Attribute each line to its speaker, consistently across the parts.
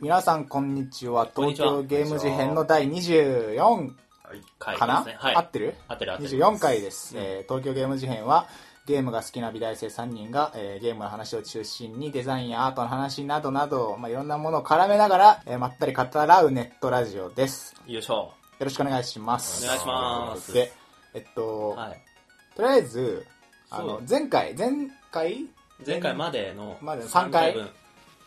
Speaker 1: 皆さんこんにちは
Speaker 2: こんに
Speaker 1: 東
Speaker 2: ち
Speaker 1: 京
Speaker 2: は
Speaker 1: ゲーム事変の第24
Speaker 3: はい。
Speaker 2: 回
Speaker 1: かな、
Speaker 2: ですね。はい。
Speaker 1: 合ってる
Speaker 2: 合ってる合ってる。
Speaker 1: 24回です、
Speaker 2: うん
Speaker 1: えー東京ゲーム事変はゲームが好きな美大生3人が、えーゲームの話を中心にデザインやアートの話などなど、まあ、いろんなものを絡めながら、えーまったり語らうネットラジオです
Speaker 2: よいしょ。
Speaker 1: よろしくお願いします
Speaker 2: お願いします
Speaker 1: でえっと、
Speaker 2: はい。
Speaker 1: とりあえずあ
Speaker 2: そ
Speaker 1: の
Speaker 2: う
Speaker 1: 前回前回
Speaker 2: 前回までの
Speaker 1: まで三回
Speaker 2: 分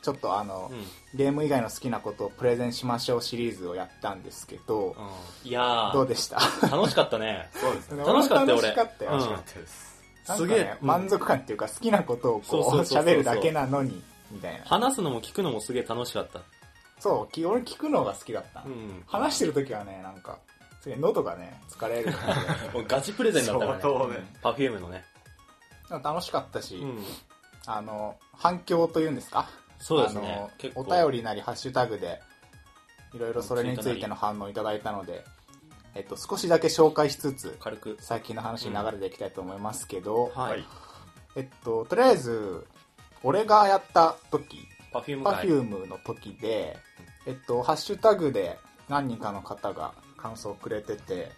Speaker 1: ちょっとあの、
Speaker 2: うん。うん
Speaker 1: ゲーム以外の好きなことをプレゼンしましょうシリーズをやったんですけど、
Speaker 2: いや
Speaker 1: どう
Speaker 2: ー、
Speaker 1: でした
Speaker 2: 楽しかったね。
Speaker 3: そうですね。
Speaker 2: 楽しかったよ
Speaker 1: 楽しかったよ
Speaker 2: 俺
Speaker 3: 楽しかったです。
Speaker 1: なんか
Speaker 2: す
Speaker 1: ね
Speaker 2: げえうん
Speaker 1: 満足感っていうか好きなことをこ
Speaker 2: そう
Speaker 1: う
Speaker 2: そうそうそう
Speaker 1: 喋るだけなのにみたいな
Speaker 2: 話すのも聞くのもすげえ楽しかった。
Speaker 1: そうき俺聞くのが好きだった、
Speaker 2: うん。
Speaker 1: 話してる時はねなんかすげえ喉がね疲 れるからね
Speaker 2: もうガチプレゼンだったから
Speaker 3: 相
Speaker 2: ね。
Speaker 3: 当ね。
Speaker 2: パフュームのね。
Speaker 1: なんか楽しかったし、
Speaker 2: うん。
Speaker 1: あの反響というんですか
Speaker 2: そうです
Speaker 1: あ
Speaker 2: ね
Speaker 1: の。
Speaker 2: 結構。
Speaker 1: お便りなりハッシュタグでいろいろそれについての反応いただいたので、えっと、少しだけ紹介しつつ
Speaker 2: 軽く。
Speaker 1: 最近の話に流れていきたいと思いますけど、
Speaker 2: はい。。
Speaker 1: えっと、とりあえず、俺がやった時、
Speaker 2: パフューム
Speaker 1: Perfume
Speaker 2: 会。、
Speaker 1: の時で、えっと、ハッシュタグで何人かの方が感想をくれてて、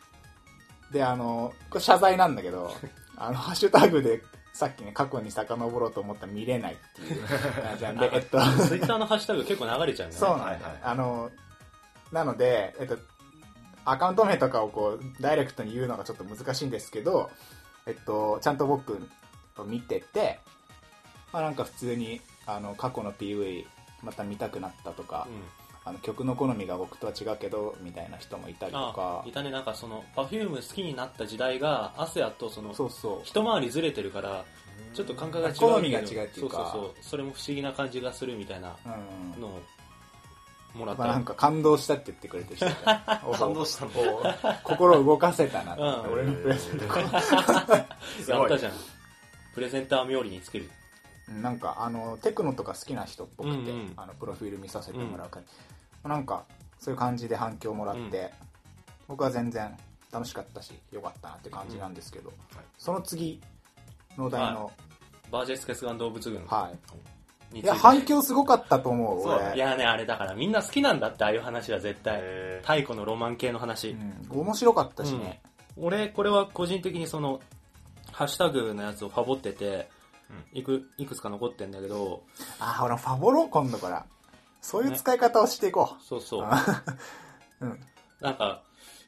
Speaker 1: で、あの、これ謝罪なんだけど、あの、ハッシュタグで、さっきね、過去に遡ろうと思ったら見れないっていう感じなんで えっと、
Speaker 2: ツイッターのハッシュタグ結構流れちゃうんだ
Speaker 1: そう
Speaker 2: よ
Speaker 1: なんだよ
Speaker 2: ね。
Speaker 3: はいはい
Speaker 1: あの、なので、えっと、アカウント名とかをこう、ダイレクトに言うのがちょっと難しいんですけど、えっと、ちゃんと僕を見てて、まあなんか普通に、あの、過去の PV、また見たくなったとか、
Speaker 2: うん。
Speaker 1: あの曲の好みが僕とは違うけど、みたいな人もいたりと
Speaker 2: あ
Speaker 1: か、
Speaker 2: いたね、なんかその、パフューム好きになった時代が、アセアとその、
Speaker 1: そうそう。
Speaker 2: 一回りずれてるから、ちょっと感覚が違うけど。
Speaker 1: 好みが違うっていうか
Speaker 2: そうそうそう。それも不思議な感じがするみたいな
Speaker 1: うん。
Speaker 2: のをもら
Speaker 1: や
Speaker 2: っ
Speaker 1: ったぱなんか感動したって言ってくれてる人い たお
Speaker 3: 感動したの
Speaker 1: お心を動かせたなって、
Speaker 2: うん
Speaker 1: 俺のプレゼント
Speaker 3: ト。す
Speaker 2: や
Speaker 3: ご
Speaker 2: っ
Speaker 3: い
Speaker 2: たじゃん。プレゼンター冥利につける。
Speaker 1: なんかあのテクノとか好きな人っぽくて、
Speaker 2: うんうん
Speaker 1: あのプロフィール見させてもらうから、なんかそういう感じで反響もらって、
Speaker 2: うん
Speaker 1: 僕は全然楽しかったし良かったなって感じなんですけど、
Speaker 3: はい
Speaker 1: その次の題の、
Speaker 2: バージェスケスガン動物軍
Speaker 1: はい
Speaker 2: に
Speaker 1: い、
Speaker 2: つ
Speaker 1: や
Speaker 2: い
Speaker 1: 反響すごかったと思う
Speaker 3: そうだ
Speaker 2: て。い
Speaker 1: 俺
Speaker 2: やね、あれだからみんな好きなんだって、ああいう話は絶対。
Speaker 3: え
Speaker 2: 太古のロマン系の話。
Speaker 1: うん、面白かったしね、
Speaker 2: 俺、これは個人的にその、ハッシュタグのやつをファボってて、いく、いくつか残ってんだけど、
Speaker 1: ああ俺ファボロ今度からそういう使い方をしていこ
Speaker 2: そう
Speaker 1: う、
Speaker 2: そう。
Speaker 1: うん、
Speaker 2: なんか、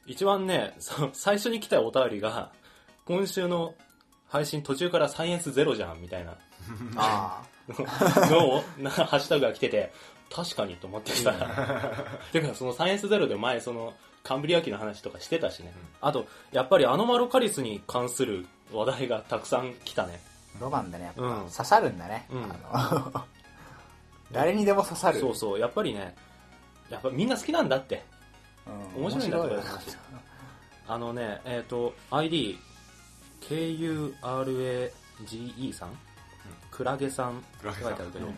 Speaker 2: 一番ね、その最初に来たお便りが、今週の配信途中からサイエンスゼロじゃん、みたいな
Speaker 1: あ
Speaker 2: のを、なハッシュタグが来てて、確かにと思ってさ。 てか、そのサイエンスゼロで前、その、カンブリア紀の話とかしてたしね。あと、やっぱりアノマロカリスに関する話題がたくさん来たね。
Speaker 1: あロマンだねやっぱ、
Speaker 2: う
Speaker 1: 刺
Speaker 2: ん
Speaker 1: さるんだね、
Speaker 2: うん
Speaker 1: あの 誰にでも刺さる
Speaker 2: そうそう、やっぱりね、やっぱみんな好きなんだって。
Speaker 1: うん
Speaker 2: 面白いんだ
Speaker 1: 面
Speaker 2: これあのね、えっ、と、ID、KURAGE さん、クラゲさんって書いてあるけど、
Speaker 3: うん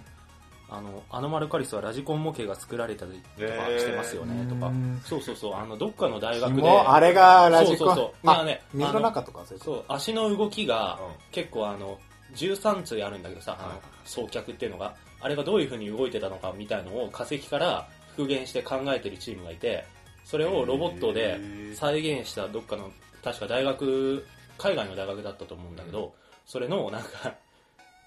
Speaker 2: あの、アノマルカリスはラジコン模型が作られたりとか
Speaker 3: へー
Speaker 2: してますよね、とか
Speaker 1: うん。
Speaker 2: そうそうそう、あの、どっかの大学で、
Speaker 1: もうあれがラジコン
Speaker 2: そうそうそう
Speaker 1: あ、
Speaker 2: まあね
Speaker 1: 水の中とかそういうこと
Speaker 2: そう、足の動きが
Speaker 3: うん
Speaker 2: 結構あの、13通あるんだけどさ、あ
Speaker 3: は
Speaker 2: の
Speaker 3: い
Speaker 2: 双脚っていうのが、あれがどういう風に動いてたのかみたいのを化石から復元して考えてるチームがいて、それをロボットで再現したどっかの、確か大学、海外の大学だったと思うんだけど、それのなんか、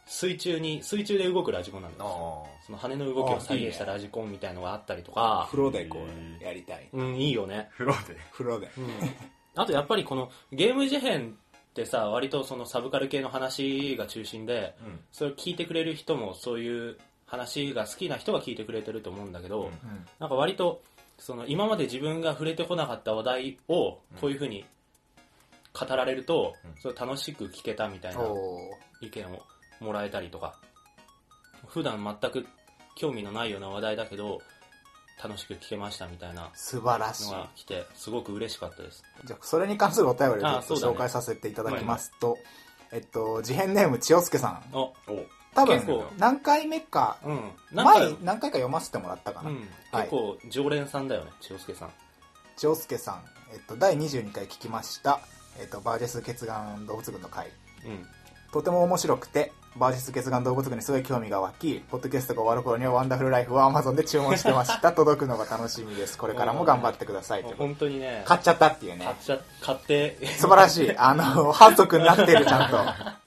Speaker 2: 水中に、水中で動くラジコンなんだ
Speaker 3: あ
Speaker 2: よ。
Speaker 3: あ。
Speaker 2: その羽の動きを再現したラジコンみたいのがあったりとか、
Speaker 1: 風呂でこ
Speaker 3: うん
Speaker 1: うやりたい
Speaker 2: うん、いいよね。
Speaker 3: 風呂で。
Speaker 1: 風呂で
Speaker 2: あとやっぱりこのゲーム事変ってさ割とそのサブカル系の話が中心で
Speaker 3: うん。
Speaker 2: それを聞いてくれる人もそういう話が好きな人が聞いてくれてると思うんだけど、
Speaker 3: うん
Speaker 2: なんか割とその今まで自分が触れてこなかった話題をこういうふうに語られると、
Speaker 3: うん
Speaker 2: それ楽しく聞けたみたいな
Speaker 1: おー
Speaker 2: 意見をもらえたりとか普段全く興味のないような話題だけど楽しく聞けましたみたいな
Speaker 1: 素晴らしい
Speaker 2: のが来てすごく嬉しかったです
Speaker 1: じゃあそれに関するお便りをちょ
Speaker 2: あ
Speaker 1: っと
Speaker 2: そうだね
Speaker 1: 紹介させていただきますと、えっと事変ネーム千代介さん
Speaker 2: あ
Speaker 3: お
Speaker 1: 多
Speaker 2: 結構
Speaker 1: 分何回目か
Speaker 2: うんなんか
Speaker 1: 前何回か読ませてもらったか
Speaker 2: う
Speaker 1: な、
Speaker 2: ん、
Speaker 1: はい
Speaker 2: 結構常連さんだよね千代介さん
Speaker 1: 千代介さん、えっと、第22回聞きました、えっと、バージェス血眼動物群の回
Speaker 2: うん
Speaker 1: とても面白くて、バージス月眼動物部にすごい興味が湧き、ポッドキャストが終わる頃にはワンダフルライフを Amazon で注文してま した。届くのが楽しみです。これからも頑張ってください。
Speaker 2: もう
Speaker 1: 買
Speaker 2: 本当にね、
Speaker 1: っちゃったっていうね
Speaker 2: 買っ。ちゃ、買って、
Speaker 1: 素晴らしい。あの、反則になってる、ち ゃんと。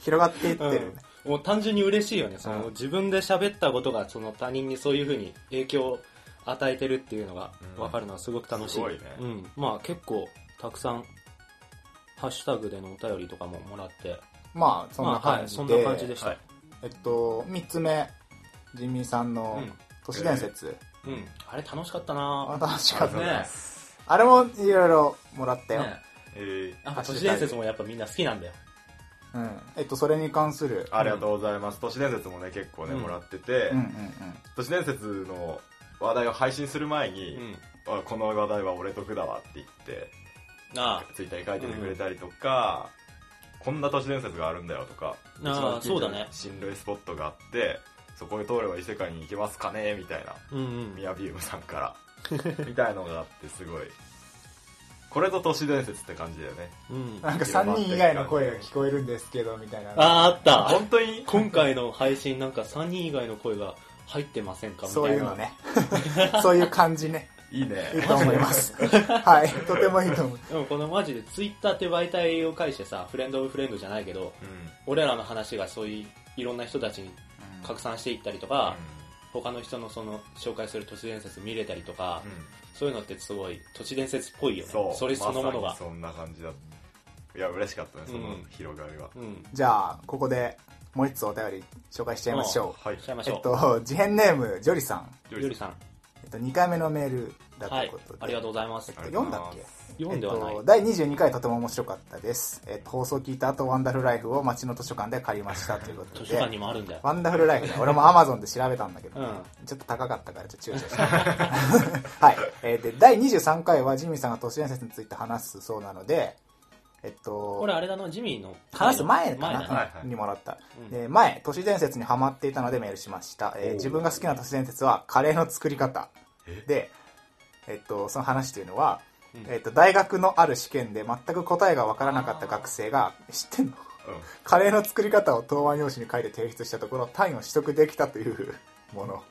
Speaker 1: 広がっていってる。
Speaker 2: うんもう単純に嬉しいよね。その、
Speaker 1: うん
Speaker 2: 自分で喋ったことが、その他人にそういうふうに影響を与えてるっていうのが
Speaker 3: うん
Speaker 2: 分かるのはすごく楽しい。
Speaker 3: すごいね
Speaker 2: うん。まあ結構、たくさん、ハッシュタグでのお便りとかももらって、
Speaker 1: まあ、そんな
Speaker 2: まあは
Speaker 1: 感
Speaker 2: い、
Speaker 1: じ
Speaker 2: そん
Speaker 1: で。
Speaker 2: な感じでした。
Speaker 3: はい
Speaker 1: えっと、3つ目、ジンミンさんの都市伝説。
Speaker 2: うん。うん。あれ楽しかった
Speaker 1: あ
Speaker 2: な
Speaker 1: 楽しかった。
Speaker 2: ね
Speaker 1: あれもいろいろもらったよ。
Speaker 2: ね
Speaker 3: えー
Speaker 2: なんか都市伝説もやっぱみんな好きなんだよ。
Speaker 1: うん。えっと、それに関する。
Speaker 3: ありがとうございます。都市伝説もね、結構ね、
Speaker 2: うん
Speaker 3: もらってて、
Speaker 1: うんうんうん。
Speaker 3: 都市伝説の話題を配信する前
Speaker 2: う
Speaker 3: に、
Speaker 2: ん。
Speaker 3: あこの話題は俺得だわって言って、
Speaker 2: あ
Speaker 3: ツイッターに書いててくれたりとか、こんな都市伝説があるんだよとか、
Speaker 2: あー
Speaker 3: 一番近所に
Speaker 2: そうだね
Speaker 3: 心霊スポットがあって、そこへ通れば異世界に行けますかねみたいな、
Speaker 2: あ。うんうん。
Speaker 3: ミヤビウムさん から、みたいのがあって、すごい。これぞ都市伝説って感じだよね。
Speaker 2: うん。あ
Speaker 1: なんか3人以外の声が聞こえるんですけど、みたいな。
Speaker 2: あ、あった。
Speaker 3: 本当に
Speaker 2: 今回の配信なんか3人以外の声が入ってませんかみたい
Speaker 1: そ
Speaker 2: な
Speaker 1: ういうのね。 そういう感じね。
Speaker 3: い
Speaker 1: い
Speaker 3: い
Speaker 1: い
Speaker 3: ね。
Speaker 1: と思い ます。はい。とてもいいと思う。
Speaker 2: でもこのマジでツイッターって媒体を介してさフレンド・オブ・フレンドじゃないけど
Speaker 3: うん。
Speaker 2: 俺らの話がそういういろんな人たちに拡散していったりとか、他の人のその紹介する都市伝説見れたりとか、
Speaker 3: う
Speaker 2: そういうのってすごい都市伝説っぽいよ
Speaker 3: ん
Speaker 2: ね
Speaker 3: そう。
Speaker 2: れそのものが、
Speaker 3: まさにそんな感じだいや、嬉しかったね、その
Speaker 2: うん
Speaker 3: 広がりは。
Speaker 2: うん
Speaker 1: じゃあ、ここでもう一つお便り紹介しちゃいましょ
Speaker 3: はい
Speaker 2: しちゃいま
Speaker 1: う。
Speaker 2: し
Speaker 1: え
Speaker 2: ょう
Speaker 1: っ、と、事変ネーム、ジョリさん。
Speaker 2: ゆりさん
Speaker 1: えっと、2回目のメールだと
Speaker 2: はいいう
Speaker 1: ことで。
Speaker 2: ありがとうございます
Speaker 1: えっと読んだっけ
Speaker 2: 読んではない、
Speaker 1: えっと、第22回とても面白かったです、えっと、放送聞いた後ワンダフルライフを街の図書館で借りましたということ
Speaker 2: 図書館
Speaker 1: で
Speaker 2: にもあるんだよ
Speaker 1: ワンダフルライフね俺もアマゾンで調べたんだけど、
Speaker 2: うん
Speaker 1: ちょっと高かったからちょっと躊躇した はい、えーで第23回はジミーさんが都市伝説について話すそうなのでえっ
Speaker 2: ことれあれだなジミーの
Speaker 1: 話す前かな
Speaker 2: 前だ
Speaker 3: ねはいはい
Speaker 1: にもらった、
Speaker 2: うん
Speaker 1: で前都市伝説にハマっていたのでメールしました、えー
Speaker 3: おう
Speaker 1: 自分が好きな都市伝説はカレーの作り方
Speaker 3: え
Speaker 1: で、えっと、その話というのは、
Speaker 2: うん
Speaker 1: えっと、大学のある試験で全く答えがわからなかった学生が知ってんのカレーの作り方を答案用紙に書いて提出したところ単位を取得できたというもの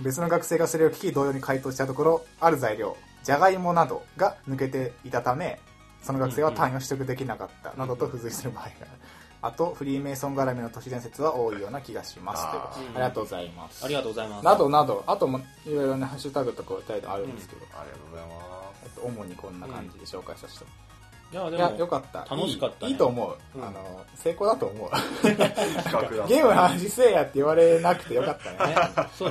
Speaker 1: 別の学生がそれを聞き同様に回答したところある材料じゃがいもなどが抜けていたためその学生は単位を取得できなかったなどと付随する場合があるあとフリーメイソン絡みの都市伝説は多いような気がしますということで
Speaker 2: あー
Speaker 1: ありがとうございます
Speaker 2: ありがとうございます
Speaker 1: などなどあともいろいろねハッシュタグとかお便りあるんですけど、
Speaker 3: ありがとうございま
Speaker 1: えっと主にこんな感じで紹介させてもらいます
Speaker 2: いやで
Speaker 1: いや、よ
Speaker 2: も
Speaker 1: かった。
Speaker 2: 楽しかったね
Speaker 1: いいいいと思う。
Speaker 2: うん
Speaker 1: あの、成功だと思う。
Speaker 3: す。企画だ。
Speaker 1: ゲームの話せえやって言われなくてよかった ね。
Speaker 2: ね、そう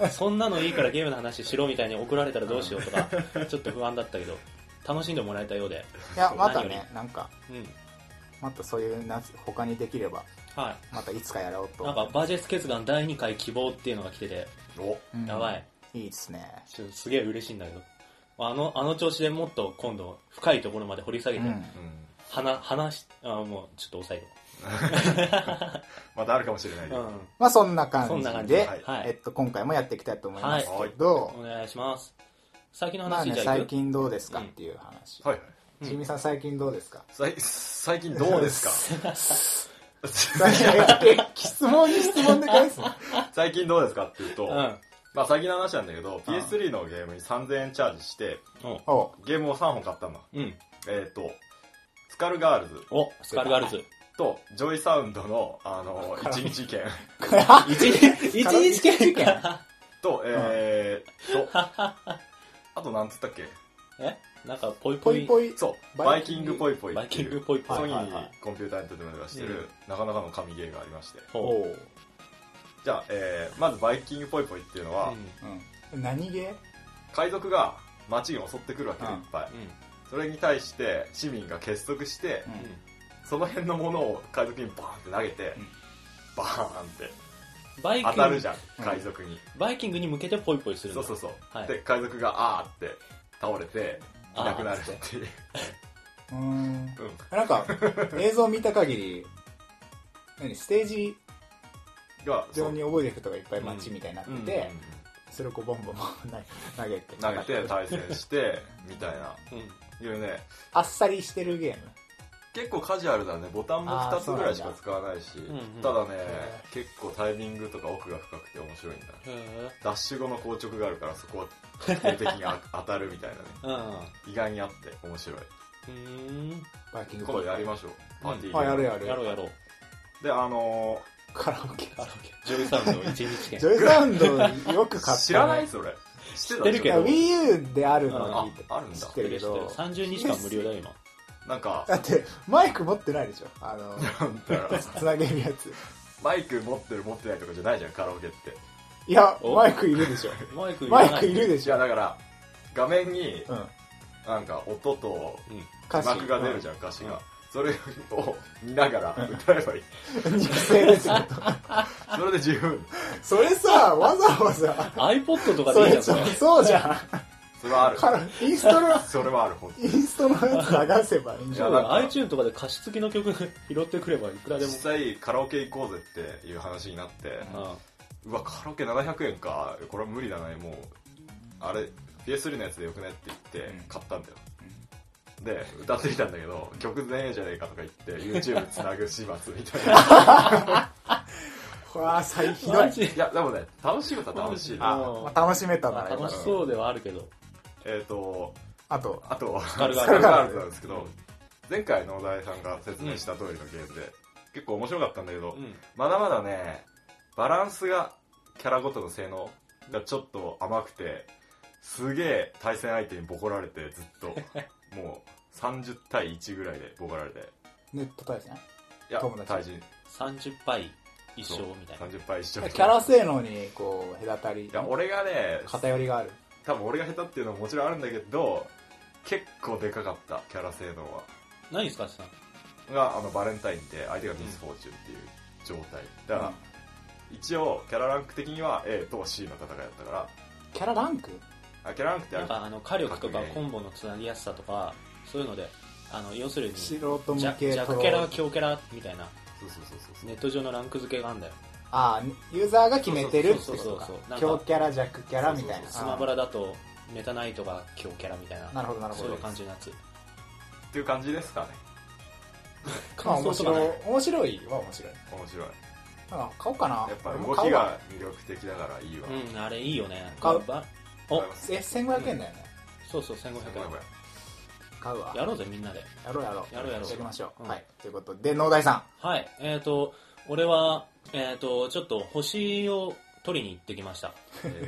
Speaker 2: だそんなのいいからゲームの話しろみたいに怒られたらどうしようとか ちょっと不安だったけど楽しんでもらえたようで
Speaker 1: いや、また
Speaker 2: 何よ
Speaker 1: ね、なんか、
Speaker 2: うん
Speaker 1: またそういうな、他にできれば、
Speaker 2: は
Speaker 1: またいつかやろう
Speaker 2: い
Speaker 1: と。
Speaker 2: なんかバージェス決断第2回希望っていうのが来てて
Speaker 3: お
Speaker 1: うん
Speaker 2: やばい。
Speaker 1: いいですね。
Speaker 2: ちょっとすげえ嬉しいんだけどあのあの調子でもっと今度深いところまで掘り下
Speaker 1: う
Speaker 2: げて、
Speaker 1: ん。
Speaker 3: うん
Speaker 2: 話話しあもうちょっと抑え
Speaker 3: またあるかもしれない
Speaker 2: て
Speaker 3: よ
Speaker 2: う
Speaker 1: まあ、そんな感
Speaker 2: そんな
Speaker 1: じ
Speaker 2: 感じで
Speaker 1: で
Speaker 3: はい、
Speaker 2: はい
Speaker 1: えっと、今回もやっていきたいと思いますけ
Speaker 2: んお
Speaker 1: ど、
Speaker 2: 願いします最近の
Speaker 1: まあ
Speaker 2: 話
Speaker 1: ね
Speaker 2: じ、ゃあい
Speaker 1: 最
Speaker 2: く、
Speaker 1: 近どうですかっていう話。
Speaker 3: はい。
Speaker 2: うん
Speaker 1: ジミさん最近どうですか
Speaker 3: さい最近ど うです か
Speaker 1: 最近質問に質問で返 すの。
Speaker 3: 最近どうですかっていうと、
Speaker 2: うん
Speaker 3: まあ最近の話なんだけど、PS3 のゲームに3000円チャージして、
Speaker 2: お
Speaker 1: おう
Speaker 3: ゲームを3本買ったの。
Speaker 2: うん
Speaker 3: えっ、と、スカルガールズ
Speaker 2: おスカルガールズ
Speaker 3: とジョイサウンドの、あの、1日券
Speaker 2: 一日一日
Speaker 1: 一日
Speaker 2: 券
Speaker 1: 券
Speaker 2: か
Speaker 3: と、え ー、と、あとなんつったっけ
Speaker 2: えなんかぽいぽ
Speaker 1: ぽ
Speaker 2: い
Speaker 1: いぽい。
Speaker 3: そう、
Speaker 1: バ
Speaker 3: バ
Speaker 1: イ
Speaker 3: イ
Speaker 1: キ
Speaker 3: キ
Speaker 1: ン
Speaker 3: ン
Speaker 1: グ
Speaker 3: グポイポイ
Speaker 2: バ
Speaker 3: っ
Speaker 2: イ
Speaker 3: て
Speaker 2: キン
Speaker 3: い
Speaker 2: グ
Speaker 3: う、
Speaker 2: ぽいぽい
Speaker 3: ソニ
Speaker 1: はいはいはい
Speaker 3: ーコンピューターエンターテイメントがしてる、なかなかの神ゲーがありまして。
Speaker 2: ほ
Speaker 1: う。
Speaker 3: じゃあ、えー、まずバイキングポイポイっていうの
Speaker 2: う
Speaker 3: は、
Speaker 1: うん。何ゲー
Speaker 3: 海賊が街に襲ってくるわけでいっぱい。
Speaker 2: うん
Speaker 3: それに対して市民が結束して、
Speaker 1: うん
Speaker 3: その辺のものを海賊にバーンって投げて、
Speaker 1: うん
Speaker 3: バーンって
Speaker 2: バイキ
Speaker 3: 当
Speaker 2: ン
Speaker 3: たる
Speaker 2: グ
Speaker 3: じゃん、
Speaker 1: うん
Speaker 3: 海賊に。
Speaker 2: バイキングに向けてポイポイするん
Speaker 3: そ
Speaker 2: だ
Speaker 3: うそうそう。
Speaker 2: はい
Speaker 3: で、海賊があーって倒れて、いなくなる
Speaker 2: あーっ
Speaker 3: っていう。
Speaker 1: うーん。
Speaker 3: うん。
Speaker 1: なんか、映像見た限り、何、ステージ
Speaker 3: が、
Speaker 1: 上
Speaker 3: そう
Speaker 1: に覚えてる人がいっぱい街みたいになって
Speaker 3: うん
Speaker 1: て、それをこうボンボンボン投げて。
Speaker 3: 投げて対戦して、みたいな。
Speaker 2: うん
Speaker 3: いうね、
Speaker 1: あっさりしてるゲーム。
Speaker 3: 結構カジュアルだねボタンも
Speaker 1: あー
Speaker 3: 2つぐらいしか使わないし
Speaker 2: うなんだ
Speaker 3: ただね
Speaker 1: へ
Speaker 3: 結構タイミングとか奥が深くて面白いんだ
Speaker 2: へえ
Speaker 3: ダッシュ後の硬直があるからそこは標的にあ当たるみたいなね
Speaker 2: う
Speaker 3: 意外にあって面白い
Speaker 2: んう
Speaker 1: バイキング
Speaker 3: 今度やり
Speaker 1: ま
Speaker 3: ましょうパーティー
Speaker 1: あ、やる
Speaker 3: る
Speaker 1: や
Speaker 2: ーん
Speaker 1: る。
Speaker 2: やろうやろう
Speaker 3: であの
Speaker 1: カラ オケ。
Speaker 2: カラオケジョイサウンドの一日券
Speaker 1: ジョイサウンドよく買
Speaker 3: ー
Speaker 1: った、ね。
Speaker 3: 知らないそれ知ってた
Speaker 2: 知ってるけ
Speaker 1: い
Speaker 2: ど
Speaker 1: や Wii U であるの
Speaker 3: あ
Speaker 1: 聞いて。
Speaker 3: あるんだ
Speaker 1: 知ってるけど。
Speaker 2: 30日間無料だよ今
Speaker 3: なんか
Speaker 1: だって、マイク持ってないでしょ。あの、
Speaker 3: なんだろう
Speaker 1: つなげるやつ。
Speaker 3: マイク持ってる持ってないとかじゃないじゃんカラオケって
Speaker 1: いや、
Speaker 2: お
Speaker 1: マイクいるで しょ。
Speaker 2: マイク
Speaker 1: マイクい
Speaker 2: る
Speaker 1: るでし
Speaker 3: いや
Speaker 1: ょ。
Speaker 3: だから画面に
Speaker 1: うん。
Speaker 3: なんか音と
Speaker 1: 歌
Speaker 3: 字幕が出るじ
Speaker 1: ゃ
Speaker 3: ゃん歌詞が、それを見ながら歌えばいい
Speaker 1: ん。肉声ですよ。
Speaker 3: それで十分
Speaker 1: それさ、わざわざ。
Speaker 2: iPod とか
Speaker 1: そ
Speaker 2: でいい
Speaker 1: れ
Speaker 2: じゃんこれ
Speaker 1: そうじゃ
Speaker 3: それはあ
Speaker 1: ん
Speaker 3: る
Speaker 1: カラ。インストの、
Speaker 3: それはあるほんと
Speaker 1: インストのやつ流せばいいんじ
Speaker 2: じ
Speaker 1: ゃ
Speaker 2: ゃ
Speaker 1: ん。
Speaker 3: いやなん
Speaker 2: あ
Speaker 3: か
Speaker 2: iTune とかで歌詞付きの曲拾ってくればいくらで
Speaker 3: 実
Speaker 2: も
Speaker 3: 際カラオケ行こうぜっていう話になって、うわカラオケ700円かこれは無理だねもうあれ PS3 のやつでよくねって言っ
Speaker 1: うん
Speaker 3: て買ったんだよ、で歌ってみたんだけど曲全えじゃねえかとか言って YouTube つなぐ始末みたいな
Speaker 1: わあ、最ひ
Speaker 2: うん
Speaker 1: ど
Speaker 2: マ
Speaker 1: い。
Speaker 2: ジ
Speaker 3: いやでもね楽しいことは楽しい
Speaker 1: あ
Speaker 3: な
Speaker 2: うん、
Speaker 1: まあ、楽しめたな
Speaker 2: まあ
Speaker 1: らよかっ
Speaker 2: 楽
Speaker 1: た
Speaker 2: しそうではあるけど
Speaker 3: えっ、と
Speaker 1: あと、
Speaker 3: あとス
Speaker 2: カルガール
Speaker 3: カルガールズなんですけ
Speaker 2: うん
Speaker 3: ど前回のお題さんが説明した通りのゲームで結構面白かったんだけど、
Speaker 2: うん
Speaker 3: まだまだね、バランスが、キャラごとの性能がちょっと甘くて、すげえ対戦相手にボコられて、ずっ と。もう、30対1ぐらいでボコられて。
Speaker 1: ネット対戦。
Speaker 3: いや
Speaker 1: 友、達
Speaker 3: 対人、
Speaker 2: 30倍一生みたいな
Speaker 3: 30倍一緒。
Speaker 1: キャラ性能に、こう、隔たり
Speaker 3: い、や、俺がね、
Speaker 1: 偏りがある。
Speaker 3: 多分俺が下手っていうのももちろんあるんだけど、結構でかかった、キャラ性能は。
Speaker 2: 何ですかさん
Speaker 3: が、あの、バレンタインで、相手がミスフォーチュンっていう状態。だから、一応、キャラランク的には A と C の戦いだったか
Speaker 1: キャラランク
Speaker 3: ら、あキャラランクってあ
Speaker 2: な
Speaker 3: る
Speaker 2: んかあの火力とか
Speaker 3: 格ゲー
Speaker 2: コンボのつなぎやすさとかそういうのであの要するに
Speaker 1: 素
Speaker 2: ジ
Speaker 1: 人向
Speaker 2: ャ
Speaker 1: け
Speaker 2: ジャ
Speaker 1: と
Speaker 2: ックキャラ強キャラみたいな
Speaker 3: そうそうそうそうそう。
Speaker 2: ネット上のランク付けがあるんだよ
Speaker 1: ああユーザーが決めてるって
Speaker 2: そう
Speaker 1: こ
Speaker 2: そ
Speaker 1: と
Speaker 2: うそう
Speaker 1: か
Speaker 2: そうなんか
Speaker 1: 強キャラ弱キャラみたいな
Speaker 2: スマブラ
Speaker 1: あ
Speaker 2: だとメタナイトが強キャラみたいな
Speaker 1: あなるほどなるほ
Speaker 2: そういう
Speaker 1: ど
Speaker 2: 感じのやつ
Speaker 3: っていう感じですかね
Speaker 1: まあ
Speaker 2: 感
Speaker 1: 面
Speaker 2: 想とか
Speaker 1: 白い
Speaker 2: ね
Speaker 1: 面白いは面白い
Speaker 3: 面白いや
Speaker 1: あ買おうかな
Speaker 3: っぱ
Speaker 1: 俺も
Speaker 3: 動
Speaker 1: 買
Speaker 3: き
Speaker 1: うわ
Speaker 3: が魅力的だからいいわ、
Speaker 2: うんあれいいよね
Speaker 1: 買う
Speaker 2: ばお
Speaker 1: え1500円だよね
Speaker 2: そうそう1500円
Speaker 1: 買うわ
Speaker 2: やろうぜみんなで
Speaker 1: やろうやろう
Speaker 2: やろうやろう
Speaker 1: きましょう
Speaker 2: うん
Speaker 1: はいということで農大さん
Speaker 2: はいえっ、ー、と俺はえっ、ー、とちょっと星を取りに行ってきました
Speaker 3: え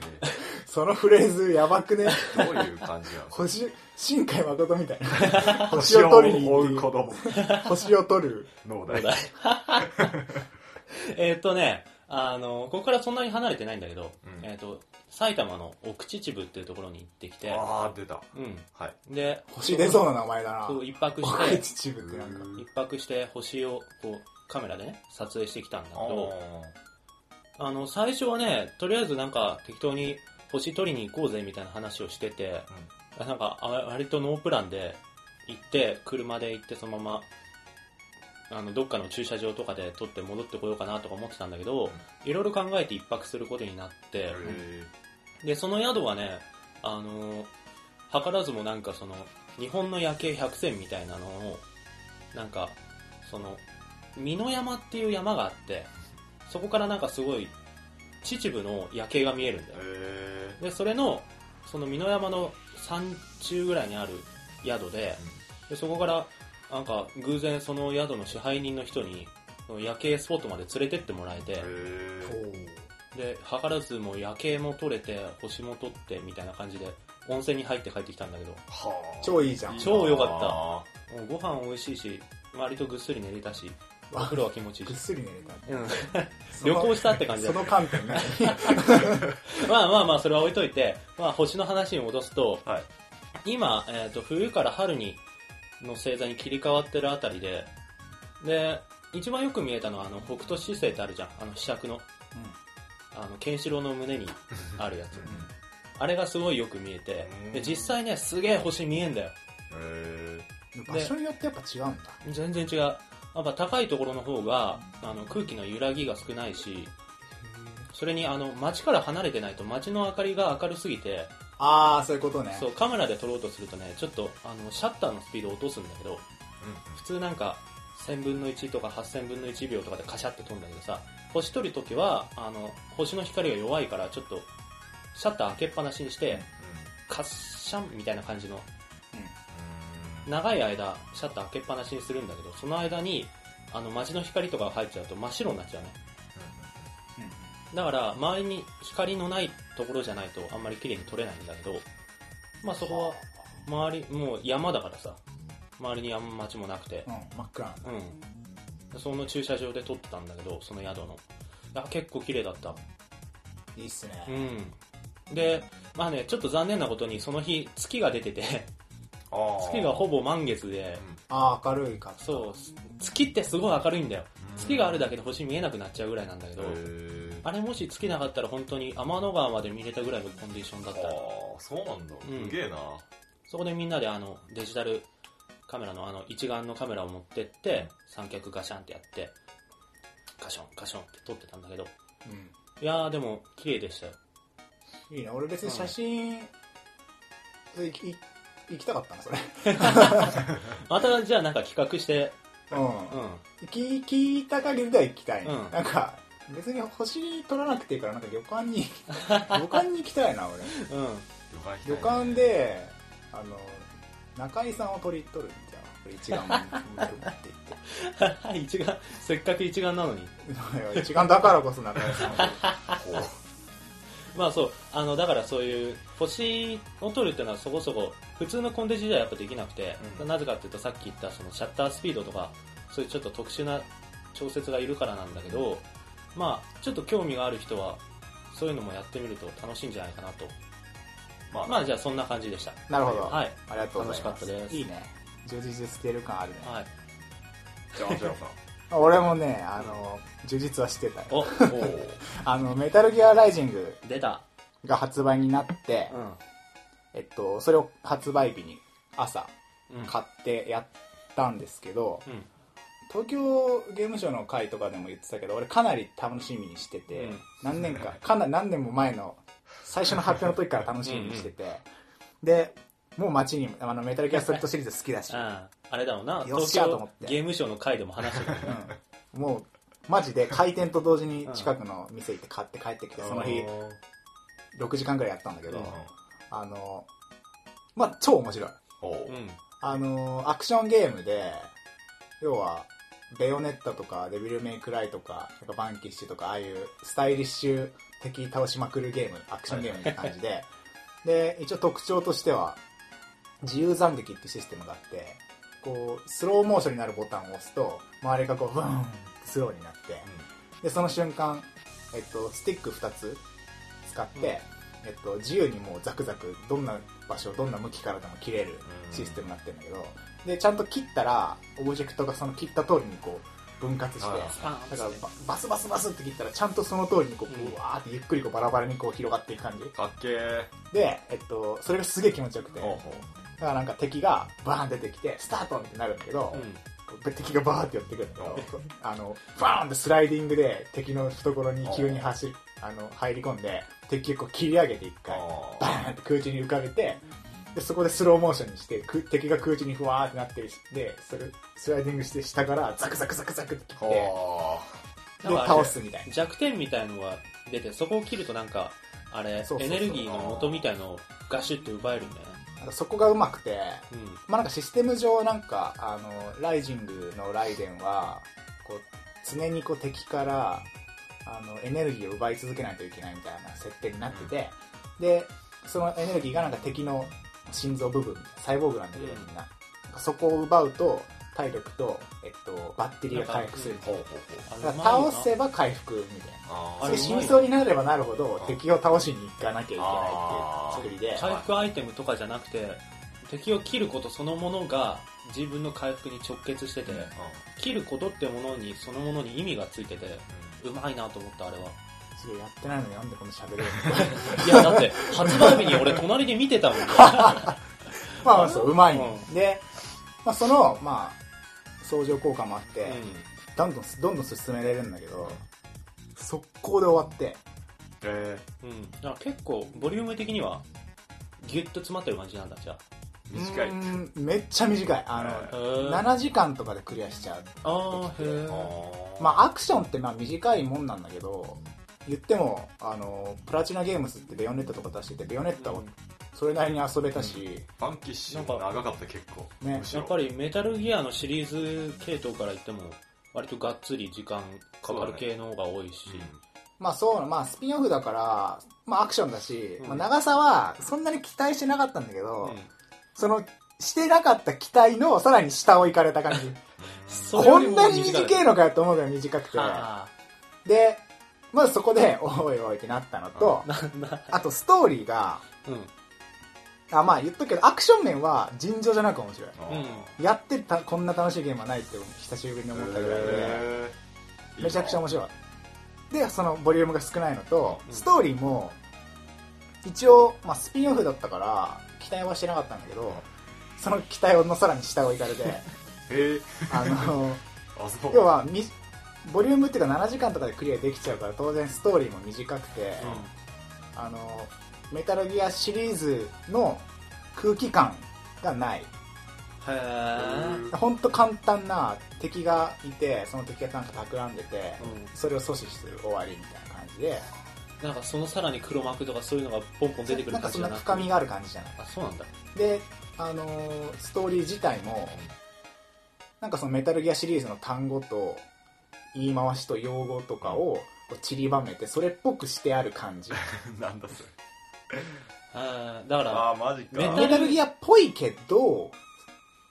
Speaker 1: そのフレーズやばくね
Speaker 3: ーどういう感じな の
Speaker 1: 星新海誠みたいな星を取りに行って
Speaker 3: 追う子供
Speaker 1: 星を取る
Speaker 3: 脳
Speaker 2: お
Speaker 3: 大
Speaker 2: 題 えっとね、あの、ここからそんなに離れてないんだけど、
Speaker 3: うん
Speaker 2: えっと、埼玉の奥秩父っていうところに行ってきて、
Speaker 3: ああ出た
Speaker 2: う
Speaker 3: はい
Speaker 2: ん。で、
Speaker 1: 星出そうな名前だな
Speaker 2: そう一泊
Speaker 1: 僕
Speaker 2: して、
Speaker 1: 秩父ってなんか
Speaker 2: 一泊して星をこう、カメラでね、撮影してきたんだけど、あの、最初はね、とりあえずなんか適当に星取りに行こうぜみたいな話をしてて、なんかあ割とノープランで行って車で行ってそのままあのどっかの駐車場とかで撮って戻ってこようかなとか思ってたんだけどいろいろ考えて一泊することになって
Speaker 3: え
Speaker 2: でその宿はねあの図らずもなんかその日本の夜景100選みたいなのをなんかその美濃山っていう山があってそこからなんかすごい秩父の夜景が見えるんだよ
Speaker 3: え
Speaker 2: でそれのその美濃山の山中ぐらいにある宿ででそこからなんか偶然その宿の支配人の人にその夜景スポットまで連れてってもらえて
Speaker 3: え
Speaker 2: で図らずも夜景も撮れて星も撮ってみたいな感じで温泉に入って帰ってきたんだけど
Speaker 3: はあ
Speaker 1: 超いいじゃん
Speaker 2: 超良か
Speaker 3: っ
Speaker 2: もうご飯美味しいし割とぐっすり寝れたしお
Speaker 1: わ
Speaker 2: 風呂は気持ちいい
Speaker 1: ぐっ
Speaker 2: し、
Speaker 1: すり寝れた
Speaker 2: うん
Speaker 1: そ
Speaker 2: 旅
Speaker 1: の
Speaker 2: 行したって感じだ
Speaker 1: そ
Speaker 2: った
Speaker 1: の観点ね
Speaker 2: まあまあまあそれは置いといて、まあ、星の話に戻すと
Speaker 3: たはい
Speaker 2: 今、えー、と冬から春にの星座に切り替わってるあたりでで一番よく見えたのはあの北斗七星ってあるじゃんあの柄杓のあのケンシロウの胸にあるやつあれがすごいよく見えてで実際ねすげえ星見えんだよ
Speaker 3: え
Speaker 1: うん場所によってやっぱ違うんだ
Speaker 2: 全然違うやっぱ高いところの方があの空気の揺らぎが少ないしそれにあの街から離れてないと街の明かりが明るすぎて
Speaker 1: ああそういうことね
Speaker 2: そうカメラで撮ろうとするとねちょっとあのシャッターのスピードを落とすんだけど普通なんか1000分の1とか8000分の1秒とかでカシャって飛んだけどさ星取る時はあの星の光が弱いからちょっとシャッター開けっぱなしにしてカッシャンみたいな感じの長い間シャッター開けっぱなしにするんだけどその間にあの街の光とかが入っちゃうと真っ白になっちゃうねだから周りに光のないところじゃないとあんまり綺麗に撮れないんだけどまあそこは周りもう山だからさ周りにあんま街もなくて
Speaker 1: うん、真っ暗なんだ
Speaker 2: うんその駐車場で撮ってたんだけどその宿のあ結構綺麗だった
Speaker 1: いいっすね、
Speaker 2: うんでまあねちょっと残念なことにその日月が出てて月がほぼ満月で
Speaker 1: ああ明るい感じ
Speaker 2: そうす月ってすごい明るいんだよ月があるだけで星見えなくなっちゃうぐらいなんだけど、あれもし月なかったら本当に天の川まで見れたぐらいのコンディションだ
Speaker 3: あ
Speaker 2: っ
Speaker 3: あ
Speaker 2: たら
Speaker 3: そうなんだ
Speaker 2: うん
Speaker 3: すげえな
Speaker 2: そこでみんなであのデジタルカメラのあの一眼のカメラを持ってって三脚ガシャンってやってガションガションって撮ってたんだけど
Speaker 1: う
Speaker 2: いやーでも綺麗でしたよ
Speaker 1: ん、いいね俺別に写真、いい行きたかったなそれ
Speaker 2: またじゃあなんか企画して
Speaker 1: うん、
Speaker 2: う
Speaker 1: 聞聞いた限りでは行きたい、ね
Speaker 2: うん
Speaker 1: なんか別に星取らなくていいからなんか旅館に 旅館に行きたいな俺
Speaker 2: ん うん
Speaker 1: 旅館であの中井さんを取り取るんじゃんこれ一眼持って行っ
Speaker 2: 一眼せっかく一眼なのに
Speaker 1: て一眼だからこそ中井さんを 取る
Speaker 2: まあそうあのだからそういう星を撮るっていうのはそこそこ普通のコンデジではやっぱできなくて、
Speaker 3: うん
Speaker 2: なぜかっていうとさっき言ったそのシャッタースピードとかそういうちょっと特殊な調節がいるからなんだけどまあちょっと興味がある人はそういうのもやってみると楽しいんじゃないかなと
Speaker 3: まあ
Speaker 2: まあじゃあそんな感じでした
Speaker 1: なるほど、
Speaker 2: はい
Speaker 1: ありがとうございます
Speaker 2: 楽しかったです
Speaker 1: いいね充実してる感あるね、
Speaker 2: はい
Speaker 3: じゃあじゃあさん
Speaker 1: 俺もねあの充実はしてたよ
Speaker 2: お
Speaker 3: おー
Speaker 1: あのメタルギアライジング
Speaker 2: 出た
Speaker 1: が発売になって、
Speaker 2: うん
Speaker 1: えっと、それを発売日に朝
Speaker 2: うん
Speaker 1: 買ってやったんですけど、
Speaker 2: うん
Speaker 1: 東京ゲームショウの回とかでも言ってたけど俺かなり楽しみにしてて、
Speaker 2: うん
Speaker 1: 何年かかな何年も前の最初の発表の時から楽しみにしててでもう街にあのメタルギアストリートシリーズ好きだし、
Speaker 2: あああれだろうな
Speaker 1: よっ
Speaker 2: 東
Speaker 1: しゃと
Speaker 2: 京
Speaker 1: 思って
Speaker 2: ゲームショーの回でも話してたよね
Speaker 1: うんもうマジで開店と同時に近くの店行って買って帰ってきて、その日6時間ぐらいやったんだけど、
Speaker 2: うん
Speaker 1: あのまあ超面白い
Speaker 3: おー
Speaker 2: うん
Speaker 1: あのーアクションゲームで、要は、ベヨネッタとか、デビルメイクライとか、なんかバンキッシュとか、ああいうスタイリッシュ敵倒しまくるゲーム、アクションゲームみたいな感じで、で、一応特徴としては、自由斬撃ってシステムがあって、こう、スローモーションになるボタンを押すと、周りがこう、ブーンってスローになって、で、その瞬間、えっと、スティック2つ使って、
Speaker 2: うん
Speaker 1: えっと、自由にもうザクザク、どんな場所、どんな向きからでも切れる
Speaker 3: うん
Speaker 1: システムになってるんだけど、で、ちゃんと切ったら、オブジェクトがその切った通りにこう、分割して、
Speaker 3: はい
Speaker 2: スパーンって
Speaker 1: だからババスバスバスって切ったら、ちゃんとその通りにこ
Speaker 2: うん
Speaker 1: う、うわーってゆっくりこうバラバラにこう広がっていく感じ。
Speaker 3: かっけー
Speaker 1: で、えっと、それがすげえ気持ちよくて、だ
Speaker 3: ほう
Speaker 1: か
Speaker 3: ほう
Speaker 1: らなんか敵がバーン出てきて、スタートってなるんだけど、
Speaker 2: うん
Speaker 1: 敵がバーって寄ってくるんだけど、あの、バーンってスライディングで敵の懐に急に走り、あの、入り込んで、敵をこう切り上げて一回、
Speaker 3: あ
Speaker 1: バーンって空中に浮かべて、で、そこでスローモーションにして、く敵が空中にふわーってなってるし、で、それ、スライディングして下からザクザクザクザクって
Speaker 3: ー
Speaker 1: 切って、
Speaker 3: ほ
Speaker 2: ー
Speaker 1: で、倒すみたいな。
Speaker 2: 弱点みたいのが出てそこを切るとなんかあれ
Speaker 1: そうそうそう
Speaker 2: エネルギーの元みたいのをガシュッて奪えるんだよね
Speaker 1: なんかそこがうまくて、
Speaker 2: うん
Speaker 1: まあなんかシステム上なんか、あの、ライジングのライデンは、こう、常にこう敵から、あの、エネルギーを奪い続けないといけないみたいな設定になってて、で、そのエネルギーがなんか敵の心臓部分、サイボーグなんだけどみんな。なんかそこを奪うと、体力と、えっと、バッテリーが回復するみた
Speaker 3: ほ
Speaker 1: いうな。
Speaker 3: ほうほう
Speaker 2: あれ
Speaker 1: だから
Speaker 2: うまいよな
Speaker 1: 倒せば回復みたいな。
Speaker 3: あ
Speaker 2: あ
Speaker 1: そ
Speaker 2: れ
Speaker 1: れ
Speaker 2: う
Speaker 1: 死
Speaker 2: まい
Speaker 1: に
Speaker 2: よ
Speaker 1: そうになればなるほど
Speaker 3: あ、
Speaker 1: 敵を倒しに行かなきゃいけないっていう作りで、
Speaker 2: 回復アイテムとかじゃなくて敵を切ることそのものが自分の回復に直結してて切ることってものにそのものに意味がついててうまいなと思ったあれは
Speaker 1: すごいやってないのになんでこんな喋れるの
Speaker 2: いやだって発売日に俺隣で見てたもん
Speaker 1: まあまあそう、うまいね
Speaker 2: う
Speaker 1: で、まあその、まあ、相乗効果もあって、
Speaker 2: う
Speaker 1: どんどん、どんどん進められるんだけど、速攻で終わって、
Speaker 3: え
Speaker 2: んうんだから結構ボリューム的にはギュッと詰まってる感じなんだじゃあ
Speaker 3: 短い。
Speaker 1: うーんめっちゃ短いあの、
Speaker 3: はい
Speaker 2: うん
Speaker 1: 7時間とかでクリアしちゃう
Speaker 2: あーへー
Speaker 3: あ
Speaker 1: まあアクションってまあ短いもんなんだけど言ってもあのプラチナゲームスってベヨネットとか出しててベヨネットはそれなりに遊べたし、
Speaker 3: パンキッシュも長かった結構。
Speaker 1: ね
Speaker 3: むし
Speaker 2: や
Speaker 3: ろ
Speaker 2: っぱりメタルギアのシリーズ系統から言っても割とがっつり時間かかる系の方が多いし、
Speaker 1: まあそうまあスピンオフだから、まあ、アクションだし、
Speaker 2: うん
Speaker 1: まあ、長さはそんなに期待してなかったんだけど、
Speaker 2: うん
Speaker 1: そのしてなかった期待のさらに下を行かれた感 じ
Speaker 2: それ
Speaker 1: こ
Speaker 2: より
Speaker 1: ん
Speaker 2: も
Speaker 1: なに
Speaker 2: 短い
Speaker 1: 短いのかよと思うぐらい短くて
Speaker 2: は
Speaker 1: でまずそこで おいおいってなったのと
Speaker 2: あなんだ
Speaker 1: あとストーリーが
Speaker 2: うん
Speaker 1: あまあ言っとくけどアクション面は尋常じゃなく面白い
Speaker 3: う
Speaker 2: う
Speaker 3: ん
Speaker 2: ん
Speaker 1: やってたこんな楽しいゲームはないって久しぶりに思ったぐらいで
Speaker 3: へー
Speaker 1: めちゃくちゃ面白いでそのボリュームが少ないのと
Speaker 2: うん
Speaker 1: ストーリーも一応、まあ、スピンオフだったから期待はしてなかったんだけどその期待のさらに下を行かれて
Speaker 3: へえ。
Speaker 1: あの
Speaker 3: あ、そう。
Speaker 1: 要はみボリュームっていうか7時間とかでクリアできちゃうから当然ストーリーも短くて、あのメタルギアシリーズの空気感がない
Speaker 2: へー
Speaker 1: 本当簡単な敵がいてその敵がなんか企んでて、
Speaker 2: うん
Speaker 1: それを阻止する終わりみたいな感じで
Speaker 2: なんかそのさらに黒幕とかそういうのがポンポン出てくる
Speaker 1: なんかそ
Speaker 2: 感じじ
Speaker 1: ん
Speaker 2: ゃ
Speaker 1: な
Speaker 2: なくて
Speaker 1: 深みがある感じじゃない
Speaker 2: あそうなんだ
Speaker 1: であのーストーリー自体もなんかそのメタルギアシリーズの単語と言い回しと用語とかをこう散りばめてそれっぽくしてある感じ
Speaker 3: なんだそれ。
Speaker 2: あーだから
Speaker 3: あー、マジ
Speaker 2: メ
Speaker 1: メ
Speaker 3: か。
Speaker 1: タルギアっぽいけど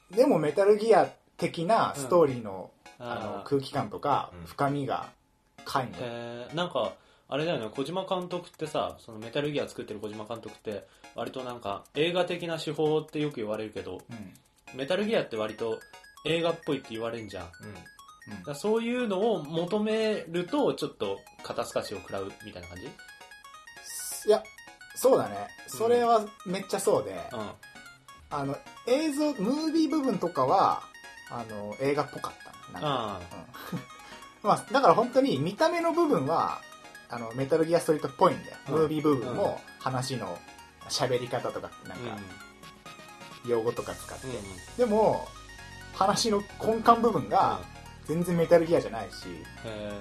Speaker 1: でもメタルギア的なストーリーの,、あの
Speaker 2: あー
Speaker 1: 空気感とか
Speaker 3: うん
Speaker 1: 深みが皆無、
Speaker 2: へーなんかあれだよね小島監督ってさそのメタルギア作ってる小島監督って割となんか映画的な手法ってよく言われるけど
Speaker 1: うん
Speaker 2: メタルギアって割と映画っぽいって言われるじゃんだか
Speaker 3: うん。
Speaker 1: うん
Speaker 2: らそういうのを求めるとちょっと肩透かしを食らうみたいな感じ
Speaker 1: いやそうだねそれはめっちゃそうで、
Speaker 2: うん
Speaker 1: あの映像ムービー部分とかはあの映画っぽかったなんか
Speaker 2: あ
Speaker 1: まあ、だから本当に見た目の部分はあのメタルギアストリートっぽいんだよ、
Speaker 2: うん
Speaker 1: ムービー部分も話の喋り方とかなん
Speaker 2: あ
Speaker 1: か用語とか使って、
Speaker 2: うんうん
Speaker 1: でも話の根幹部分が全然メタルギアじゃないし
Speaker 2: へ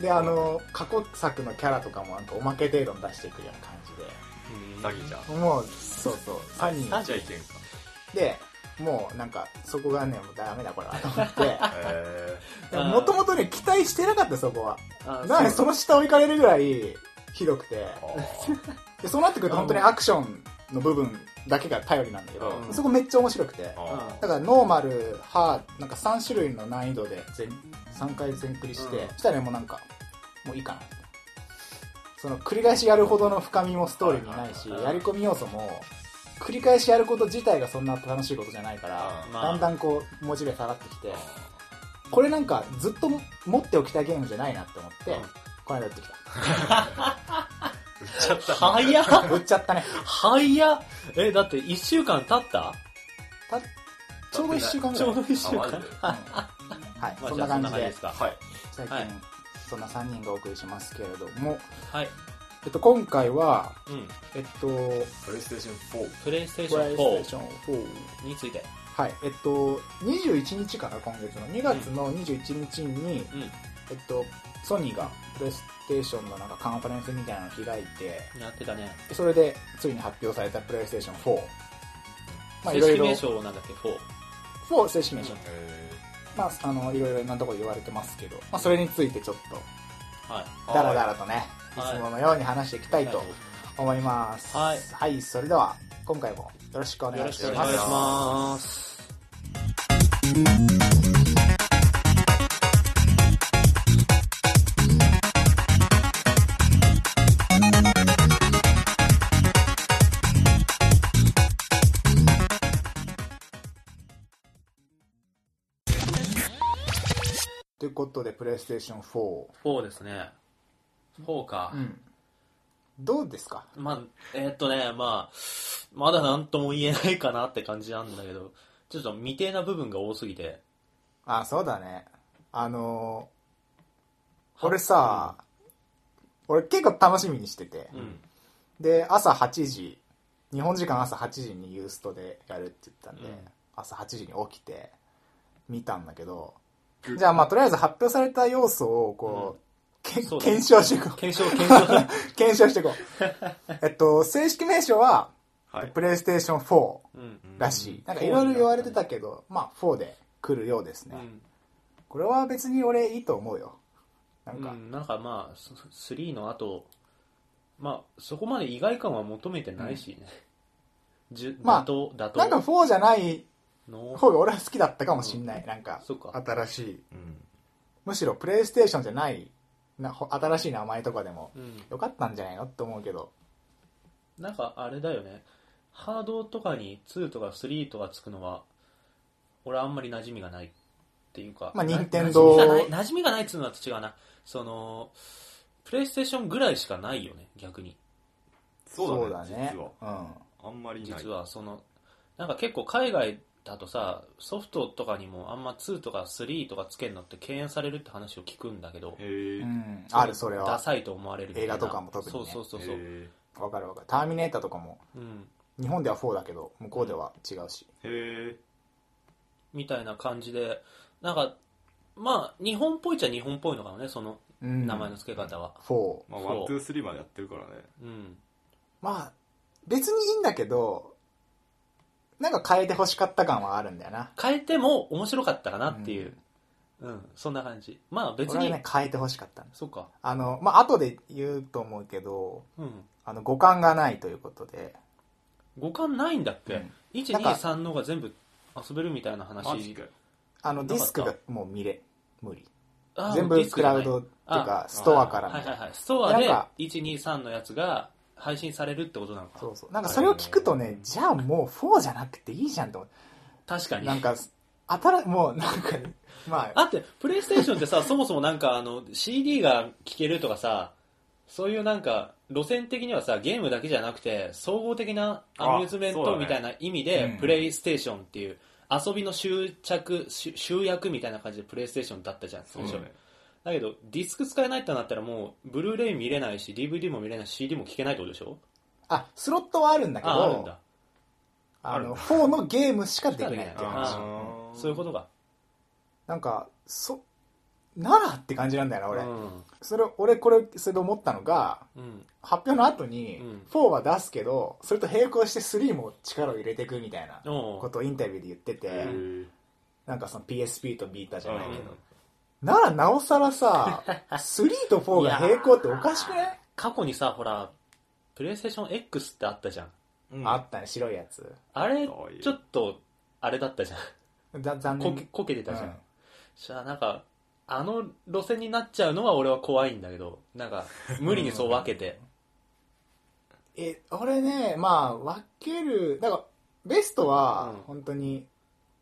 Speaker 1: であの過去作のキャラとかもなんかおまけ程度に出していくような感じで
Speaker 2: ーうん
Speaker 3: 詐欺じゃん。
Speaker 1: もうそうそう3人
Speaker 3: 詐欺じゃいけんか。
Speaker 1: でもうなんかそこがねもうダメだこれはと思っ
Speaker 3: へ
Speaker 1: て
Speaker 2: あー
Speaker 1: もともとね期待してなかったそこは
Speaker 2: あー
Speaker 1: なのに
Speaker 2: そ
Speaker 1: そうの下を行かれるぐらいひどくて
Speaker 3: ーあー
Speaker 1: でそうなってくると本当にアクションの部分だけが頼りなんだけど、
Speaker 3: うん
Speaker 1: そこめっちゃ面白くてだか
Speaker 3: あ
Speaker 1: らノーマルハードなんか3種類の難易度で全3回全クリして、
Speaker 2: うん
Speaker 1: そしたらねもうなんかもういいかなその繰り返しやるほどの深みもストーリーにないし、
Speaker 2: はいはい
Speaker 1: やり込み要素も繰り返しやること自体がそんな楽しいことじゃないから、
Speaker 3: うん
Speaker 2: まあ
Speaker 1: だんだんこうモチベ下がってきてこれなんかずっと持っておきたいゲームじゃないなって思って、
Speaker 2: うん
Speaker 1: この間売ってき
Speaker 3: ー売っちゃった。
Speaker 2: 早った
Speaker 1: 売っちゃったね
Speaker 2: 早っえだって1週間経った
Speaker 1: ちょうど1週間ぐ
Speaker 2: ち
Speaker 1: らい
Speaker 2: ょうど1週
Speaker 3: あ、
Speaker 1: はい、
Speaker 2: 間
Speaker 3: マジで。
Speaker 2: まあ
Speaker 1: そん
Speaker 2: じゃ
Speaker 1: な
Speaker 2: あそ
Speaker 1: 感
Speaker 2: んな
Speaker 1: じ
Speaker 2: 感じで
Speaker 1: です
Speaker 2: か
Speaker 3: はい。
Speaker 1: 最
Speaker 2: はい
Speaker 1: 近そんな3人がお送りしますけれども、
Speaker 2: はい
Speaker 1: えっと、今回は
Speaker 2: うん
Speaker 1: えっとこ
Speaker 3: プレイステーション4。
Speaker 2: プレイステーシ
Speaker 1: れ
Speaker 2: ョン
Speaker 1: PlayStation
Speaker 2: 4
Speaker 1: 4
Speaker 2: について
Speaker 1: はいえっと21日かな今月の2月の21日に、
Speaker 2: うん
Speaker 1: えっと、ソニーがプレイステーションのなんかカンファレンスみたいなのを開いて
Speaker 2: やってたね
Speaker 1: でそれでついに発表されたプレイステーション4まあい
Speaker 2: 正
Speaker 1: ろい
Speaker 2: 式
Speaker 1: ろ
Speaker 2: 名称なんだっけ4
Speaker 1: 4正式名称
Speaker 2: うん
Speaker 3: へ
Speaker 1: まああのいろいろなところ言われてますけど、まあ、それについてちょっと
Speaker 2: はい
Speaker 3: ー
Speaker 1: ダラダラとねい
Speaker 2: はい
Speaker 1: つものように話していきたいと思います。
Speaker 2: はい
Speaker 1: はい、それでは、今回もよろしくお
Speaker 2: よ
Speaker 1: 願
Speaker 2: ろ
Speaker 1: い
Speaker 2: し
Speaker 1: し
Speaker 2: くお
Speaker 1: ま
Speaker 2: 願い
Speaker 1: す。
Speaker 2: します
Speaker 1: ということで、プレイステーション4。
Speaker 2: 4ですね4か、
Speaker 1: うん。どうですか
Speaker 2: まあえーっとねまあまだ何とも言えないかなって感じなんだけどちょっと未定な部分が多すぎて
Speaker 1: あ、そうだね。あのー、俺さ、俺結構楽しみにしてて、
Speaker 2: うん
Speaker 1: で、朝8時日本時間朝8時にユーストでやるって言ったんで、
Speaker 2: うん
Speaker 1: 朝8時に起きて見たんだけど
Speaker 3: ぐ
Speaker 1: じゃあまあとりあえず発表された要素をこう、けん
Speaker 2: そうだね
Speaker 1: 検証していこう
Speaker 2: 検 証、検証。
Speaker 1: 検証していこうえっと正式名称は
Speaker 3: はい
Speaker 1: プレイステーション4
Speaker 2: うん。
Speaker 1: らしい、
Speaker 2: うん
Speaker 1: なんかいろいろ言われてたけどまあ4で来るようですね、
Speaker 2: うん
Speaker 1: これは別に俺いいと思うよなんか、
Speaker 2: うん、なんかまあ、ス3の後、まあ、そこまで意外感は求めてないしね。じゅ
Speaker 1: まあ
Speaker 2: 妥当、妥当。
Speaker 1: なんか4じゃない
Speaker 2: の
Speaker 1: 方が俺は好きだったかもしんない、なんか
Speaker 2: そっか
Speaker 1: 新しい
Speaker 3: うん
Speaker 1: むしろプレイステーションじゃないなほ新しい名前とかでも
Speaker 2: うん。
Speaker 1: よかったんじゃないのって思うけど
Speaker 2: なんかあれだよね。ハードとかに2とか3とかつくのは、俺あんまり馴染みがないっていうか。
Speaker 1: まあ
Speaker 2: な
Speaker 1: 任天堂
Speaker 2: 馴染みがない馴染みがないっつうのは違うな。その、プレイステーションぐらいしかないよね、逆に。
Speaker 3: そうだね実は
Speaker 1: うん
Speaker 3: あんまりない
Speaker 2: 実はそのなんか結構海外だとさソフトとかにもあんま2とか3とかつけるのって敬遠されるって話を聞くんだけど
Speaker 3: へえ
Speaker 1: うん、あるそれ
Speaker 2: ダ
Speaker 1: は
Speaker 2: サいと思われるみたいな
Speaker 1: 映画とかも特にね
Speaker 2: そうそうそうそう、
Speaker 3: へ
Speaker 1: わかるわかるターミネーターとかも
Speaker 2: うん、
Speaker 1: 日本では4だけど向こうでは違うし
Speaker 3: えへえ
Speaker 2: みたいな感じでなんかまあ日本っぽいっちゃ日本っぽいのかもねその
Speaker 1: うん
Speaker 2: 名前の付け方は
Speaker 1: 4
Speaker 3: まあ
Speaker 2: そう
Speaker 3: ワンツースリーまでやってるからね
Speaker 2: うん
Speaker 1: まあ別にいいんだけどなんか変えて欲しかった感はあるんだよな
Speaker 2: 変えても面白かったかなっていううん、そんな感じまあ別
Speaker 1: 俺は
Speaker 2: に、
Speaker 1: ね変えて欲しかったんです
Speaker 2: そうか
Speaker 1: あのまあ後で言うと思うけど
Speaker 2: うん
Speaker 1: あの五感がないということで
Speaker 2: 五感ないんだっけ、
Speaker 1: うんなんか
Speaker 2: 123のが全部遊べるみたいな話
Speaker 3: マジかよ
Speaker 1: あの
Speaker 2: な
Speaker 1: デ
Speaker 2: かっ
Speaker 1: ィ
Speaker 2: た
Speaker 1: スクがもう見れ無理
Speaker 2: あー
Speaker 1: 全
Speaker 2: デ
Speaker 1: 部
Speaker 2: ィス
Speaker 1: ク
Speaker 2: じ
Speaker 1: ラ
Speaker 2: ゃな
Speaker 1: ウ
Speaker 2: い
Speaker 1: ドっていうか
Speaker 3: あ
Speaker 1: ストアからみ
Speaker 2: はい
Speaker 1: た
Speaker 2: はいい
Speaker 1: な
Speaker 2: はい、ストアで
Speaker 1: なんか
Speaker 2: 123のやつが配信されるってことなのか
Speaker 1: そうそうなんかそれを聞くとねじゃあもう4じゃなくていいじゃんと思っ
Speaker 2: 確か
Speaker 1: て
Speaker 2: に
Speaker 1: なんか新もうなんか まあ
Speaker 2: あってプレイステーションって さそもそもなんかあの CD が聴けるとかさそういうなんか路線的にはさゲームだけじゃなくて総合的なアミューズメン
Speaker 3: あそうだ
Speaker 2: ト
Speaker 3: ね
Speaker 2: みたいな意味
Speaker 1: う
Speaker 2: で、
Speaker 1: ん
Speaker 2: プレイステーションっていう遊びの執着集集約みたいな感じでプレイステーションだったじゃん
Speaker 3: そ
Speaker 2: 最
Speaker 3: う
Speaker 2: 初
Speaker 3: だね
Speaker 2: だけどディスク使えないってなったらもうブルーレイ見れないし DVD も見れないし CD も聴けないってことでしょ
Speaker 1: あスロットはあるんだけ
Speaker 2: ああるん
Speaker 1: ど
Speaker 2: だ
Speaker 1: あ
Speaker 3: ある
Speaker 1: の
Speaker 3: んだ
Speaker 1: 4のゲームしかできないっていう
Speaker 2: あ
Speaker 1: 話
Speaker 2: ー
Speaker 3: あー
Speaker 2: そういうことか
Speaker 1: なんかそならって感じなんだよな俺
Speaker 2: うん
Speaker 1: それ俺これそれで思ったのが
Speaker 2: うん
Speaker 1: 発表の後に
Speaker 2: うん
Speaker 1: 4は出すけどそれと並行して3も力を入れていくみたいな
Speaker 2: おう
Speaker 1: ことをインタビューで言ってて、
Speaker 3: へー
Speaker 1: なんかその PSP とビータじゃないけど、
Speaker 3: うん
Speaker 1: ならなおさら さ3と4が並行っておかしくない
Speaker 2: 過去にさほらプレイステーション X ってあったじゃん
Speaker 3: うん
Speaker 1: あったね白いやつ
Speaker 2: あれ
Speaker 3: そういう
Speaker 2: ちょっとあれだったじゃん
Speaker 1: だ残
Speaker 2: こ
Speaker 1: 念
Speaker 2: けこけて
Speaker 1: う
Speaker 2: たじゃん、
Speaker 1: ん
Speaker 2: じゃあなんかあの路線になっちゃうのは俺は怖いんだけどなんか無理にそう分けて
Speaker 1: え俺ねまあ分けるだからベストは
Speaker 2: うん
Speaker 1: 本当に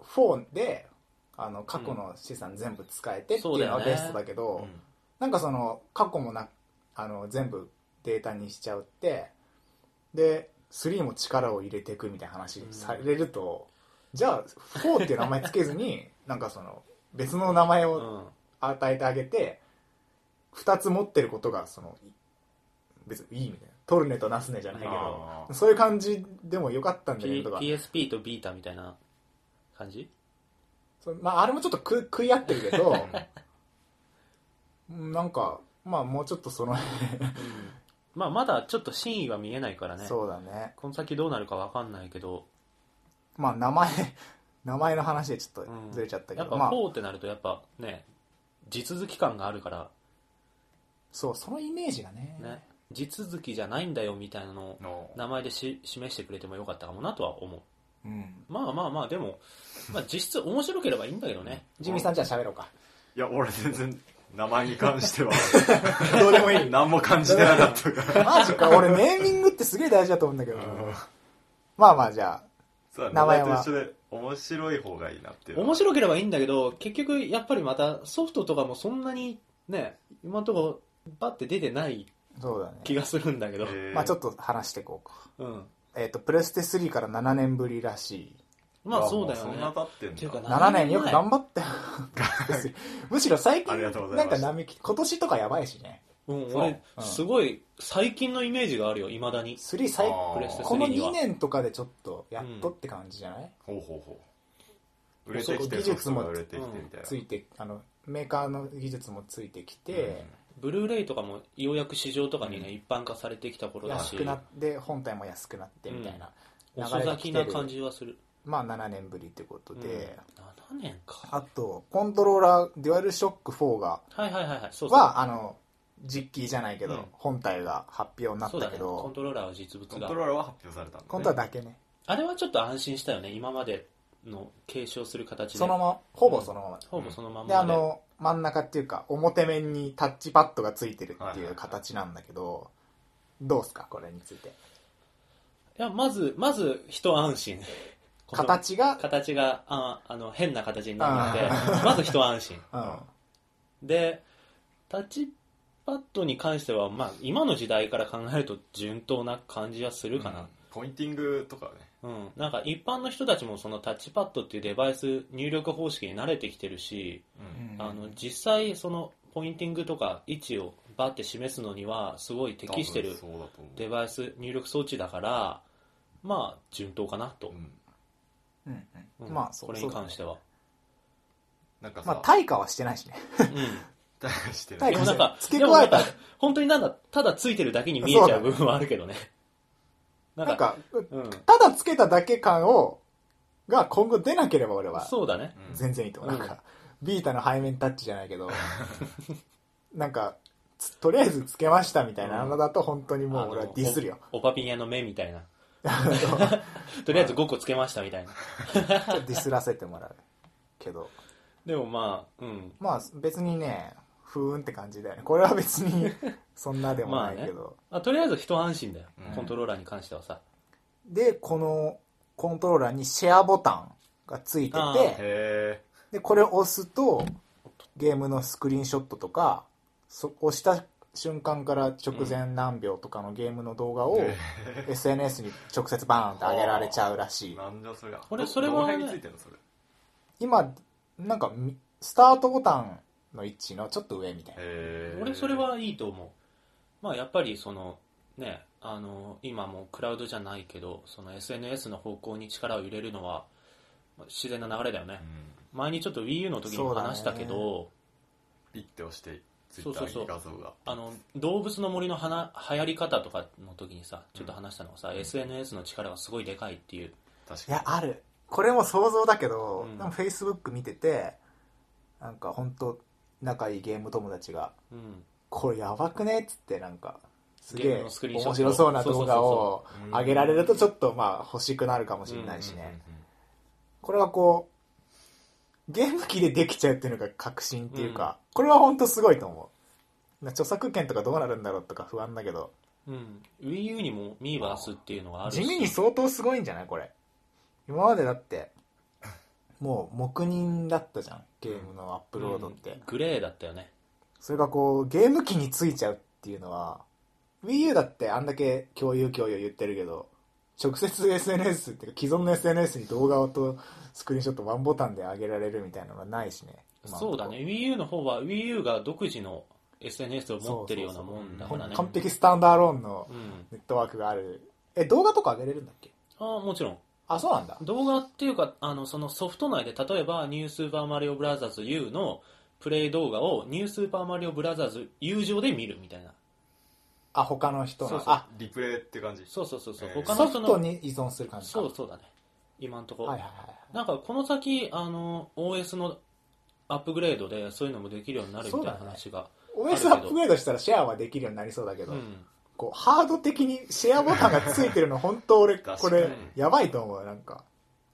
Speaker 1: 4であの過去の資産全部使えてっていうの
Speaker 2: そう
Speaker 1: は
Speaker 2: だよね
Speaker 1: ベストだけど、
Speaker 3: うん
Speaker 1: なんかその過去もなあの全部データにしちゃうってで3も力を入れていくみたいな話
Speaker 2: うん
Speaker 1: されると、じゃあ4っていう名前つけず になんかその別の名前
Speaker 2: う
Speaker 1: を
Speaker 2: ん
Speaker 1: 与えてあげて、2つ持ってることがその別にいいみたいなトルネとナスネじゃないけど
Speaker 3: あー
Speaker 1: そういう感じでもよかったんだけ
Speaker 2: P-
Speaker 1: どとか
Speaker 2: PSP とビータみたいな感じ
Speaker 1: そうまあ、あれもちょっと食食い合ってるけどうんなんかまあもうちょっとその、
Speaker 2: まあまだちょっと真意は見えないからね
Speaker 1: そうだね
Speaker 2: この先どうなるか分かんないけど
Speaker 1: まあ名前 名前の話でちょっと
Speaker 2: うん
Speaker 1: ずれちゃったけ
Speaker 2: や
Speaker 1: ど、
Speaker 2: っぱ
Speaker 1: まあ
Speaker 2: 4ってなるとやっぱね地続き感があるから
Speaker 1: そうそのイメージがね
Speaker 2: ね地続きじゃないんだよみたいなのを
Speaker 3: の
Speaker 2: 名前でし示してくれてもよかったかもなとは思う
Speaker 1: うん
Speaker 2: まあまあまあ でも、まあ、実質面白ければいいんだけどね
Speaker 1: ジミーさんじゃあ喋ろうか
Speaker 3: いや俺全然名前に 関しては
Speaker 1: どうでもいい
Speaker 3: 何も感じてなかったから
Speaker 1: マジか俺ネーミングってすげえ大事だと思うんだけどまあまあじゃ
Speaker 3: そうだね
Speaker 1: 名
Speaker 3: 名
Speaker 1: 前
Speaker 3: 前
Speaker 1: は
Speaker 3: と一緒で面白い方がいいなっていうのは
Speaker 2: 面白ければいいんだけど結局やっぱりまたソフトとかもそんなにね今のところバッて出てない
Speaker 1: あそうだね
Speaker 2: 気がするんだけど、
Speaker 3: へー
Speaker 1: まあちょっと話していこうか
Speaker 2: うん
Speaker 1: えっ、とプレステ3から7年ぶりらしい
Speaker 2: まあそうだよ
Speaker 3: も
Speaker 2: ね
Speaker 3: そんな経ってん
Speaker 2: っていうか
Speaker 3: だ
Speaker 1: 7年
Speaker 2: 前
Speaker 1: よく頑張ったよむしろ最近
Speaker 3: ありがとうござ
Speaker 1: ないん
Speaker 3: ま
Speaker 1: か
Speaker 3: す
Speaker 1: 並木今年とかやばいしね
Speaker 2: うん、
Speaker 3: そう
Speaker 2: 俺、
Speaker 1: うん
Speaker 2: すごい、最近のイメージがあるよ、いまだに。
Speaker 1: 3最
Speaker 3: あー
Speaker 2: プレステ
Speaker 1: こ
Speaker 2: 3
Speaker 1: の
Speaker 2: には
Speaker 1: 2年とかでちょっとやっとって感じじゃない、
Speaker 3: ほうほうほう売れてきてる
Speaker 1: そ
Speaker 3: ソ
Speaker 1: う
Speaker 3: フ
Speaker 1: そ
Speaker 3: ト
Speaker 1: う
Speaker 3: が売れてきてみたいな、
Speaker 1: ついてあのメーカーの技術もついてきて、
Speaker 2: ブルーレイとかも、ようやく市場とかにね、
Speaker 3: うん
Speaker 2: 一般化されてきた頃だし
Speaker 1: 安、くなって本体も安くなってみたいな、
Speaker 2: 遅
Speaker 1: 流れが来
Speaker 2: 咲き
Speaker 1: て
Speaker 2: な
Speaker 1: る
Speaker 2: 感じはする。
Speaker 1: まあ7年ぶりってことで、
Speaker 2: 7年か。
Speaker 1: あとコントローラーデュアルショック4が
Speaker 2: はいはいはいはい、そうそう。
Speaker 1: はあの実機じゃないけど、
Speaker 2: うん
Speaker 1: 本体が発表になっ
Speaker 2: そうだ
Speaker 1: た
Speaker 2: ね、
Speaker 1: け
Speaker 2: コン
Speaker 1: ど、
Speaker 2: トローラーは実
Speaker 3: コ
Speaker 2: 物
Speaker 3: ント
Speaker 2: が。
Speaker 3: ローラーは発表されたんだ、ね、
Speaker 1: コントローラーだけね
Speaker 2: あれはちょっと安心したよね、今までの継承する形で。
Speaker 1: そのままほぼそのまま、
Speaker 2: ほぼそのまんま
Speaker 1: であの真ん中っていうか表面にタッチパッドがついてるっ
Speaker 3: はい
Speaker 1: て
Speaker 3: はい
Speaker 1: い
Speaker 3: は
Speaker 1: う
Speaker 3: い
Speaker 1: 形なんだけど、どうすかこれについて
Speaker 2: いや、まず、まず、一安心。この
Speaker 1: 形が、
Speaker 2: 形が、ああの、変な形になるので、まず一安心。
Speaker 1: うん、
Speaker 2: で、タッチパッドに関しては、まあ、今の時代から考えると順当な感じはするか
Speaker 3: うん
Speaker 2: な。
Speaker 3: ポインティングとかね
Speaker 2: うん。なんか、一般の人たちもそのタッチパッドっていうデバイス入力方式に慣れてきてるし、
Speaker 3: うん
Speaker 2: あの、実際、その、ポインティングとか位置をバッて示すのには、すごい適してる
Speaker 3: 多分そうだと思う
Speaker 2: デバイス入力装置だから、まあ、順当かなと
Speaker 3: う。ん
Speaker 1: うんう
Speaker 2: う
Speaker 1: ん
Speaker 2: ん
Speaker 1: まあそ
Speaker 2: こ
Speaker 1: う
Speaker 2: れ
Speaker 1: そ
Speaker 2: に
Speaker 1: うだ
Speaker 2: 関
Speaker 1: ね
Speaker 2: して は。
Speaker 3: なんかさ、
Speaker 1: まあ対価はしてないしね
Speaker 2: うん。
Speaker 3: 大してない
Speaker 1: 対価
Speaker 2: でも
Speaker 1: し
Speaker 2: な
Speaker 1: てな
Speaker 2: んか
Speaker 1: い、付け加えた
Speaker 2: でもなんか本当になんだ、ただついてるだけに見えちゃう部分はあるけどね。なんか、
Speaker 1: なんか
Speaker 2: うん。
Speaker 1: ただつけただけ感をが今後出なければ俺は
Speaker 2: そうだね。
Speaker 3: うん
Speaker 1: 全然いいと思う、
Speaker 2: うん
Speaker 1: なんかビータの背面タッチじゃないけど なんかつとりあえずつけましたみたいなのだと本当にもう俺はディスるよ
Speaker 2: あの。オパピニアの目みたいな。 とりあえず5個つけましたみたいな。
Speaker 1: ちょっとディスらせてもらうけど
Speaker 2: でもまあ、うん。
Speaker 1: まあ別にねふーんって感じだよねこれは別にそんなでもないけど、
Speaker 2: あとりあえず一安心だよ
Speaker 3: うん。
Speaker 2: コントローラーに関してはさ。
Speaker 1: でこのコントローラーにシェアボタンがついて
Speaker 2: あ
Speaker 1: て
Speaker 3: へ
Speaker 1: でこれを押すとゲームのスクリーンショットとかそ押した瞬間から直前何秒とかのゲームの動画を
Speaker 3: え
Speaker 1: SNS に直接バーンって上げられちゃうらしい
Speaker 3: なんじゃそりゃ
Speaker 2: これ
Speaker 3: ど
Speaker 2: それは
Speaker 3: どの辺についてんのそれ
Speaker 1: 今なんかみスタートボタンの位置のちょっと上みたいな
Speaker 3: へー
Speaker 2: 俺それはいいと思う。まあやっぱりその、ね、あの、今もうクラウドじゃないけど、その SNS の方向に力を入れるのは、まあ自然な流れだよね
Speaker 3: う。ん
Speaker 2: 前にちょっと Wii U の時にも話したけ
Speaker 1: そうだ
Speaker 2: ど、
Speaker 3: ピッて押してツイ
Speaker 2: そう
Speaker 3: ッタ
Speaker 2: そうそう
Speaker 3: ーに画像が
Speaker 2: あの動物の森の花流行り方とかの時にさちょっと話したのがさ、SNS の力がすごいでかいっていう
Speaker 3: 確
Speaker 1: い
Speaker 3: かに
Speaker 1: やあるこれも想像だけど、
Speaker 2: うん
Speaker 1: でもフェイスブック見ててなんか本当仲いいゲーム友達が
Speaker 2: うん
Speaker 1: 「これやばくね?」っつってなんかす
Speaker 2: ゲ
Speaker 1: げ
Speaker 2: ーム
Speaker 1: え
Speaker 2: のスクリーンショッ
Speaker 1: 面白
Speaker 2: ト
Speaker 1: そうな動画を
Speaker 3: そうそうそう
Speaker 1: 上げられるとちょっとまあ欲しくなるかもしれないしね、
Speaker 3: うんうんうん
Speaker 1: これはこうゲーム機でできちゃうっていうのが革新っていうか、これは本当すごいと思う著作権とかどうなるんだろうとか不安だけど
Speaker 2: うん WiiU にもミーバースっていうのがあるし
Speaker 1: 地味に相当すごいんじゃないこれ今までだってもう黙認だったじゃんゲームのアップロードって、
Speaker 2: うんグレーだったよね
Speaker 1: それがこうゲーム機についちゃうっていうのは WiiU だってあんだけ共有共有言ってるけど直接 SNS っていうか既存の SNS に動画をとスクリーンショットワンボタンで上げられるみたいなのがないしね今のとこ
Speaker 2: そうだね WiiU の方は WiiU が独自の SNS を持ってるようなもんだ
Speaker 1: ほ
Speaker 2: か
Speaker 1: ん
Speaker 2: らね
Speaker 1: 完璧スタンダーローンの
Speaker 2: うん
Speaker 1: ネットワークがあるえ動画とか上げれるんだっけ
Speaker 2: ああもちろん
Speaker 1: あそうなんだ
Speaker 2: 動画っていうかあのそのソフト内で例えば「ニュースーパーマリオブラザーズ U」のプレイ動画を「ニュースーパーマリオブラザーズ U」上で見るみたいな
Speaker 1: あ他の人の
Speaker 2: そうそう
Speaker 1: あ
Speaker 3: リプレイって感じ
Speaker 2: そうそうそうそう、
Speaker 3: えー
Speaker 2: 他
Speaker 1: ソ
Speaker 2: の人
Speaker 1: フ
Speaker 2: の
Speaker 1: トに依存する感じか
Speaker 2: そうそうだね今のところ、
Speaker 1: はいはいはい
Speaker 2: なんかこの先あの OS のアップグレードでそういうのもできるようになるみたいな話があるけ
Speaker 1: OS
Speaker 2: ど
Speaker 1: アップグレードしたらシェアはできるようになりそうだけ
Speaker 2: う
Speaker 1: ど、
Speaker 2: ん
Speaker 1: こうハード的にシェアボタンがついてるの本当俺
Speaker 3: 確
Speaker 1: こ
Speaker 3: かに
Speaker 1: れやばいと思うなんか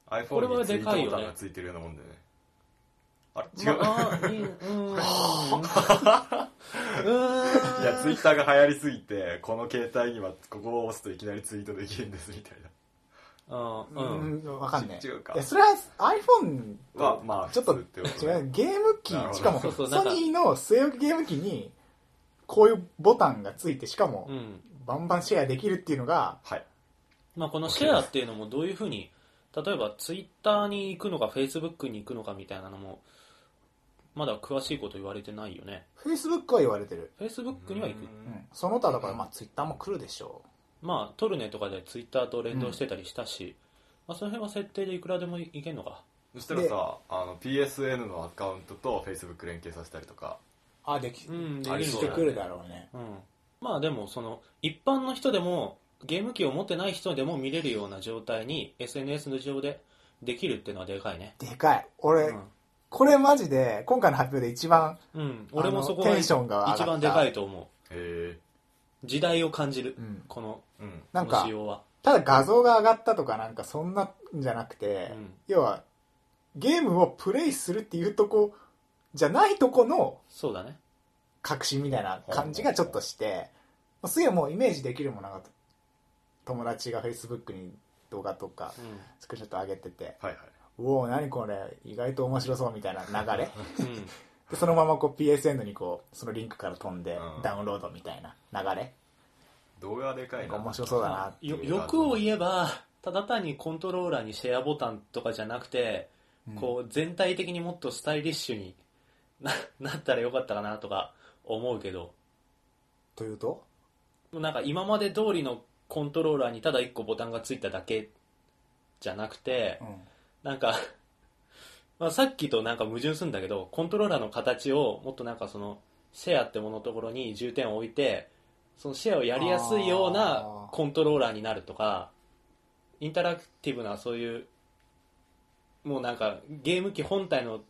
Speaker 2: これ
Speaker 3: iPhone
Speaker 2: は
Speaker 3: にツイ
Speaker 2: で
Speaker 3: ー
Speaker 2: かいよね
Speaker 3: トボタンがついてるようなもんだよねあれ違う、
Speaker 2: まあいいうんうーん
Speaker 3: いやツイッターが流行りすぎてこの携帯にはここを押すといきなりツイートできるんですみたいな
Speaker 2: あー
Speaker 1: う
Speaker 2: うん
Speaker 1: ん、わかんない
Speaker 3: 違うか
Speaker 1: いやそれは iPhone
Speaker 3: はまあ
Speaker 1: ちょっと
Speaker 3: 普通てこと
Speaker 1: 違
Speaker 3: ね
Speaker 1: うゲーム機
Speaker 3: なるほど
Speaker 1: しかも
Speaker 2: そうそうなん
Speaker 1: ソ
Speaker 2: か
Speaker 1: ニーの据え置きゲーム機にこういうボタンがついてしかも
Speaker 2: うん
Speaker 1: バンバンシェアできるっていうのが
Speaker 3: はい
Speaker 2: まあ、このシェアっていうのもどういうふうに例えばツイッターに行くのかフェイスブックに行くのかみたいなのもまだ詳しいこと言われてないよね。
Speaker 1: Facebook は言われてる。
Speaker 2: Facebook には行く。
Speaker 1: うん。その他だから、まあ、Twitter も来るでしょ
Speaker 2: まあ、トルネとかで Twitter と連動してたりしたし、まあ、その辺は設定でいくらでもいけんのか。
Speaker 3: そしたらさあの PSN のアカウントと Facebook 連携させたりとか
Speaker 1: う。あ、でき、
Speaker 2: うん
Speaker 1: あ
Speaker 2: できる
Speaker 1: してくるだろうね。
Speaker 2: うん、まあでもその一般の人でもゲーム機を持ってない人でも見れるような状態に SNS の上でできるっていうのはでかいね、
Speaker 1: でかい。俺、
Speaker 2: うん
Speaker 1: これマジで、今回の発表で一番、
Speaker 2: うん、俺もそこ
Speaker 1: あの
Speaker 2: が
Speaker 1: テンションが上がった
Speaker 2: 一番でかいと思
Speaker 3: へ
Speaker 2: う時代を感じる、
Speaker 1: うん
Speaker 2: この
Speaker 3: えうん
Speaker 1: なん
Speaker 2: この
Speaker 1: か
Speaker 2: 仕、様は
Speaker 1: ただ画像が上がったとかなんかそんなんじゃなくて、
Speaker 2: うん
Speaker 1: 要は、ゲームをプレイするっていうとこじゃないとこの
Speaker 2: そうだね
Speaker 1: 確信みたいな感じがちょっとして、まあすげえもうイメージできるものが、友達が Facebook に動画とかスクショット上げてて、
Speaker 3: はいはいう
Speaker 1: おお、何これ、意外と面白そうみたいな流れ。
Speaker 2: うん、うん、
Speaker 1: で そのままこう PSN にこう、そのリンクから飛んで
Speaker 3: うん
Speaker 1: ダウンロードみたいな流れ。
Speaker 3: 動画はでかいな
Speaker 1: 面白そうだなってい
Speaker 2: よ
Speaker 1: う。
Speaker 2: 欲を言えばただ単にコントローラーにシェアボタンとかじゃなくて、こう全体的にもっとスタイリッシュにな なったらよかったかなとか思うけど
Speaker 1: というと
Speaker 2: なんか今まで通りのコントローラーにただ1個ボタンがついただけじゃなくて、なんか、まあ、さっきとなんか矛盾するんだけど、コントローラーの形をもっとなんかその、シェアってもののところに重点を置いて、そのシェアをやりやすいよう
Speaker 1: あ
Speaker 2: な
Speaker 1: ー
Speaker 2: コントローラーになるとか、インタラクティブなそういう、もうなんかゲーム機本体の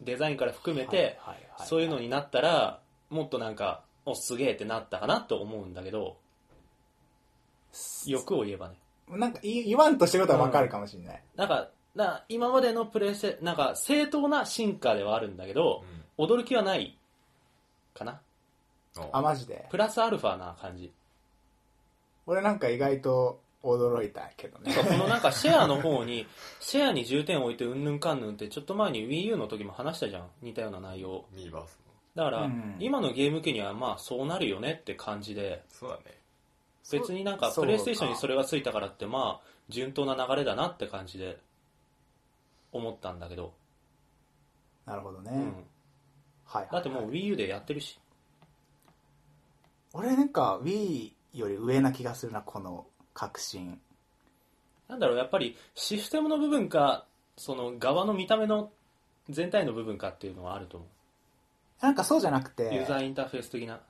Speaker 2: デザインから含めて、
Speaker 1: はいはいはい
Speaker 2: そういうのになったら、もっとなんか、おすげえってなったかなと思うんだけど、欲を言えばね。
Speaker 1: なんかい言わんとしてることはわかるかもしれない。
Speaker 2: なんか、な今までのプレイセ、なんか正当な進化ではあるんだけど、驚きはないかな。
Speaker 3: うん
Speaker 1: あ、マジで。
Speaker 2: プラスアルファな感じ。
Speaker 1: 俺なんか意外と驚いたけどね。
Speaker 2: てかこのなんかシェアの方に、 シェアに重点を置いてうんぬんかんぬんってちょっと前に Wii U の時も話したじゃん。似たような内容。
Speaker 3: ミーバース
Speaker 2: だ
Speaker 3: の
Speaker 2: から、
Speaker 1: うん
Speaker 2: 今のゲーム機にはまあそうなるよねって感じで、
Speaker 3: そうだね
Speaker 2: 別になん か
Speaker 1: そ
Speaker 2: プ
Speaker 1: う
Speaker 2: レイステーションにそれがついたからってまあ順当な流れだなって感じで思ったんだけど、
Speaker 1: なるほどね。
Speaker 2: うん
Speaker 1: はいはい。
Speaker 2: だってもう Wii U でやってるし
Speaker 1: 俺なんか Wii より上な気がするな、この革新。
Speaker 2: なんだろうやっぱりシステムの部分かその側の見た目の全体の部分かっていうのはあると思
Speaker 1: なんかそうじゃなく
Speaker 2: う、ユーザ
Speaker 1: て、
Speaker 2: ーインターフェース的な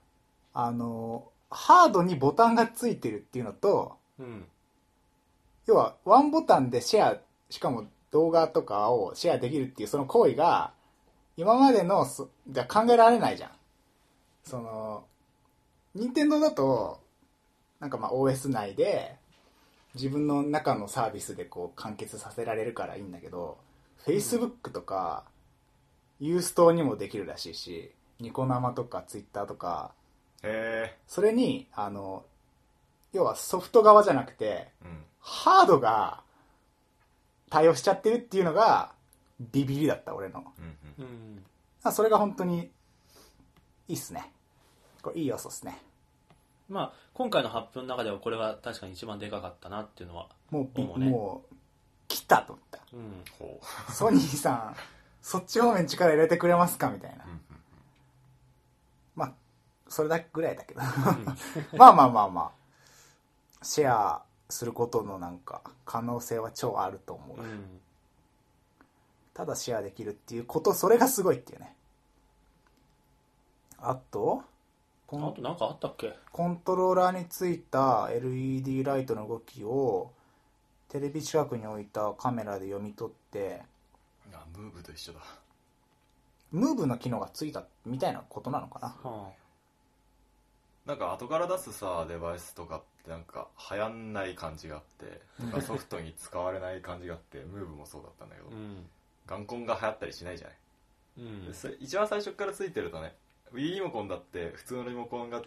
Speaker 1: あの、ハードにボタンがついてるっていうのと、
Speaker 2: うん
Speaker 1: 要はワンボタンでシェアしかも動画とかをシェアできるっていうその行為が今までのそじゃ考えられないじゃんその任天堂だとなんかまあ OS 内で自分の中のサービスでこう完結させられるからいいんだけど Facebook とかユーストにもできるらしいしニコ生とか Twitter とか
Speaker 3: へ
Speaker 1: それにあの要はソフト側じゃなくて
Speaker 3: えうん
Speaker 1: ハードが対応しちゃってるっていうのがビビりだった俺の
Speaker 3: うんうん
Speaker 2: うん
Speaker 1: あそれが本当にいいっすねこれいい要素っすね
Speaker 2: まあ今回の発表の中ではこれは確かに一番でかかったなっていうのは
Speaker 1: もうび
Speaker 2: そうね
Speaker 1: もう来たと思っ
Speaker 2: うん
Speaker 3: ほ
Speaker 1: たソニーさん そっち方面力入れてくれますかみたいな
Speaker 3: ううん
Speaker 1: まあそれだけぐらいだけど まあまあまあまあシェアすることのなんか可能性は超あると思う、
Speaker 2: うん
Speaker 1: ただシェアできるっていうことそれがすごいっていうねあと
Speaker 2: あ
Speaker 1: こん
Speaker 2: となんかあったっけ
Speaker 1: コントローラーについた LED ライトの動きをテレビ近くに置いたカメラで読み取って
Speaker 3: うんあムーブと一緒だ
Speaker 1: ムーブの機能がついたみたいなことなのかな
Speaker 2: は
Speaker 3: なんか後から出すさデバイスとかってなんか流行んない感じがあってとかソフトに使われない感じがあってムーブもそうだったんだけど
Speaker 2: あうん
Speaker 3: ガンコンが流行ったりしないじゃない
Speaker 2: うん
Speaker 3: でそれ一番最初からついてるとね Wii リモコンだって普通のリモコンが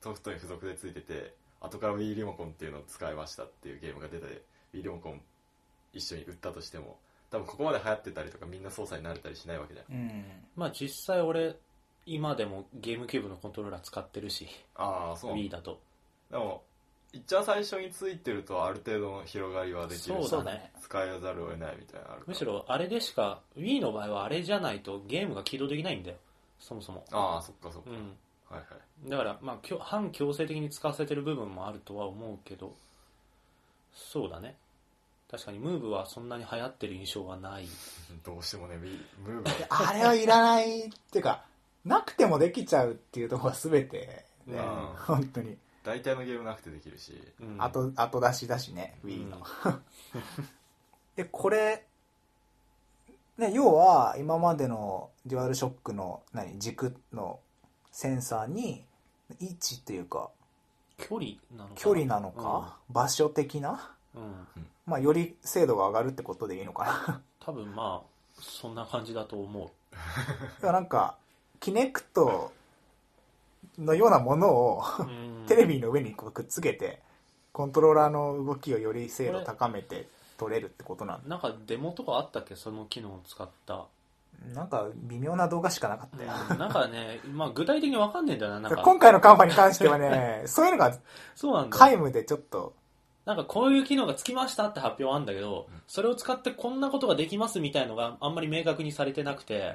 Speaker 3: ソフトに付属でついてて後から Wii リモコンっていうのを使いましたっていうゲームが出て Wii リモコン一緒に売ったとしても多分ここまで流行ってたりとかみんな操作に慣れたりしないわけじゃん
Speaker 1: うん
Speaker 2: まあ実際俺今でもゲームキューブのコントローラー使ってるし
Speaker 3: ああそうなん
Speaker 2: Wii
Speaker 3: だ
Speaker 2: だと
Speaker 3: でも一番最初についてるとある程度の広がりはできるし
Speaker 2: そうだね
Speaker 3: 使いざるを得ないみたいなのあるから
Speaker 2: むしろあれでしか Wii の場合はあれじゃないとゲームが起動できないんだよそもそも
Speaker 3: ああそっかそっか、
Speaker 2: うん
Speaker 3: はいはい
Speaker 2: だから、まあ、きょ反強制的に使わせてる部分もあるとは思うけどそうだね確かにムーブはそんなに流行ってる印象はない
Speaker 3: どうしてもねミムーブ
Speaker 1: あれはいらないっていうかなくてもできちゃうっていうところが全てね、
Speaker 3: うん
Speaker 1: 本当に
Speaker 3: 大体のゲームなくてできるし
Speaker 2: うん
Speaker 1: 後後出しだしね
Speaker 2: うん
Speaker 1: Wii の、 でこれ、ね、要は今までのデュアルショックの何軸のセンサーに位置というか
Speaker 2: 距離なのか
Speaker 1: 距離なのか、場所的な、
Speaker 2: うん、うん
Speaker 1: まあ、より精度が上がるってことでいいのか な
Speaker 2: 多分まあそんな感じだと思う
Speaker 1: だからなんか、キネクトのようなものを
Speaker 2: うん
Speaker 1: テレビの上にこうくっつけて、コントローラーの動きをより精度高めて取れるってことなんだ。
Speaker 2: なんかデモとかあったっけその機能を使った、
Speaker 1: なんか微妙な動画しかなかっ
Speaker 2: う
Speaker 1: た
Speaker 2: ん
Speaker 1: よ。
Speaker 2: なんかね、 まあ、具体的にわかんねえんだよななんか
Speaker 1: 今回のカンパに関しては ね、そういうのが
Speaker 2: そうなんだよ
Speaker 1: 皆無でちょっと、
Speaker 2: なんかこういう機能がつきましたって発表はあるんだけど、それを使ってこんなことができますみたいのがあんまり明確にされてなくて、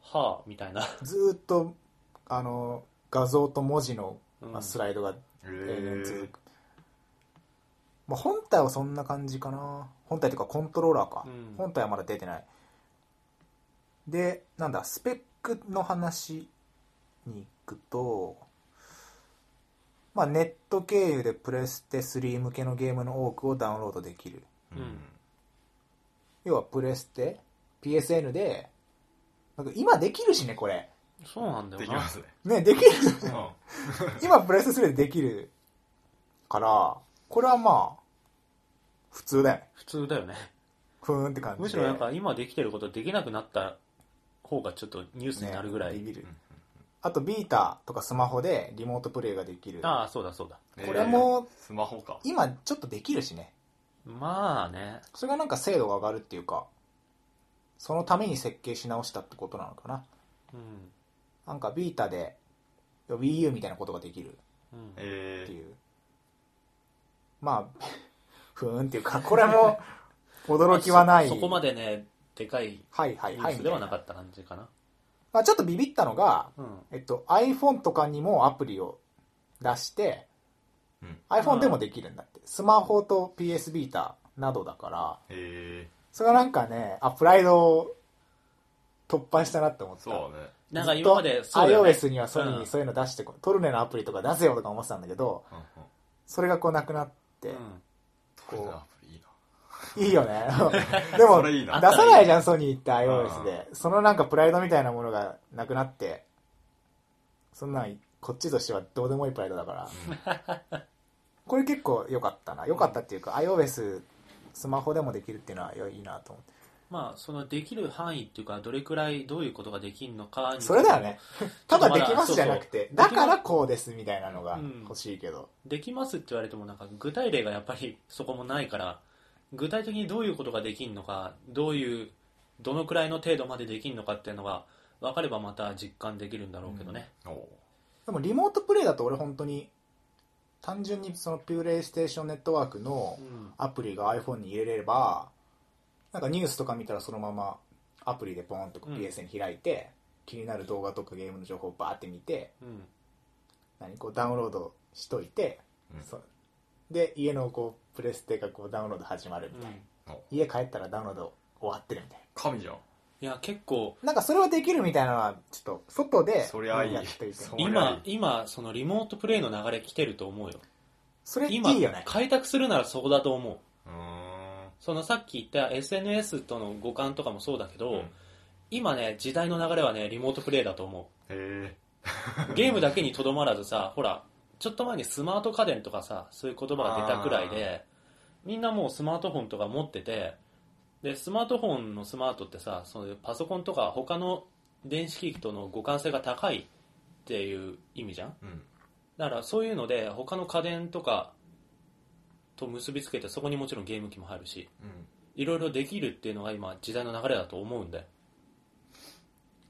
Speaker 2: はあみたいな、
Speaker 1: ずーっと、あの、画像と文字の
Speaker 2: う
Speaker 1: まあ
Speaker 2: ん
Speaker 1: スライドが
Speaker 3: え
Speaker 1: 永遠続
Speaker 3: ー
Speaker 1: く。まあ、本体はそんな感じかな。本体というかコントローラーか。
Speaker 2: うん
Speaker 1: 本体はまだ出てない。で、なんだ、スペックの話に行くと、まあ、ネット経由でプレステ3向けのゲームの多くをダウンロードできる。
Speaker 3: うん
Speaker 2: うん
Speaker 1: 要はプレステ、PSN で、なんか今できるしね、これ。
Speaker 2: そうなんだ
Speaker 3: で
Speaker 2: よ
Speaker 3: き
Speaker 2: な
Speaker 3: ますね
Speaker 1: ね、できる。
Speaker 3: うん
Speaker 1: 今プレステ3でできるから、これはまあ、普通だよね。
Speaker 2: 普通だよね
Speaker 1: ふーんって感じで。
Speaker 2: むしろなんか今できてることできなくなった方がちょっとニュースに
Speaker 1: ね
Speaker 2: なるぐらい、
Speaker 1: ビビる
Speaker 3: うん
Speaker 1: あとビータとかスマホでリモートプレイができる
Speaker 2: ああそうだそうだ
Speaker 3: えー
Speaker 1: これも
Speaker 3: スマホか
Speaker 1: 今ちょっとできるしね
Speaker 2: まあね
Speaker 1: それがなんか精度が上がるっていうかそのために設計し直したってことなのかな
Speaker 2: うん
Speaker 1: なんかビータで WiiU みたいなことができる
Speaker 2: うん
Speaker 1: っ
Speaker 3: え
Speaker 1: て
Speaker 3: ー
Speaker 1: いうまあ ふーんっていうかこれも驚きはない
Speaker 2: そそ こまでねでかい
Speaker 1: はいは
Speaker 2: ニ
Speaker 1: い
Speaker 2: ュ
Speaker 1: は
Speaker 2: ー
Speaker 1: い
Speaker 2: ス
Speaker 1: みた
Speaker 2: ではいな
Speaker 1: な
Speaker 2: かった感じかな、
Speaker 1: まあちょっとビビったのが
Speaker 2: うん、
Speaker 1: えっと iPhone とかにもアプリを出して
Speaker 3: うん
Speaker 1: iPhone でもできるんだって。スマホと PS ビータなどだから、
Speaker 3: え
Speaker 1: それはなんかね、あ、プライドを突破したなって思っ
Speaker 3: ー
Speaker 1: た。
Speaker 3: そうね
Speaker 2: なんか今まで
Speaker 1: ずっと
Speaker 2: そうだよね
Speaker 1: iOS にはソニー
Speaker 2: う
Speaker 1: に
Speaker 2: ん
Speaker 1: そういうの出してこ、トルネのアプリとか出せよとか思ってたんだけど、
Speaker 3: うんうん
Speaker 1: それがこうなくなって、
Speaker 2: うん
Speaker 3: これのアプリいいない
Speaker 1: いよね。 でも、
Speaker 3: それいい
Speaker 1: 出
Speaker 3: な
Speaker 1: さないじゃん、ソニーって iOS
Speaker 3: うん
Speaker 1: で。そのなんかプライドみたいなものがなくなって、そんなん、こっちとしてはどうでもいいプライドだから。これ結構良かったな。良かったっていうか、iOS、スマホでもできるっていうのは良いいなと思って。
Speaker 2: まあそのできる範囲っていうかどれくらいどういうことができるのかに
Speaker 1: それだよね。ただできますじゃなくて、だ
Speaker 2: そう
Speaker 1: からこうですみたいなのが
Speaker 2: うん
Speaker 1: 欲しいけど。
Speaker 2: できますって言われてもなんか具体例がやっぱりそこもないから具体的にどういうことができるのかどういうどのくらいの程度までできるのかっていうのが分かればまた実感できるんだろうけどね、
Speaker 3: おう
Speaker 1: でもリモートプレイだと俺本当に、単純にそのピューレイステーションネットワークの
Speaker 2: うん
Speaker 1: アプリが iPhone に入れれれば、なんかニュースとか見たらそのままアプリでポンと
Speaker 2: うん
Speaker 1: PSN 開いて、気になる動画とかゲームの情報をバーって見て、
Speaker 2: うん
Speaker 1: 何こうダウンロードしといて、
Speaker 3: うん
Speaker 1: そうで家のこうプレステがこうダウンロード始まるみたいな、家帰ったらダウンロード終わってるみたい
Speaker 3: 神じゃん
Speaker 2: いや結構
Speaker 1: ななんかそれはできるみたいなのはちょっと外で
Speaker 3: そりゃいい
Speaker 1: やっていて
Speaker 3: そう
Speaker 2: 今今そのリモートプレイの流れ来てると思うよ
Speaker 1: それいい
Speaker 2: 今
Speaker 1: よね
Speaker 2: 開拓するならそこだと思う
Speaker 3: うーん
Speaker 2: そのさっき言った SNS との互換とかもそうだけど、
Speaker 3: うん
Speaker 2: 今ね時代の流れはねリモートプレイだと思う
Speaker 3: え
Speaker 2: ゲームだけにとどまらずさ、ほら、ちょっと前にスマート家電とかさ、そういう言葉が出たくらいで、みんなもうスマートフォンとか持ってて、で、スマートフォンのスマートってさ、そういうパソコンとか他の電子機器との互換性が高いっていう意味じゃん
Speaker 3: ーうん
Speaker 2: だからそういうので、他の家電とかと結びつけて、そこにもちろんゲーム機も入るし、
Speaker 3: うん
Speaker 2: いろいろできるっていうのが今時代の流れだと思うんだよ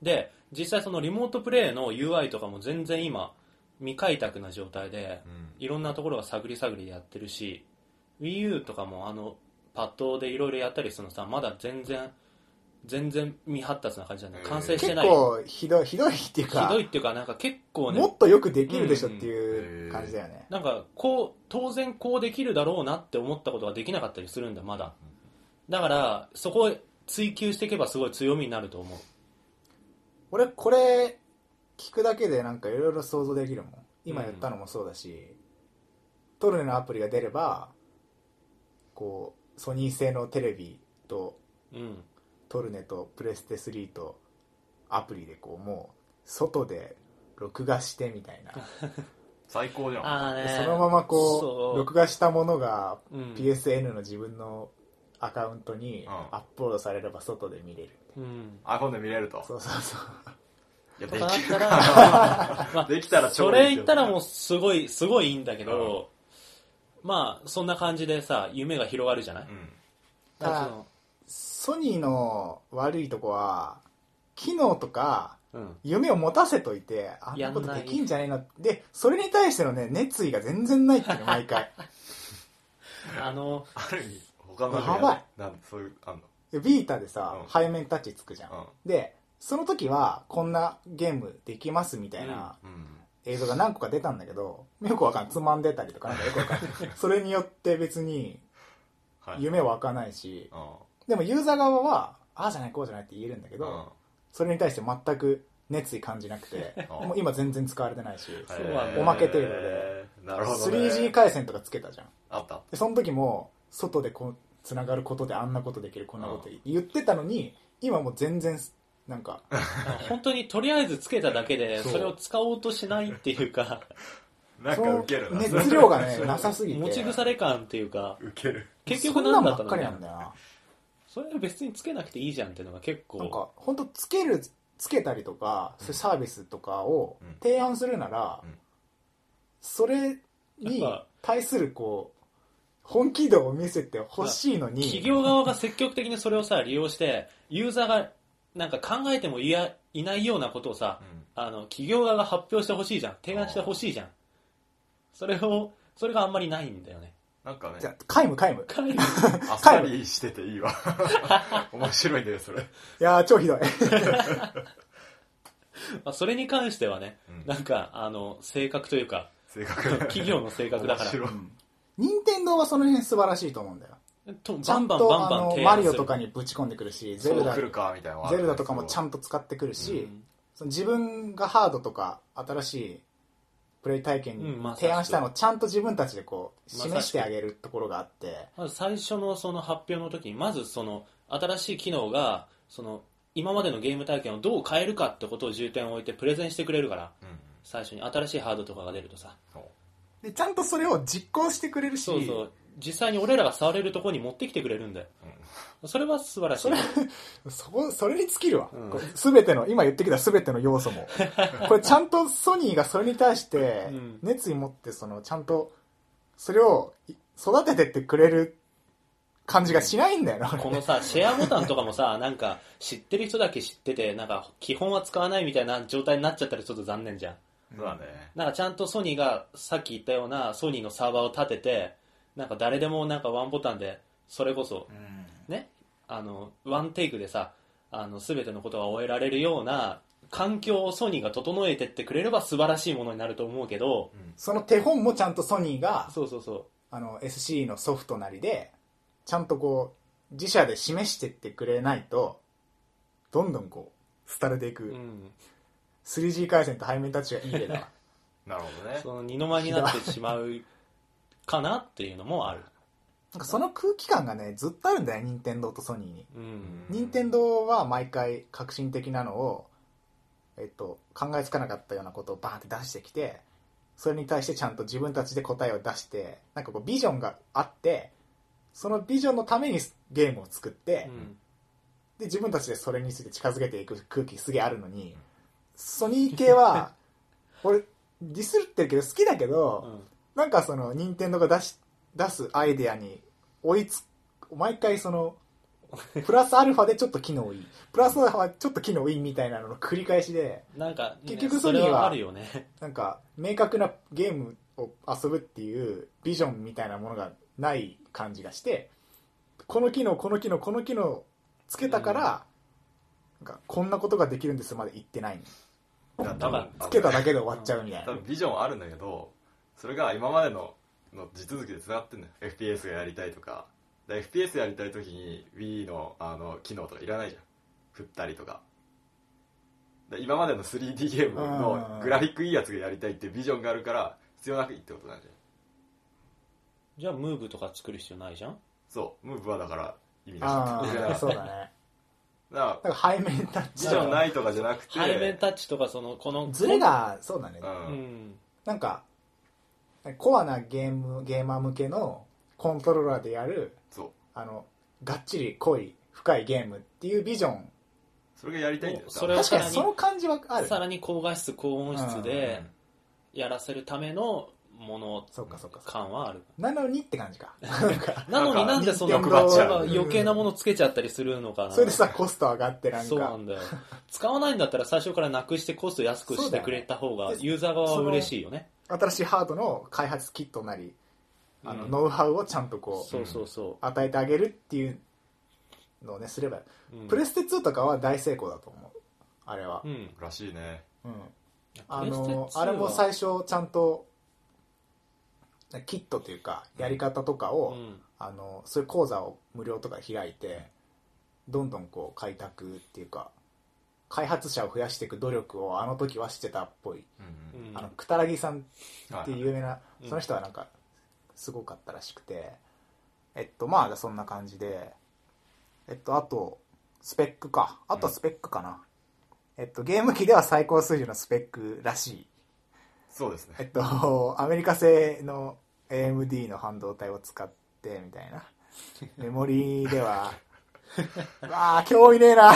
Speaker 2: で実際そのリモートプレイの UI とかも全然今未開拓な状態で
Speaker 3: うん
Speaker 2: いろんなところが探り探りでやってるし WiiU とかもあのパッドでいろいろやったりするのさまだ全然全然未発達な感じなんだよ
Speaker 3: うん
Speaker 2: 完成して
Speaker 1: 結
Speaker 2: ない
Speaker 1: 構ひどいひどいっていう
Speaker 2: ひ
Speaker 1: か
Speaker 2: どいっていうかなんか結構ね
Speaker 1: もっとよくできるでしょっていううん感じだよね、
Speaker 2: なんかこう当然こうできるだろうなって思ったことができなかったりするんだまだだからそこを追求していけばすごい強みになると思う
Speaker 1: 俺これ聞くだけでなんかいろいろ想像できるもん今言ったのもそうだし、トルネのアプリが出ればこうソニー製のテレビと
Speaker 2: うん
Speaker 1: トルネとプレステ3とアプリでこうもう外で録画してみたいな、
Speaker 3: 最高じゃん
Speaker 2: ああね
Speaker 1: そのままこ
Speaker 2: そう
Speaker 1: 録画したものが
Speaker 2: うん、
Speaker 1: PSN の自分のアカウントに
Speaker 3: うん
Speaker 1: アップロードされれば外で見れる、
Speaker 2: うん、
Speaker 3: iPhone で見れると
Speaker 1: そうそうそう
Speaker 3: いや
Speaker 2: と
Speaker 3: で
Speaker 2: かだっ
Speaker 3: き
Speaker 2: たら、まあ
Speaker 3: できたら
Speaker 2: そ
Speaker 3: 超いい
Speaker 2: れ
Speaker 3: けど
Speaker 2: 言ったらもうすごいすごいいいんだけど、まあそんな感じでさ夢が広がるじゃない、
Speaker 3: うん
Speaker 2: だからその
Speaker 1: ソニーの悪いとこは機能とか
Speaker 2: うん
Speaker 1: 夢を持たせといてあんなこと
Speaker 2: やんな
Speaker 1: で
Speaker 2: い
Speaker 1: きんじゃねえなでそれに対してのね熱意が全然ないっていうの毎回
Speaker 2: あの
Speaker 3: ある意味他の
Speaker 1: やばい
Speaker 3: なんそういうあんの
Speaker 1: でビータでさ、
Speaker 3: うん
Speaker 1: 背面タッチつくじゃん、でその時はこんなゲームできますみたいな
Speaker 3: うんうん
Speaker 1: 映像が何個か出たんだけどよくわかんないつまんでたりとかなんかよくわかんないそれによって別に
Speaker 3: はい
Speaker 1: 夢湧かないし
Speaker 3: うん
Speaker 1: でもユーザー側はああじゃないこうじゃないって言えるんだけど、それに対して全く熱意感じなくて
Speaker 3: うん
Speaker 1: もう今全然使われてないし
Speaker 2: そうなんだ
Speaker 1: おまけ程度で
Speaker 3: へーなるほどね
Speaker 1: 3G 回線とかつけたじゃん
Speaker 3: あった
Speaker 1: でその時も外でこうつながることであんなことできるこんなこと言ってたのに今もう全然なんか
Speaker 2: 本当にとりあえずつけただけで
Speaker 1: そう
Speaker 2: それを使おうとしないっていうか
Speaker 3: なんかウケるな
Speaker 1: その熱量がね
Speaker 2: そう
Speaker 1: なさすぎて
Speaker 2: 持ち腐れ感っていうか
Speaker 3: ウケる
Speaker 2: 結局何だった
Speaker 1: そんなんばっ
Speaker 2: の
Speaker 1: か
Speaker 2: み
Speaker 1: り
Speaker 2: た
Speaker 1: ないんだ
Speaker 2: な
Speaker 1: よな
Speaker 2: それは別につけなくていいじゃんっていうのが結
Speaker 1: なん
Speaker 2: 構
Speaker 1: か本当つけるつけたりとかそういうサービスとかを
Speaker 3: うん
Speaker 1: 提案するなら、
Speaker 3: うん
Speaker 1: それに
Speaker 2: やっぱ
Speaker 1: 対するこう本気度を見せてほしいのに
Speaker 2: 企業側が積極的にそれをさ利用してユーザーがなんか考えてもいやいないようなことをさ
Speaker 3: うん
Speaker 2: あの企業側が発表してほしいじゃん提案してほしいじゃんそれをそれがあんまりないんだよね
Speaker 3: なんかね
Speaker 1: じゃあ皆無皆無
Speaker 2: 彼
Speaker 3: あっさりしてていいわ 面白いんだよそれ
Speaker 1: いやー超ひどい
Speaker 2: まあそれに関してはね、
Speaker 3: うん
Speaker 2: なんかあの性格というか
Speaker 3: 正確な
Speaker 2: 企業の性格だか
Speaker 3: 面白
Speaker 2: ら
Speaker 3: い
Speaker 1: 任天堂はその辺素晴らしいと思うんだよ
Speaker 2: と
Speaker 1: ち
Speaker 2: バ
Speaker 1: ゃ
Speaker 2: ン
Speaker 1: ん
Speaker 2: バン
Speaker 1: と
Speaker 2: バン
Speaker 1: あ
Speaker 2: バン
Speaker 1: の
Speaker 2: 提
Speaker 1: マ
Speaker 2: 案す
Speaker 1: リ
Speaker 2: る
Speaker 1: オとかにぶち込んでくるしゼ
Speaker 3: そ
Speaker 1: ル
Speaker 3: う
Speaker 1: ダ
Speaker 3: 来るかみたいなのはある
Speaker 1: ゼル
Speaker 3: ね
Speaker 1: ダとかもちゃんと使ってくるし、
Speaker 2: うん
Speaker 1: その自分がハードとか新しいプレイ体験
Speaker 2: う
Speaker 1: に
Speaker 2: んまさしく
Speaker 1: 提案したのをちゃんと自分たちでこう
Speaker 2: まさしく
Speaker 1: 示してあげるところがあって、
Speaker 2: まず最初のその発表の時にまずその新しい機能がその今までのゲーム体験をどう変えるかってことを重点を置いてプレゼンしてくれるから
Speaker 3: うん
Speaker 2: 最初に新しいハードとかが出るとさ
Speaker 3: そう
Speaker 1: でちゃんとそれを実行してくれるし
Speaker 2: そうそう実際に俺らが触れるとこに持ってきてくれるんだよそれは素晴らしい
Speaker 1: そこそれに尽きるわ、
Speaker 2: うん
Speaker 1: これ全ての今言ってきた全ての要素 もこれちゃんとソニーがそれに対して
Speaker 2: うん
Speaker 1: 熱意持ってそのちゃんとそれをい育ててってくれる感じがしないんだよな、俺
Speaker 2: このさシェアボタンとかもさなんか知ってる人だけ知っててなんか基本は使わないみたいな状態になっちゃったらちょっと残念じゃん
Speaker 3: そうだね
Speaker 2: なんかちゃんとソニーがさっき言ったようなソニーのサーバーを立ててなんか誰でもなんかワンボタンでそれこそねあのワンテイクでさあの全てのことが終えられるような環境をソニーが整えてってくれれば素晴らしいものになると思うけど
Speaker 1: その手本もちゃんとソニーが
Speaker 2: そうそうそ、
Speaker 1: あの SC のソフトなりでちゃんとこう自社で示してってくれないとどんどんこう廃れていうく、
Speaker 2: うん
Speaker 1: 3G 回線と背面タッチがいい 例だわ
Speaker 3: なるほどね
Speaker 2: その二の間になってしまうかなっていうのもある、
Speaker 1: なんかその空気感がねずっとあるんだよ任天堂とソニーに
Speaker 2: うん
Speaker 1: 任天堂は毎回革新的なのを、えっと、考えつかなかったようなことをバーンって出してきてそれに対してちゃんと自分たちで答えを出してなんかこうビジョンがあってそのビジョンのためにゲームを作って、
Speaker 2: うん
Speaker 1: で自分たちでそれについて近づけていく空気すげえあるのにソニー系は 俺ディスってるけど好きだけ
Speaker 2: う
Speaker 1: ど、
Speaker 2: ん
Speaker 1: なんかその任天堂が出し出すアイデアに追いつ毎回そのプラスアルファでちょっと機能いい。プラスアルファちょっと機能いいみたいなのの繰り返しで、
Speaker 2: なんか、ね
Speaker 1: 結局
Speaker 2: そ
Speaker 1: ソ
Speaker 2: れ
Speaker 1: ニーは
Speaker 2: はあるよね。
Speaker 1: なんか、明確なゲームを遊ぶっていうビジョンみたいなものがない感じがして、この機能、この機能、この機能つけたから、なんか、こんなことができるんですまで言ってない。
Speaker 3: だ多分
Speaker 1: つけただけで終わっちゃうみたい
Speaker 3: 多
Speaker 1: な。
Speaker 3: 分ビジョンはあるんだけどそれが今までのの地続きでつながってんのよ FPS がやりたいとかで FPS やりたい時に Wii のあの機能とかいらないじゃん振ったりとかで今までの 3D ゲームのグラフィックいいやつがやりたいっていうビジョンがあるから必要なくいいってことなんじゃん
Speaker 2: じゃあ、ムーブとか作る必要ないじゃん
Speaker 3: そうムーブはだから意味な
Speaker 1: あ
Speaker 3: しだから
Speaker 1: あ、そうだね。
Speaker 3: だか
Speaker 1: なんか背面になっ
Speaker 3: ら
Speaker 1: ち
Speaker 3: ビ
Speaker 1: ゃ
Speaker 3: ジ
Speaker 1: う
Speaker 3: ョンないとかじゃなくて
Speaker 2: 背面タッチとか、その、この、
Speaker 1: ズレ、が、そうだね。
Speaker 3: う、
Speaker 2: うんん。
Speaker 1: なんか、コアなゲーム、ゲーマー向けのコントローラーでやる、
Speaker 3: そう
Speaker 1: あの、がっちり濃い、深いゲームっていうビジョン。
Speaker 3: それがやりたいんだよ
Speaker 2: それを
Speaker 1: 確
Speaker 2: さ
Speaker 1: からに
Speaker 2: に
Speaker 1: その感じはある。
Speaker 2: さらに高画質、高音質で
Speaker 3: うん、
Speaker 2: やらせるためのもの
Speaker 1: そうかそうかそうか。
Speaker 2: 感はある。
Speaker 1: なのにって感じか。 なんか、
Speaker 2: なのになんでそんな
Speaker 1: なんか
Speaker 2: なんか
Speaker 1: うん
Speaker 2: 余計なものつけちゃったりするのかな。
Speaker 1: それでさ、コスト上がってなん
Speaker 2: そうな
Speaker 1: か、
Speaker 2: んだよ。使わないんだったら最初からなくしてコスト安くしてくれた方
Speaker 1: そうだ
Speaker 2: が
Speaker 1: よね
Speaker 2: ユーザー側は嬉しいよね。
Speaker 1: 新しいハードの開発キットなり、あの、
Speaker 2: うん
Speaker 1: ノウハウをちゃんとこう、
Speaker 2: そうそうそ
Speaker 1: 与えてあげるっていうのをね、すれば、
Speaker 2: う。うん
Speaker 1: プレステ2とかは大成功だと思う。あれは
Speaker 2: う。ん。
Speaker 3: らしいね
Speaker 1: うんあ
Speaker 2: プレ
Speaker 1: の
Speaker 2: ステ2は
Speaker 1: あれも最初ちゃんとキットというかやり方とかを、
Speaker 2: うん
Speaker 1: あのそういう講座を無料とか開いてどんどんこう開拓っていうか開発者を増やしていく努力をあの時はしてたっぽい、
Speaker 3: うん
Speaker 2: う
Speaker 3: うん
Speaker 2: ん
Speaker 1: あのくたらぎさん
Speaker 3: は
Speaker 1: っていう
Speaker 3: い
Speaker 1: 有名な
Speaker 2: うん
Speaker 1: その人はなんかすごかったらしくてえっとまあそんな感じでえっとあとスペックかあとはスペックかな、えっとゲーム機では最高数字のスペックらしい
Speaker 3: そうですね
Speaker 1: えっとアメリカ製の AMD の半導体を使ってみたいなメモリーで はわあ興味ねえな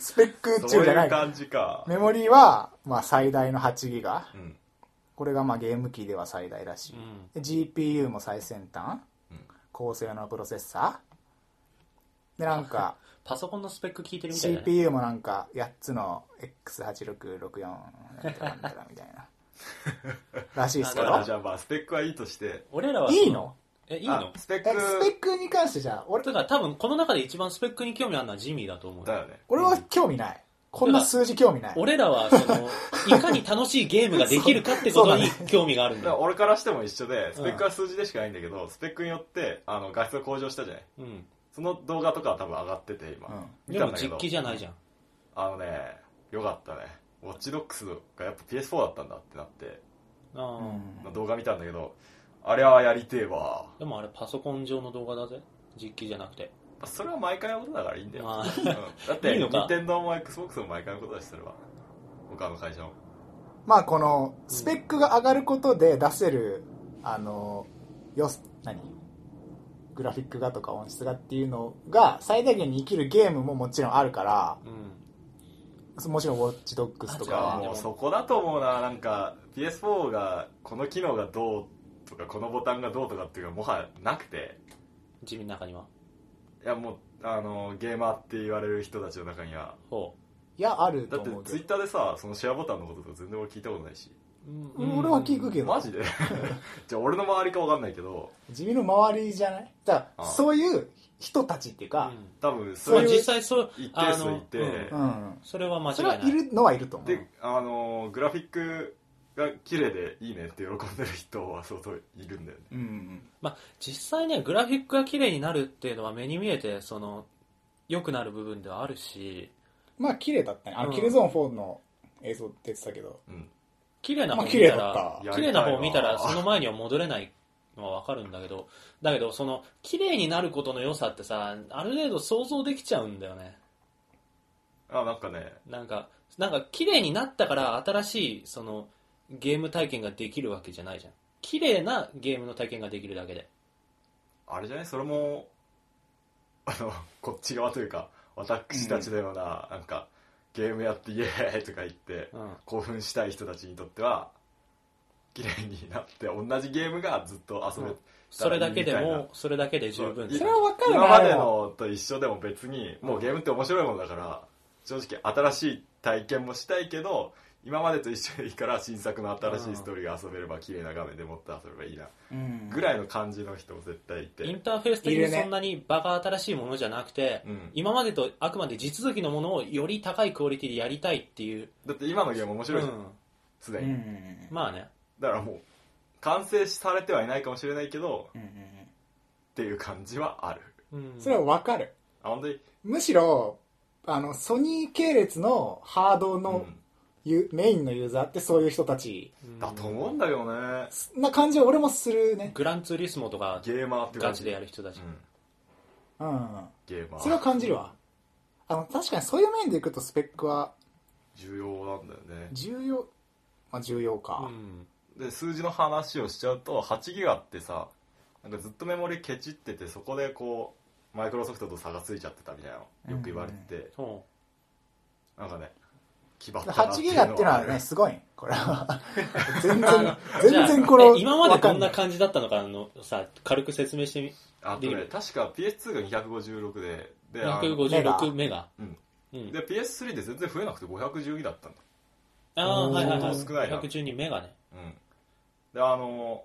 Speaker 1: スペック
Speaker 3: そう
Speaker 1: 中じゃない
Speaker 3: いう感じか
Speaker 1: メモリーは、まあ、最大の8ギガ
Speaker 3: うん
Speaker 1: これがまあゲーム機では最大らしい、
Speaker 2: うん
Speaker 1: で GPU も最先端
Speaker 3: うん
Speaker 1: 高性能プロセッサーでなんか
Speaker 2: パソコンのスペック聞いてるみたいだね。
Speaker 1: CPU もなんか8つの X8664 なんとかなんとかみたい ならしいですけ
Speaker 2: だか
Speaker 3: あ
Speaker 2: ら
Speaker 1: ど
Speaker 3: じゃあまあスペックはいいとして
Speaker 2: 俺らはそ
Speaker 1: いいの
Speaker 2: え、いい
Speaker 3: あ
Speaker 2: の
Speaker 3: スペッ
Speaker 1: えス
Speaker 3: ク
Speaker 1: ペックに関してじゃあ俺
Speaker 2: だから多分この中で一番スペックに興味あるのはジミーだと思うよ
Speaker 3: だよね
Speaker 1: 俺は興味ないこんな数字興味ない
Speaker 2: 俺らはそのいかに楽しいゲームができるかってことに興味があるん
Speaker 3: だ
Speaker 2: だ
Speaker 3: から
Speaker 2: よ、
Speaker 3: 俺からしても一緒でスペックは数字でしかないんだけど、スペックによってあの画質が向上したじゃない
Speaker 2: うん、
Speaker 3: その動画とかは多分上がってて今、
Speaker 1: うん
Speaker 3: 見
Speaker 2: で
Speaker 3: た
Speaker 2: も
Speaker 3: んだけ
Speaker 2: 実
Speaker 3: ど
Speaker 2: 機じゃないじゃん
Speaker 3: あのねよかったねウォッチドックスがやっぱ PS4 だったんだってなって、
Speaker 2: あー、
Speaker 1: うん
Speaker 3: 動画見たんだけどあれはやりてえわ
Speaker 2: でもあれパソコン上の動画だぜ実機じゃなくて
Speaker 3: まあそれは毎回のことだからいいんだよ、
Speaker 2: まあ
Speaker 3: うんだって
Speaker 2: いいのか
Speaker 3: 任天堂も XBOX も毎回のことだしそれは他の会社も
Speaker 1: まあこのスペックが上がることで出せる、あのよす何グラフィックがとか音質がっていうのが最大限に生きるゲームももちろんあるから
Speaker 2: うん
Speaker 1: もちろんウォッチドッグスと
Speaker 3: じゃあ
Speaker 1: か
Speaker 3: もうそこだと思うななんか PS4 がこの機能がどうとかこのボタンがどうとかっていうのはもはやなくて
Speaker 2: ジミーの中にはい
Speaker 3: やもうあのゲーマーって言われる人たちの中には
Speaker 2: ほ
Speaker 1: いやある
Speaker 3: だ
Speaker 1: と
Speaker 3: って
Speaker 1: 思うけ
Speaker 3: ツイ
Speaker 1: ど
Speaker 3: ッターでさそのシェアボタンのこととか全然俺聞いたことないし
Speaker 2: う、うん
Speaker 1: うん俺は聞くけど
Speaker 3: マジで じゃあ俺の周りか分かんないけど
Speaker 1: 地味の周りじゃないだか
Speaker 3: あ
Speaker 1: ら
Speaker 3: あ
Speaker 1: そういう人たちっていうか、
Speaker 2: う
Speaker 3: 多分
Speaker 2: んま
Speaker 3: そ
Speaker 2: あ、
Speaker 3: れ
Speaker 1: ういう
Speaker 2: 実際そう
Speaker 3: 一定
Speaker 2: あ
Speaker 3: 数
Speaker 2: の
Speaker 3: いて
Speaker 2: うん
Speaker 1: うん
Speaker 2: それは間違
Speaker 1: そ
Speaker 2: い
Speaker 1: れ
Speaker 2: な
Speaker 1: はいいるのはいると思う
Speaker 3: であのグラフィックが綺麗でいいねって喜んでる人は相当いるんだよね
Speaker 1: うん
Speaker 2: まあ、実際ねグラフィックが綺麗になるっていうのは目に見えてその良くなる部分ではあるし
Speaker 1: まあ綺麗だったねあの、
Speaker 2: うん
Speaker 1: キルゾーン4の映像出てたけど
Speaker 3: うん
Speaker 2: 綺麗な
Speaker 1: ま
Speaker 2: 方
Speaker 1: あ
Speaker 2: 見
Speaker 1: 綺麗
Speaker 2: た
Speaker 1: だった
Speaker 2: ら
Speaker 3: やりたいわ
Speaker 2: 綺麗な方を見たらその前には戻れないのはわかるんだけどだけどその綺麗になることの良さってさある程度想像できちゃうんだよね
Speaker 3: あなんかね
Speaker 2: なんかなんか綺麗になったから新しいそのゲーム体験ができるわけじゃないじゃん綺麗なゲームの体験ができるだけで
Speaker 3: あれじゃないそれもあのこっち側というか私たちのような,、なんかゲームやってイエーイとか言って
Speaker 2: うん
Speaker 3: 興奮したい人たちにとっては綺麗になって同じゲームがずっと遊べ
Speaker 2: うんそれだけで
Speaker 3: みたいな
Speaker 2: も、それだけで十分です
Speaker 1: それ。は分かるな
Speaker 3: 今まで
Speaker 1: も
Speaker 3: のと一緒でも別にもうゲームって面白いものだから正直新しい体験もしたいけど今までと一緒でいいから新作の新しいストーリーが遊べれば綺麗な画面でもっと遊べばいいな
Speaker 1: うん
Speaker 3: ぐらいの感じの人も絶対いて
Speaker 2: インターフェース的
Speaker 1: いる
Speaker 2: に
Speaker 1: ね
Speaker 2: そんなにバカ新しいものじゃなくて、
Speaker 3: うん
Speaker 2: 今までとあくまで地続きのものをより高いクオリティでやりたいっていう、
Speaker 3: だって今のゲーム面白いじゃ
Speaker 2: うんん
Speaker 3: す
Speaker 1: う
Speaker 3: で
Speaker 1: んうんう
Speaker 3: に
Speaker 1: ん
Speaker 2: まあね
Speaker 3: だからもう完成されてはいないかもしれないけど
Speaker 1: うんうん
Speaker 3: っていう感じはある
Speaker 2: うん
Speaker 1: それは分かる
Speaker 3: あ本当に
Speaker 1: むしろあのソニー系列のハード
Speaker 3: う
Speaker 1: の
Speaker 3: ん
Speaker 1: ユ、メインのユーザーってそういう人たち
Speaker 2: うん
Speaker 3: だと思うんだけどね
Speaker 1: な感じは俺もするね
Speaker 2: グランツーリスモとか
Speaker 3: ゲーマーって
Speaker 2: ガ
Speaker 3: 感
Speaker 2: チ
Speaker 3: じ
Speaker 2: でやる人たち、
Speaker 3: うん
Speaker 1: うん
Speaker 3: ゲーマー
Speaker 1: それは感じるわあの確かにそういう面でいくとスペックは
Speaker 3: 重要なんだよね
Speaker 1: 重要まあ重要か
Speaker 2: うん
Speaker 3: で数字の話をしちゃうと8ギガってさなんかずっとメモリケチっててそこでこうマイクロソフトと差がついちゃってたみたいなのよく言われてて、
Speaker 2: そ
Speaker 3: なんかね気張ったな
Speaker 1: 8ギガっていうのは
Speaker 3: あ
Speaker 1: ね
Speaker 3: る
Speaker 1: すごいこれは全然
Speaker 2: う
Speaker 1: 全
Speaker 2: じゃ
Speaker 1: 然
Speaker 2: あ
Speaker 1: この
Speaker 2: え今まで
Speaker 1: わか
Speaker 2: ど
Speaker 1: ん
Speaker 2: ん
Speaker 1: な
Speaker 2: ない感じだったのかあのさ軽く説明してみ
Speaker 3: あと
Speaker 2: でき
Speaker 3: ね
Speaker 2: る
Speaker 3: 確か PS2 が256でであの
Speaker 2: 256メガ
Speaker 3: うん
Speaker 2: うん
Speaker 3: で PS3 で全然増えなくて512だったんだ
Speaker 2: ああはいはいは
Speaker 1: お
Speaker 2: い
Speaker 1: ー
Speaker 3: 少ないな
Speaker 2: 112メガね
Speaker 3: うんであの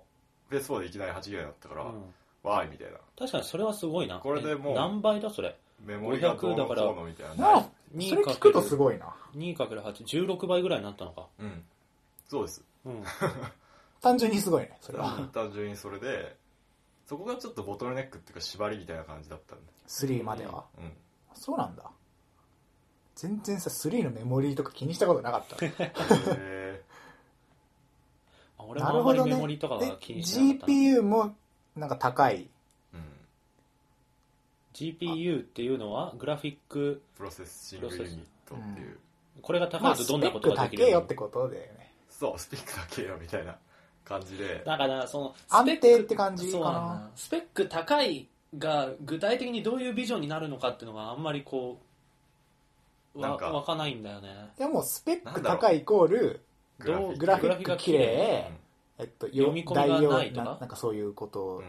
Speaker 3: PS4 でいきなり8ギガになったから、
Speaker 2: うん
Speaker 3: わーいみたいな
Speaker 2: 確かにそれはすごいな
Speaker 3: これでもう
Speaker 2: え何倍だそれ
Speaker 3: メモリがどうのこうのみたいなね
Speaker 1: まあ
Speaker 2: 2
Speaker 1: それ聞くとすごいな
Speaker 2: 2×816 倍ぐらいになったのか
Speaker 3: うんそうです
Speaker 2: うん
Speaker 1: 単純にすごいねそれは
Speaker 3: 単純にそれでそこがちょっとボトルネックっていうか縛りみたいな感じだったんで
Speaker 1: 3までは
Speaker 3: うん
Speaker 1: そうなんだ全然さ3のメモリーとか気にしたことなかった
Speaker 3: へ
Speaker 2: あ 俺もあんまりメモリとかは気にしなかったな、
Speaker 1: GPU もなんか高い
Speaker 3: ーうん、
Speaker 2: GPU っていうのはグラフィック
Speaker 3: プロセッシングユニットっていう、
Speaker 2: これが高
Speaker 1: ま
Speaker 2: い
Speaker 1: あ
Speaker 2: と
Speaker 1: ス
Speaker 2: どん
Speaker 1: ペ
Speaker 2: なこ
Speaker 1: ッ
Speaker 2: と
Speaker 1: ク
Speaker 2: が
Speaker 1: 高
Speaker 2: できる
Speaker 1: え
Speaker 2: の
Speaker 1: よってことだよね
Speaker 3: そうスペックだけよみたいな感じで
Speaker 2: だからその
Speaker 1: 安
Speaker 2: スペック
Speaker 1: 定って感じかな
Speaker 2: そうなんだスペック高いが具体的にどういうビジョンになるのかっていうのがあんまりこうわ
Speaker 3: なんか
Speaker 2: わかないんだよね
Speaker 1: でもスペック高いイコール
Speaker 3: グラフィック
Speaker 1: グラフィック綺麗えっとよ
Speaker 2: 読み込みがないとか
Speaker 1: 代用なんかそういうこと
Speaker 3: う
Speaker 1: を
Speaker 3: んうん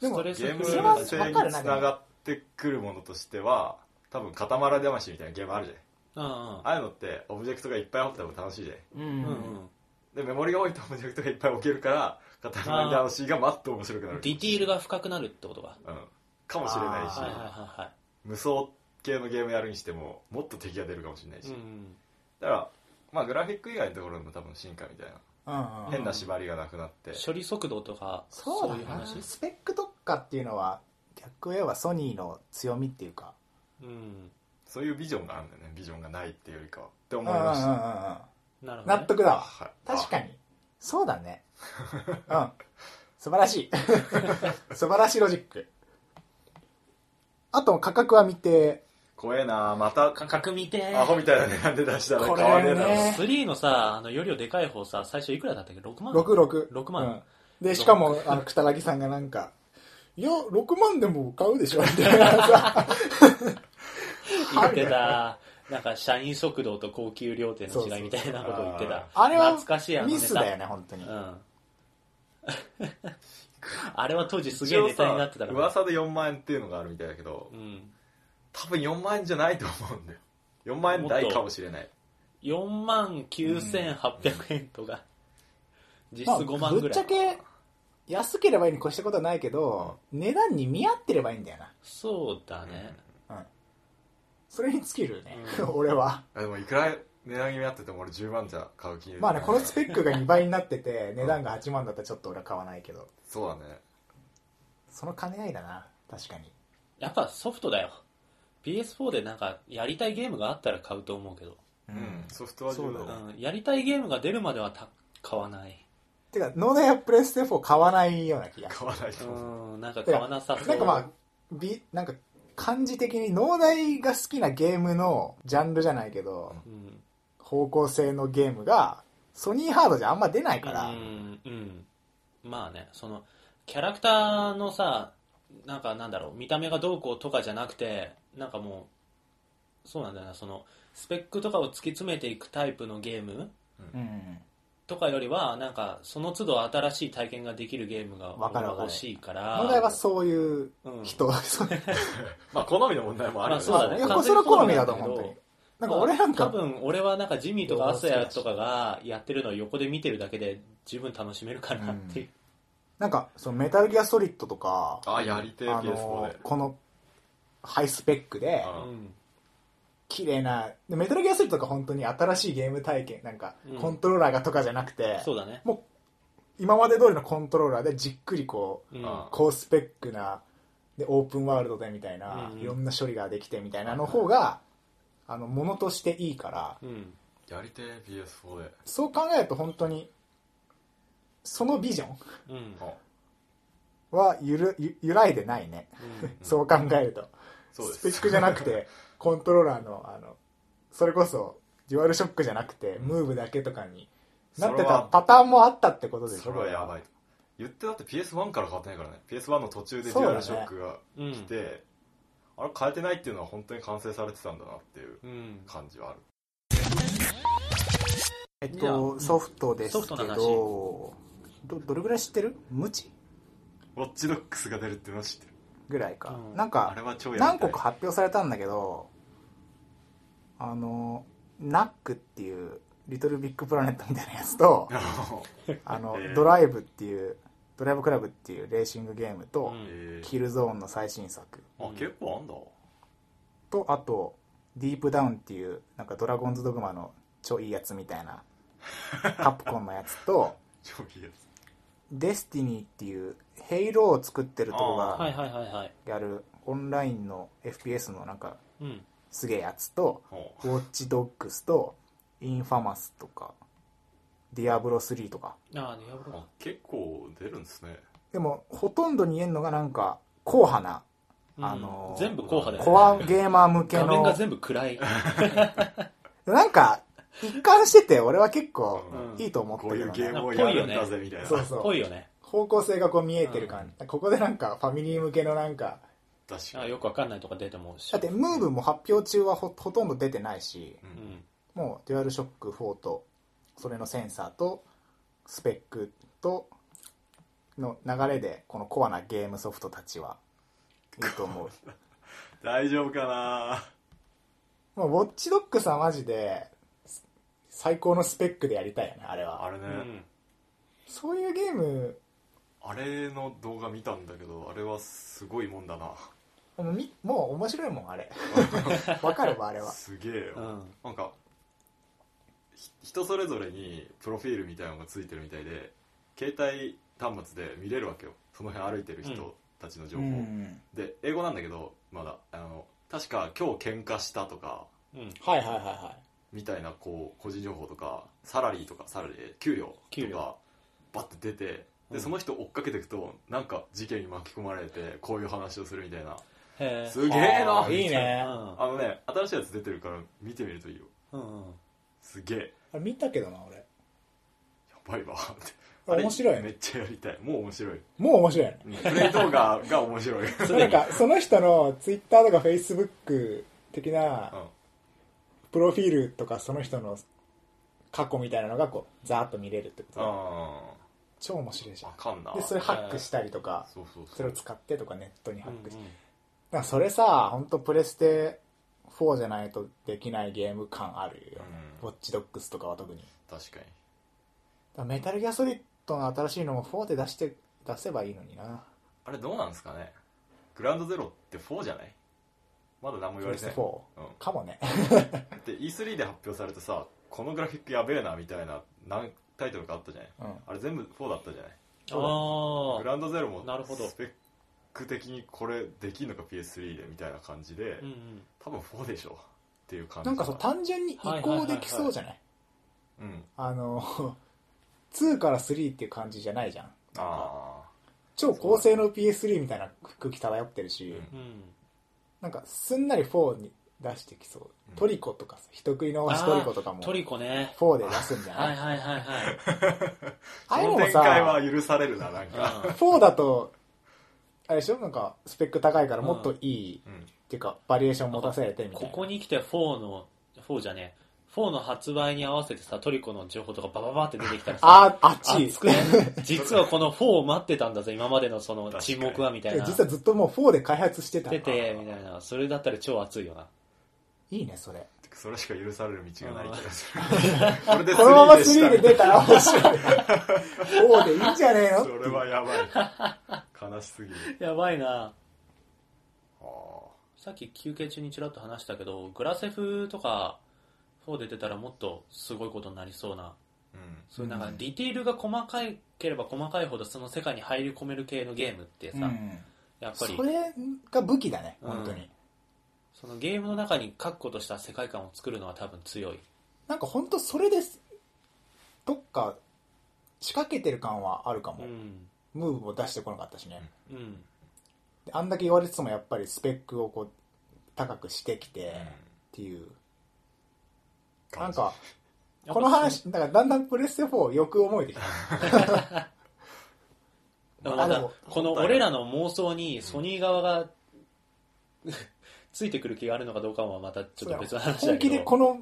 Speaker 1: で
Speaker 2: スト
Speaker 1: も
Speaker 2: レス
Speaker 3: ゲー
Speaker 2: フ
Speaker 3: ム
Speaker 1: それ
Speaker 2: リ
Speaker 1: は
Speaker 2: ー
Speaker 3: 性
Speaker 1: わ
Speaker 3: に
Speaker 1: かる
Speaker 3: つ
Speaker 1: な
Speaker 3: ながってくるものとしては多分「固まら魂」みたいなゲームあるじゃん
Speaker 2: うん
Speaker 3: ああいうのってオブジェクトがいっぱいあっても楽しいじゃん
Speaker 1: うん
Speaker 2: うんうん
Speaker 3: でメモリが多いとオブジェクトがいっぱい置けるから「固まら魂」がマッと面白くな
Speaker 2: デ
Speaker 3: る
Speaker 2: ィティールが深くなるってことか
Speaker 3: うんかもしれないし、
Speaker 1: あー
Speaker 2: はいはいはいはい
Speaker 3: 無双系のゲームやるにしてももっと敵が出るかもしれないし、
Speaker 2: うん
Speaker 3: だからまあグラフィック以外のところも多分進化みたいな、
Speaker 1: うんうん
Speaker 3: 変な縛りがなくなって
Speaker 2: 処理速度とか
Speaker 1: そう
Speaker 2: そう
Speaker 1: だ
Speaker 2: いう
Speaker 1: な
Speaker 2: 話
Speaker 1: スペック特化っていうのは逆を言えばソニーの強みっていうか
Speaker 2: うん
Speaker 3: そういうビジョンがあるんだよねビジョンがないっていうよりかはって
Speaker 1: う
Speaker 3: 思
Speaker 1: んう
Speaker 3: い
Speaker 1: んうんう
Speaker 3: ま
Speaker 1: ん
Speaker 3: した、
Speaker 2: なるほど
Speaker 1: 納
Speaker 2: ね
Speaker 1: 得だわ
Speaker 3: はい、
Speaker 1: 確か
Speaker 3: に
Speaker 1: にそうだ ねうん素晴らしい素晴らしいロジックあと価格は見て
Speaker 3: 怖えなまた
Speaker 2: 価格見てー
Speaker 3: アホみたいな値段で出したら
Speaker 1: これ
Speaker 3: 変わねえだろ、
Speaker 1: ね
Speaker 2: 3のさあのよりをでかい方さ最初いくらだったっけ6万
Speaker 1: 66
Speaker 2: 6万、
Speaker 1: うんでしかもあの草薙さんがなんか「いや6万でも買うでしょ」みたいなさ
Speaker 2: 言ってたなんか社員食堂と高級料亭の違いみたいなことを言ってた
Speaker 1: あれは
Speaker 2: 懐かしいあのネタ
Speaker 1: ミスだよね本当に、
Speaker 2: うん あれは当時すげ
Speaker 3: 一
Speaker 2: え
Speaker 3: 応
Speaker 2: ネタにな
Speaker 3: さ
Speaker 2: ってたから
Speaker 3: 噂で4万円っていうのがあるみたいだけど
Speaker 2: うん
Speaker 3: 多分4万円じゃないと思うんだよ4万円台かもしれない
Speaker 2: 4万9800円とか実質
Speaker 1: まあ
Speaker 2: 5万ぐ
Speaker 1: ぶっ
Speaker 2: ら
Speaker 1: ちゃ
Speaker 2: い
Speaker 1: け安ければいいに越したことはないけど値段に見合ってればいいんだよな
Speaker 2: そうだね
Speaker 1: それに尽きるね、
Speaker 2: う
Speaker 1: 俺は
Speaker 3: あでもいくら値段に合ってても俺10万じゃ買う気に
Speaker 1: まあねこのスペックが2倍になってて値段が8万だったらちょっと俺は買わないけど
Speaker 3: そうだね
Speaker 1: その兼ね合いだな確かに
Speaker 2: やっぱソフトだよ PS4 でなんかやりたいゲームがあったら買うと思うけど、
Speaker 1: う
Speaker 3: うんソフトは重
Speaker 1: そうだ
Speaker 3: 要
Speaker 1: ね
Speaker 2: うん、やりたいゲームが出るまではた買わない
Speaker 1: てかノーダイヤプレステ4買わないような気が
Speaker 3: 買わないと思う
Speaker 2: うんなんか買わなさそう
Speaker 1: なんかまあびなんか感じ的に農大が好きなゲームのジャンルじゃないけど
Speaker 2: うん
Speaker 1: 方向性のゲームがソニーハードじゃあんま出ないから、
Speaker 2: うん、うん、まあねそのキャラクターのさなんかなんだろう見た目がどうこうとかじゃなくてなんかもうそうなんだよなそのスペックとかを突き詰めていくタイプのゲーム
Speaker 1: うん
Speaker 2: とかよりは、なんか、その都度新しい体験ができるゲームが
Speaker 1: わかるわかる
Speaker 2: 欲しいから。
Speaker 1: 問題はそういう
Speaker 2: うん
Speaker 1: 人、そういう
Speaker 3: まあ好みの問題もあるよね
Speaker 2: まあそうだね
Speaker 1: いやこれそれは好みだと
Speaker 2: 完
Speaker 1: 思う本当
Speaker 2: 全に
Speaker 1: になんか俺なん
Speaker 2: まあ
Speaker 1: か
Speaker 2: 多分俺はなんかジミーとかアスヤとかがやってるのを横で見てるだけで十分楽しめるかなっていう、
Speaker 1: なんかそのメタルギアソリッドとか
Speaker 3: あやりてえ
Speaker 1: あ
Speaker 3: PS4
Speaker 1: の
Speaker 3: で
Speaker 1: このハイスペックで
Speaker 3: うん
Speaker 2: うん
Speaker 1: 綺麗なでメタルギアソリッドとか本当に新しいゲーム体験なんか
Speaker 2: うん
Speaker 1: コントローラーがとかじゃなくて、
Speaker 2: そうだね、
Speaker 1: 今まで通りのコントローラーでじっくりこう
Speaker 2: うん
Speaker 3: あ
Speaker 1: 高スペックなでオープンワールドでみたいな、
Speaker 2: うん
Speaker 1: いろんな処理ができてみたいなの方が、あのものとしていいから
Speaker 2: うん、
Speaker 3: やりてえ PS4 で
Speaker 1: そう考えると本当にそのビジョン
Speaker 2: うんうん
Speaker 3: あ
Speaker 1: はゆるゆ揺らいでないね、そう考えると
Speaker 3: そうです
Speaker 1: スペックじゃなく てコントローラーのあのそれこそデュアルショックじゃなくてムーブだけとかになって
Speaker 3: それ
Speaker 1: た
Speaker 3: は
Speaker 1: パターンもあったってことでしょ
Speaker 3: それはやばい言ってだって PS1 から変わってないからね PS1 の途中でデ
Speaker 1: そうだ
Speaker 3: ュ
Speaker 1: ね
Speaker 3: アルショックが
Speaker 2: うん
Speaker 3: 来て、あれ変えてないっていうのは本当に完成されてたんだなっていう
Speaker 2: うん
Speaker 3: 感じはある
Speaker 1: えっ
Speaker 2: いやう
Speaker 1: と
Speaker 2: ん
Speaker 1: ソフトですけ
Speaker 2: ソフトの話
Speaker 1: どどどれぐらい知ってる無知
Speaker 3: ウォッチドックスが出るっていうのは知ってる
Speaker 1: ぐらいか、
Speaker 2: うん
Speaker 1: なん
Speaker 3: あ
Speaker 1: か
Speaker 3: れは超やりたい
Speaker 1: 何個か発表されたんだけどあのナックっていうリトルビッグプラネットみたいなやつとあの、
Speaker 3: えー
Speaker 1: ドライブっていうドライブクラブっていうレーシングゲームと、
Speaker 2: うん
Speaker 3: えー
Speaker 1: キルゾーンの最新作
Speaker 3: あ結構あんだ
Speaker 1: とあとディープダウンっていうなんかドラゴンズドグマのちょいいやつみたい なカプコンのやつと
Speaker 3: 超いいや
Speaker 1: デスティニーっていうヘイローを作ってるとこ
Speaker 3: あ
Speaker 2: はい
Speaker 1: が
Speaker 2: はいはいはい
Speaker 1: やるオンラインの FPS のなんか
Speaker 2: うん
Speaker 1: すげえやつと
Speaker 3: つほ
Speaker 1: ウォッチドッグスとインファマスとかディアブロ3とか
Speaker 2: ああディアブ
Speaker 3: う
Speaker 2: ロ
Speaker 3: あ結構出るんですね
Speaker 1: でもほとんどに言えるのがなんか硬派な
Speaker 2: うん
Speaker 1: あのー
Speaker 2: 全部硬派だよね
Speaker 1: コアゲーマー向け
Speaker 2: 画面が
Speaker 1: の
Speaker 2: 全部暗い、
Speaker 1: なんか一貫してて俺は結構
Speaker 2: うん
Speaker 1: いいと思って
Speaker 3: こう
Speaker 1: る
Speaker 3: いう
Speaker 1: よ
Speaker 3: ゲー
Speaker 1: ね
Speaker 3: ムをやるんだぜみたいな
Speaker 1: そうそう
Speaker 2: 濃いよね
Speaker 1: 方向性がこう見えてる感じ、ここでなんかファミリー向けのなんか
Speaker 3: 確
Speaker 2: あー
Speaker 3: かに
Speaker 2: よくわかんないとか出てもうし
Speaker 1: だってムーブも発表中はほほとんど出てないし
Speaker 3: う
Speaker 2: うんん
Speaker 1: もうデュアルショック4とそれのセンサーとスペックとの流れでこのコアなゲームソフトたちはいいと 思う
Speaker 3: 大丈夫かな
Speaker 1: もうウォッチドッグさんマジで最高のスペックでやりたいよねあれ
Speaker 3: あ
Speaker 1: は
Speaker 3: れね、
Speaker 2: うん
Speaker 1: そういうゲーム
Speaker 3: あれの動画見たんだけどあれはすごいもんだな
Speaker 1: もうみもう面白いもん あれわかるわあれは
Speaker 3: すげえよ、
Speaker 2: うん
Speaker 3: なんかひ人それぞれにプロフィールみたいなのがついてるみたいで携帯端末で見れるわけよその辺歩いてる
Speaker 2: うん
Speaker 3: 人たちの情
Speaker 1: う
Speaker 3: 報、
Speaker 1: ん
Speaker 3: で英語なんだけどまだあの確か今日喧嘩したとか
Speaker 2: うん
Speaker 1: はいはいはいはい
Speaker 3: みたいなこう個人情報とかサラリーとかサラリー給料
Speaker 2: 給
Speaker 3: とか
Speaker 2: 料
Speaker 3: バッて出て
Speaker 2: うん
Speaker 3: でその人追っかけていくとなんか事件に巻き込まれてこういう話をするみたいな
Speaker 2: へえ
Speaker 3: すげえな
Speaker 1: あーいいね
Speaker 2: うん
Speaker 3: あのね新しいやつ出てるから見てみるといいよ
Speaker 2: うんうん
Speaker 3: すげえや
Speaker 1: あれ見たけどな俺
Speaker 3: ばいわって
Speaker 1: あ
Speaker 3: あれ
Speaker 1: 面白い
Speaker 3: め
Speaker 1: ね
Speaker 3: っちゃやりたいもう面白い
Speaker 1: もう面白いね
Speaker 3: プレイ動画が面 白い、うん、
Speaker 2: す
Speaker 1: な
Speaker 2: で
Speaker 1: ん
Speaker 2: に
Speaker 1: かその人のツイッターとかフェイスブック的なプロフィールとかその人の過去みたいなのがこうザーッと見れるってことだ
Speaker 3: あ
Speaker 1: 超面白いじ
Speaker 3: ー
Speaker 1: ゃ
Speaker 3: あ
Speaker 1: ん
Speaker 3: かんな
Speaker 1: でそれハックしたりとか
Speaker 3: そうそうそう
Speaker 1: それを使ってとかネットにハックして、
Speaker 2: うんうん
Speaker 1: だからそれさ本当プレステ4じゃないとできないゲーム感あるよね、
Speaker 3: う
Speaker 1: ウォッチドッグスとかは特にだか
Speaker 3: 確から
Speaker 1: メタルギアソリッドの新しいのも4で出して出せばいいのにな
Speaker 3: にあれどうなんですかねグラウンドゼロって4じゃないまだ何も
Speaker 1: プ
Speaker 3: 言
Speaker 1: レ
Speaker 3: われ
Speaker 1: ス
Speaker 3: て
Speaker 1: テ
Speaker 3: ない、
Speaker 1: 4
Speaker 3: うん、
Speaker 1: かもね
Speaker 3: だって E3 で発表されてさこのグラフィックやべえなみたいな何タイトルかあったじゃない
Speaker 1: うん
Speaker 3: あれ全部4だったじゃない
Speaker 2: ああ
Speaker 3: グラウンドゼロも
Speaker 2: なるほど
Speaker 3: スペック的にこれできんのか PS3 でみたいな感じで、
Speaker 2: うんうん
Speaker 3: 多分4でしょっていう感じ
Speaker 1: なんかそう単純に移行できそうじゃない
Speaker 3: うん
Speaker 1: あの2から3っていう感じじゃないじゃん
Speaker 3: あ
Speaker 1: 超高性能 PS3 みたいな空気漂ってるし、
Speaker 3: うん
Speaker 2: うん
Speaker 1: なんかすんなり4に出してきそう、
Speaker 3: うん
Speaker 1: トリコとかさ人食いのトリコとかも
Speaker 2: あートリコね
Speaker 1: 4で出すんじゃな
Speaker 2: はい
Speaker 1: い
Speaker 2: はいは いはい
Speaker 1: ああいうの
Speaker 3: この
Speaker 1: も
Speaker 3: 展開
Speaker 1: さ
Speaker 3: は許されるななんか、
Speaker 1: 4だとあれでしょなんかスペック高いからもっといい、
Speaker 3: うん
Speaker 1: っていうかバリエーション持たせれてみたい
Speaker 2: こ
Speaker 1: な
Speaker 2: こに来て4の4じゃねえ4の発売に合わせてさ、トリコの情報とかバババって出てきたらさ、
Speaker 1: ああっち
Speaker 2: 熱くね 実はこの4を待ってたんだぜ、今までのその沈黙はみたい な。
Speaker 1: 実はずっともう4で開発してた
Speaker 2: 出て、みたいな。それだったら超熱いよな。
Speaker 1: いいねそれ
Speaker 3: それしか許される道がない気がするこれで
Speaker 1: このまま
Speaker 3: スリ
Speaker 1: 3
Speaker 3: ー
Speaker 1: で
Speaker 3: で
Speaker 1: 出たら面白い4でいいんじゃねえ
Speaker 3: した
Speaker 1: の
Speaker 3: それはやばい悲しすぎる
Speaker 2: やばいな
Speaker 3: あー
Speaker 2: さっき休憩中にちらっと話したけど、グラセフとか4で出たらもっとすごいことになりそうな。
Speaker 3: うん
Speaker 2: そういうなんかディテールが細かいければ細かいほどその世界に入り込める系のゲームってさ、
Speaker 1: うん
Speaker 2: やっぱり
Speaker 1: それが武器だね
Speaker 2: うん
Speaker 1: 本当に、
Speaker 2: そのゲームの中に確固とした世界観を作るのは多分強い。
Speaker 1: なんか本当それですどっか仕掛けてる感はあるかも、
Speaker 2: うん。
Speaker 1: ムーブも出してこなかったしね、
Speaker 2: うん。
Speaker 1: であんだけ言われててもやっぱりスペックをこう高くしてきてっていう、なんかこの話だからだんだんプレステ4をよく思えてきた
Speaker 2: だか
Speaker 1: あ
Speaker 2: ら
Speaker 1: でも
Speaker 2: この俺らの妄想にソニー側が ついてくる気があるのかどうかはまたちょっと別の話だ
Speaker 1: 本気
Speaker 2: け
Speaker 1: で
Speaker 2: ど
Speaker 1: この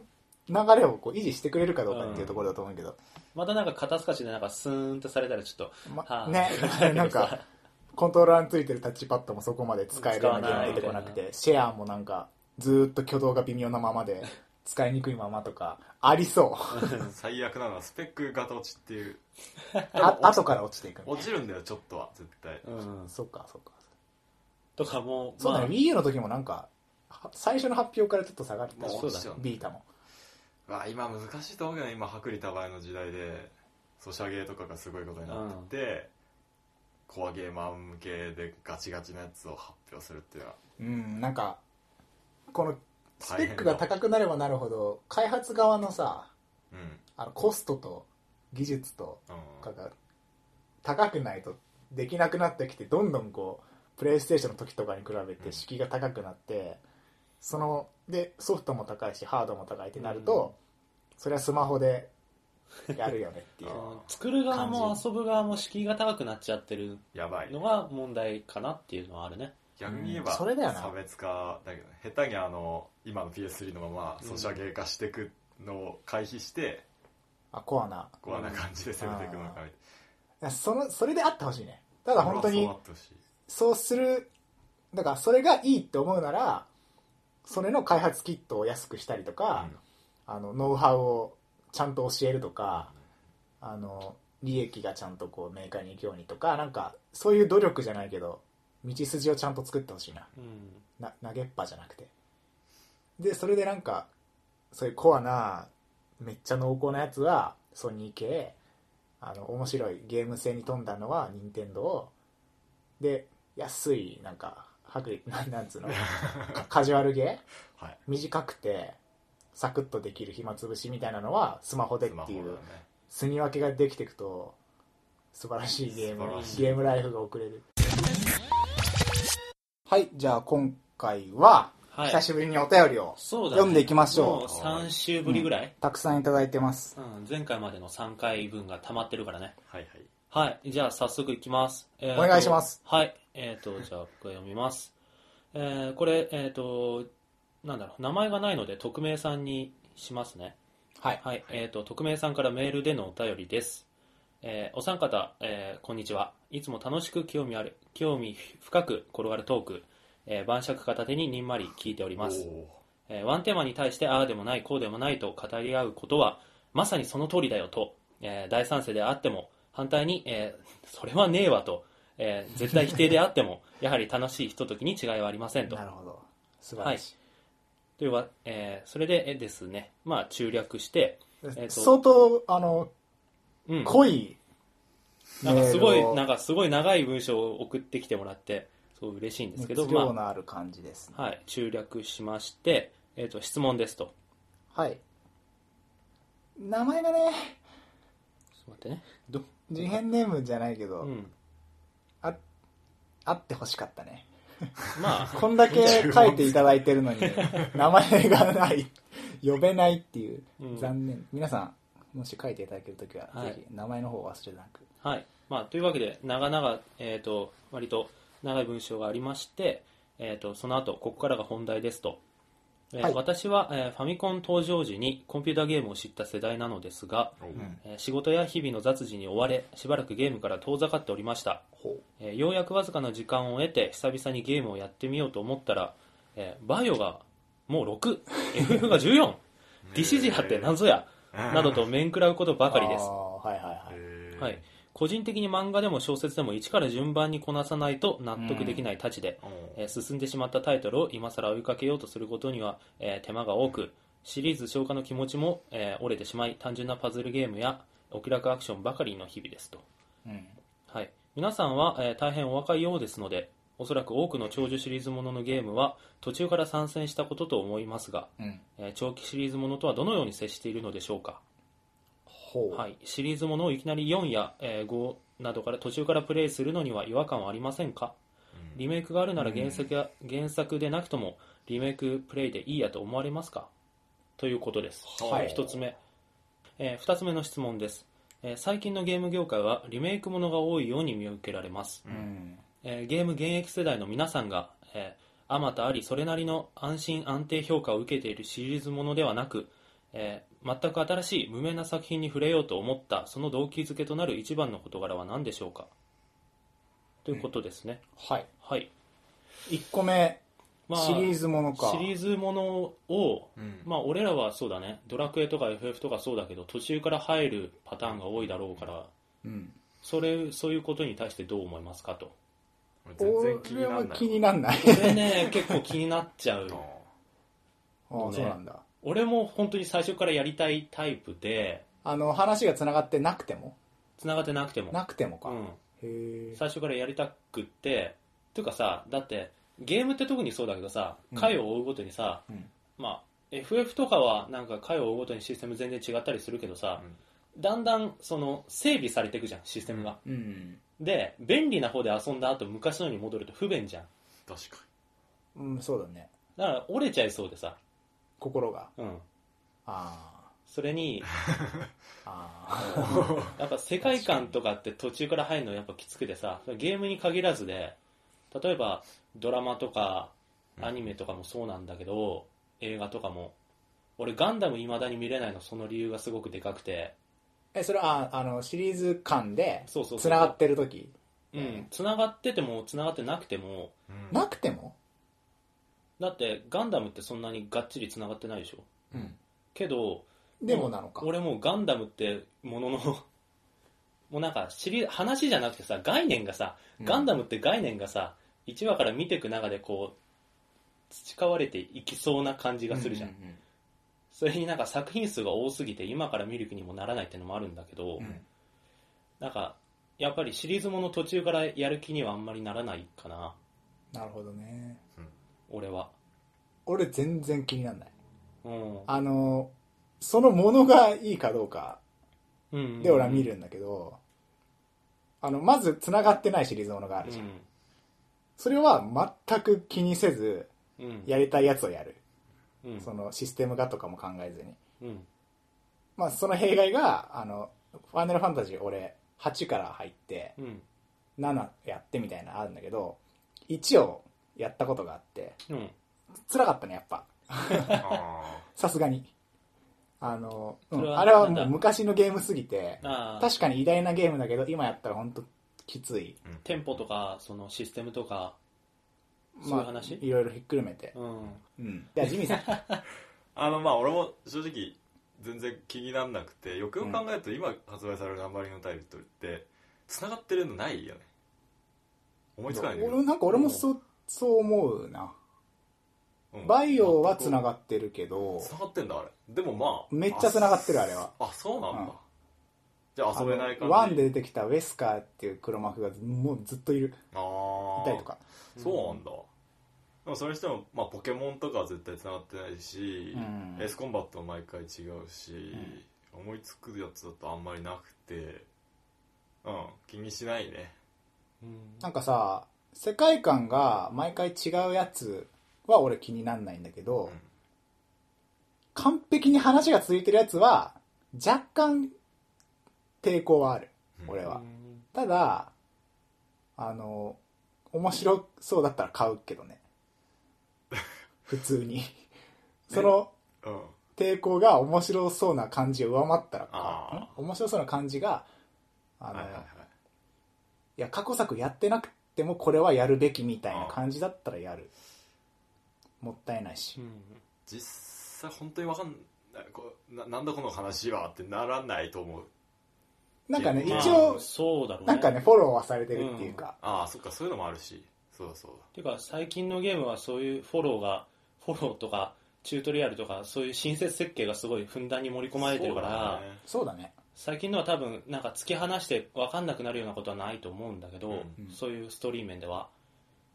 Speaker 1: 流れをこう維持してくれるかどうかっていうところだと思うけど、
Speaker 2: またなんか肩透かしでなんかスーンとされたらちょっ
Speaker 1: ま
Speaker 2: はあ
Speaker 1: ねなんかコントローラーについてるタッチパッドもそこまで使えるような
Speaker 2: 使わない
Speaker 1: 出てこなくてシェアもなんかずーっと挙動が微妙なままで使いにくいままとかありそう
Speaker 3: 最悪なのはスペック型落ちっていう
Speaker 1: あ後から落ちていくみ
Speaker 3: 落
Speaker 1: たい
Speaker 3: ちるんだよちょっとは絶対
Speaker 2: と、うん
Speaker 1: な、そっかそっか
Speaker 2: とかも
Speaker 1: そうだね、
Speaker 2: ま
Speaker 1: WiiU の時もなんかは最初の発表からちょっと下がった
Speaker 3: も
Speaker 1: し
Speaker 3: う落ちちゃう
Speaker 1: ビータも
Speaker 3: わあ今難しいと思うけどね今薄利多売の時代でソシャゲとかがすごいことになってて、コアゲーマー向けでガチガチなやつを発表するっていうのは
Speaker 1: うんなんかこのス
Speaker 3: 大
Speaker 1: ペ
Speaker 3: 変だ
Speaker 1: ックが高くなればなるほど開発側のさ
Speaker 3: うん
Speaker 1: あのコストと技術と
Speaker 3: う
Speaker 1: か
Speaker 3: ん
Speaker 1: が高くないとできなくなってきてどんどんこうプレイステーションの時とかに比べ
Speaker 3: う
Speaker 1: て
Speaker 3: ん
Speaker 1: 敷居が高くなってそのでソフトも高いしハードも高いってなると、それはスマホでやるよねっていう
Speaker 3: あ
Speaker 2: あ作る側も遊ぶ側も敷居が高くなっちゃってる
Speaker 3: やばい
Speaker 2: のが問題かなっていうのはあるね
Speaker 3: 逆に言えば
Speaker 1: うんそれだよな
Speaker 3: 差別化だけどね下手にあの今の PS3 のまま
Speaker 2: うん
Speaker 3: ソシャゲ化していくのを回避して、
Speaker 1: あコアな
Speaker 3: こうな感じで攻めていくのかみたいな
Speaker 1: そのそれであってほしいねただ本当
Speaker 3: 俺
Speaker 1: に
Speaker 3: はそうなってほしい
Speaker 1: そうするだからそれがいいって思うならそれの開発キットを安くしたりとか、あのノウハウをちゃんと教えるとか、あの利益がちゃんとこうメーカーに行くようにとかなんかそういう努力じゃないけど道筋をちゃんと作ってほしいな
Speaker 2: うん
Speaker 1: な投げっぱじゃなくてでそれでなんかそういうコアなめっちゃ濃厚なやつはソニー系あの面白いゲーム性に富んだのは任天堂で安いなんか薄利 なんなんつうのかカジュアルゲー
Speaker 3: うんはい
Speaker 1: 短くてサクッとできる暇つぶしみたいなのはスマホでっ
Speaker 3: スマ
Speaker 1: て
Speaker 3: ホ
Speaker 1: い
Speaker 3: だ
Speaker 1: う
Speaker 3: ね
Speaker 1: 住み分けができていくと素晴らしいゲーム
Speaker 3: 素晴らしい
Speaker 1: ゲームライフが送れるはいじゃあ今回は
Speaker 2: はい
Speaker 1: 久しぶりにお便りを
Speaker 2: そうだ、ね、
Speaker 1: 読んでいきましょう
Speaker 2: もう3週ぶりぐらい、
Speaker 1: たくさんいただいてます
Speaker 2: うん前回までの3回分が溜まってるからね
Speaker 3: はいはい
Speaker 2: はい、じゃあ早速いきます。えーと
Speaker 1: お願いします。
Speaker 2: はい、えっ、と、じゃあ僕が読みます。えーこれ、えっ、と、なんだろう、名前がないので、匿名さんにしますね。
Speaker 1: はい
Speaker 2: はい、えっ、と、匿名さんからメールでのお便りです。えーお三方、えーこんにちは。いつも楽しく興味ある、興味深く転がるトーク、えー晩酌片手ににんまり聞いております。
Speaker 3: おー
Speaker 2: えーワンテーマに対してああでもないこうでもないと語り合うことはまさにその通りだよと、えー大賛成であっても反対に、えーそれはねえわと、えー絶対否定であっ てもやはり楽しいひとときに違いはありませんと
Speaker 1: なるほど素晴らし
Speaker 2: というわ、えーそれでえーですね、まあ、中略して、
Speaker 1: い、
Speaker 2: えっと
Speaker 1: 相当あの
Speaker 2: うん、
Speaker 1: 濃い
Speaker 2: なんかすご
Speaker 1: メール
Speaker 2: い
Speaker 1: を
Speaker 2: なんかすごい長い文章を送ってきてもらってすごい嬉しいんですけど、
Speaker 1: 熱量のある感じですね、
Speaker 2: まあはい、中略しまして、えー、と質問ですと
Speaker 1: はい名前がね
Speaker 2: ちょっと待ってねど、
Speaker 1: 事変ネームじゃないけど、
Speaker 2: うん、
Speaker 1: ああってほしかったね
Speaker 2: まあ
Speaker 1: こんだけ書いていただいてる のに、名前がない、呼べないっていう
Speaker 2: うん、
Speaker 1: 残念。皆さん、もし書いていただけるときは、
Speaker 2: はい
Speaker 1: ぜひ、名前の方を忘れなく。
Speaker 2: はい。まあ、というわけで、長々、えっ、と、割と長い文章がありまして、えっ、と、その後、ここからが本題ですと。えー
Speaker 1: はい
Speaker 2: 私は、えーファミコン登場時にコンピューターゲームを知った世代なのですが、
Speaker 3: おう
Speaker 1: うん
Speaker 2: えー仕事や日々の雑事に追われしばらくゲームから遠ざかっておりました、
Speaker 1: ほ
Speaker 2: えーようやくわずかな時間を得て久々にゲームをやってみようと思ったら、えーバイオがもう 6FF が14ディシジアってなんぞやなどと面食らうことば
Speaker 1: う
Speaker 2: かりです
Speaker 1: あーはいはいはい
Speaker 3: へー
Speaker 2: はい、個人的に漫画でも小説でも一から順番にこなさないと納得できないたちで、
Speaker 3: おう
Speaker 2: えー進んでしまったタイトルを今更追いかけようとすることには、えー手間が多くシリーズ消化の気持ちも、えー折れてしまい単純なパズルゲームやお気楽アクションばかりの日々ですと、
Speaker 1: うん
Speaker 2: はい、皆さんは、えー大変お若いようですのでおそらく多くの長寿シリーズもののゲームは途中から参戦したことと思いますが、
Speaker 1: うん
Speaker 2: えー長期シリーズものとはどのように接しているのでしょうか
Speaker 1: ほう、
Speaker 2: はい、シリーズものをいきなり4や、えー5などから途中からプレイするのには違和感はありませんかリメイクがあるなら原作や、原作でなくともリメイクプレイでいいやと思われますかということです、
Speaker 1: はい
Speaker 2: 1つ目、え2つ目の質問です、えー最近のゲーム業界はリメイクものが多いように見受けられます、
Speaker 1: うん
Speaker 2: えーゲーム現役世代の皆さんが、えーあまたありそれなりの安心安定評価を受けているシリーズものではなく、えー全く新しい無名な作品に触れようと思ったその動機づけとなる一番の事柄は何でしょうかということですね、
Speaker 1: はい
Speaker 2: はい、
Speaker 1: 1個目、
Speaker 2: まあ、
Speaker 1: シリーズものか
Speaker 2: シリーズものを、
Speaker 3: うん
Speaker 2: まあ俺らはそうだねドラクエとか FF とかそうだけど途中から入るパターンが多いだろうから
Speaker 1: うん、
Speaker 2: それそういうことに対してどう思いますかと
Speaker 3: 全然気に
Speaker 1: 俺
Speaker 3: な
Speaker 1: は
Speaker 3: んない
Speaker 1: 気になんない
Speaker 2: これね結構気になっちゃう
Speaker 1: あーそうなんだ
Speaker 2: 俺も本当に最初からやりたいタイプで
Speaker 1: あの話がつながってなくても
Speaker 2: 繋がってなくても
Speaker 1: なくてもか、
Speaker 2: う
Speaker 1: へ
Speaker 2: ん、
Speaker 1: え
Speaker 2: 最初からやりたくってていうかさだってゲームって特にそうだけどさ回を追うごとにさ、
Speaker 1: うん
Speaker 2: まあ FF とかはなんか回を追うごとにシステム全然違ったりするけどさ、だんだんその整備されていくじゃんシステムが、
Speaker 1: うん、
Speaker 2: で便利な方で遊んだ後昔のに戻ると不便じゃん
Speaker 3: 確か
Speaker 1: うん、そうだね
Speaker 2: だから折れちゃいそうでさ
Speaker 1: 心が
Speaker 2: うん
Speaker 1: あ
Speaker 2: それに
Speaker 1: ああ
Speaker 2: やっぱ世界観とかって途中から入るのやっぱきつくてさゲームに限らずで例えばドラマとかアニメとかもそうなんだけど、映画とかも俺ガンダム未だに見れないのその理由がすごくでかくて
Speaker 1: ーえそれはああのシリーズ間で
Speaker 2: そうそうそう
Speaker 1: つながってる時
Speaker 2: うん繋がってても繋がってなくても
Speaker 3: にうん
Speaker 1: なくても
Speaker 2: だってガンダムってそんなにがっちり繋がってないでしょ
Speaker 1: うん
Speaker 2: けど
Speaker 1: でもなのか
Speaker 2: 俺もうガンダムってもののもうなんか知り話じゃなくてさ概念がさ
Speaker 1: うん
Speaker 2: ガンダムって概念がさ、1話から見ていく中でこう培われていきそうな感じがするじゃん、
Speaker 1: う
Speaker 2: それになんか作品数が多すぎて今から見る気にもならないってのもあるんだけど、
Speaker 1: うん
Speaker 2: なんかやっぱりシリーズもの途中からやる気にはあんまりならないかな
Speaker 1: なるほどね
Speaker 2: 俺は
Speaker 1: 俺全然気にならない
Speaker 2: うん、
Speaker 1: あのそのものがいいかどうか
Speaker 2: うん、
Speaker 1: で俺は見るんだけど、あのまずつながってないシリーズものがあるじゃん、それは全く気にせず
Speaker 2: うんうん
Speaker 1: やりたいやつをやる、
Speaker 2: うん
Speaker 1: そのシステムがとかも考えずに
Speaker 2: うん
Speaker 1: まあその弊害があのファイナルファンタジー俺8から入って
Speaker 2: うん
Speaker 1: 7やってみたいなのあるんだけど1をやったことがあって
Speaker 2: うん
Speaker 1: 辛かったねやっぱ
Speaker 3: あ
Speaker 1: さすがにあの、うん
Speaker 2: それは
Speaker 1: あれは
Speaker 2: なん
Speaker 1: も
Speaker 2: だ
Speaker 1: う昔のゲームすぎて
Speaker 2: あー
Speaker 1: 確かに偉大なゲームだけど今やったら本当きつい
Speaker 3: ーうん
Speaker 2: テンポとかそのシステムとかそういう
Speaker 1: まあ
Speaker 2: 話
Speaker 1: いろいろひっくるめて
Speaker 2: うん
Speaker 1: うんじゃあジミーさん
Speaker 3: あのまあ俺も正直全然気になんなくてよくよく考えると今発売されるナンバリングのタイトルって繋がってるのないよね思いつかないんだけど
Speaker 1: 俺なんか俺もそうそう思うな
Speaker 3: うん
Speaker 1: バイオはつながってるけど
Speaker 3: 繋がってんだあれでもまあ
Speaker 1: めっちゃ繋がってるあれは
Speaker 3: あそうなんだ
Speaker 1: うん
Speaker 3: じゃあ遊べない感じ
Speaker 1: ワンで出てきたウェスカーっていう黒幕がもうずっといる
Speaker 3: あ
Speaker 1: い
Speaker 3: あ
Speaker 1: たりとか
Speaker 3: そうなんだ、でもそれにしても、まあ、ポケモンとかは絶対繋がってないし、
Speaker 1: うん
Speaker 3: エースコンバットも毎回違うし、思いつくやつだとあんまりなくてうん気にしないね
Speaker 2: うん
Speaker 1: なんかさ世界観が毎回違うやつは俺気になんないんだけど、
Speaker 3: うん
Speaker 1: 完璧に話が続いてるやつは若干抵抗はある
Speaker 3: うん
Speaker 1: 俺は、
Speaker 2: うん
Speaker 1: ただあの 面白そうだったら買うけどね普通にその
Speaker 3: うん
Speaker 1: 抵抗が面白そうな感じを上回ったら
Speaker 3: あ
Speaker 1: か面白そうな感じがあの、
Speaker 3: はいはい
Speaker 1: い
Speaker 3: はい
Speaker 1: や過去作やってなくてもこれはやるべきみたいな感じだったらやるもったいないし
Speaker 3: 実際本当にわかんないこうななんだこの話はってならないと思う
Speaker 1: なんかね
Speaker 3: まあ
Speaker 1: 一応
Speaker 2: そうだろうね
Speaker 1: なんかねフォローはされてるっていうか、
Speaker 3: ああそっかそういうのもあるしそうだそう
Speaker 2: ていうか最近のゲームはそういうフォローがフォローとかチュートリアルとかそういう親切設計がすごいふんだんに盛り込
Speaker 3: だ
Speaker 2: まれてるから
Speaker 3: そうだね
Speaker 1: そうだね
Speaker 2: 最近のは多分なんか突き放して分かんなくなるようなことはないと思うんだけど、
Speaker 3: うん
Speaker 2: そういうストーリー面では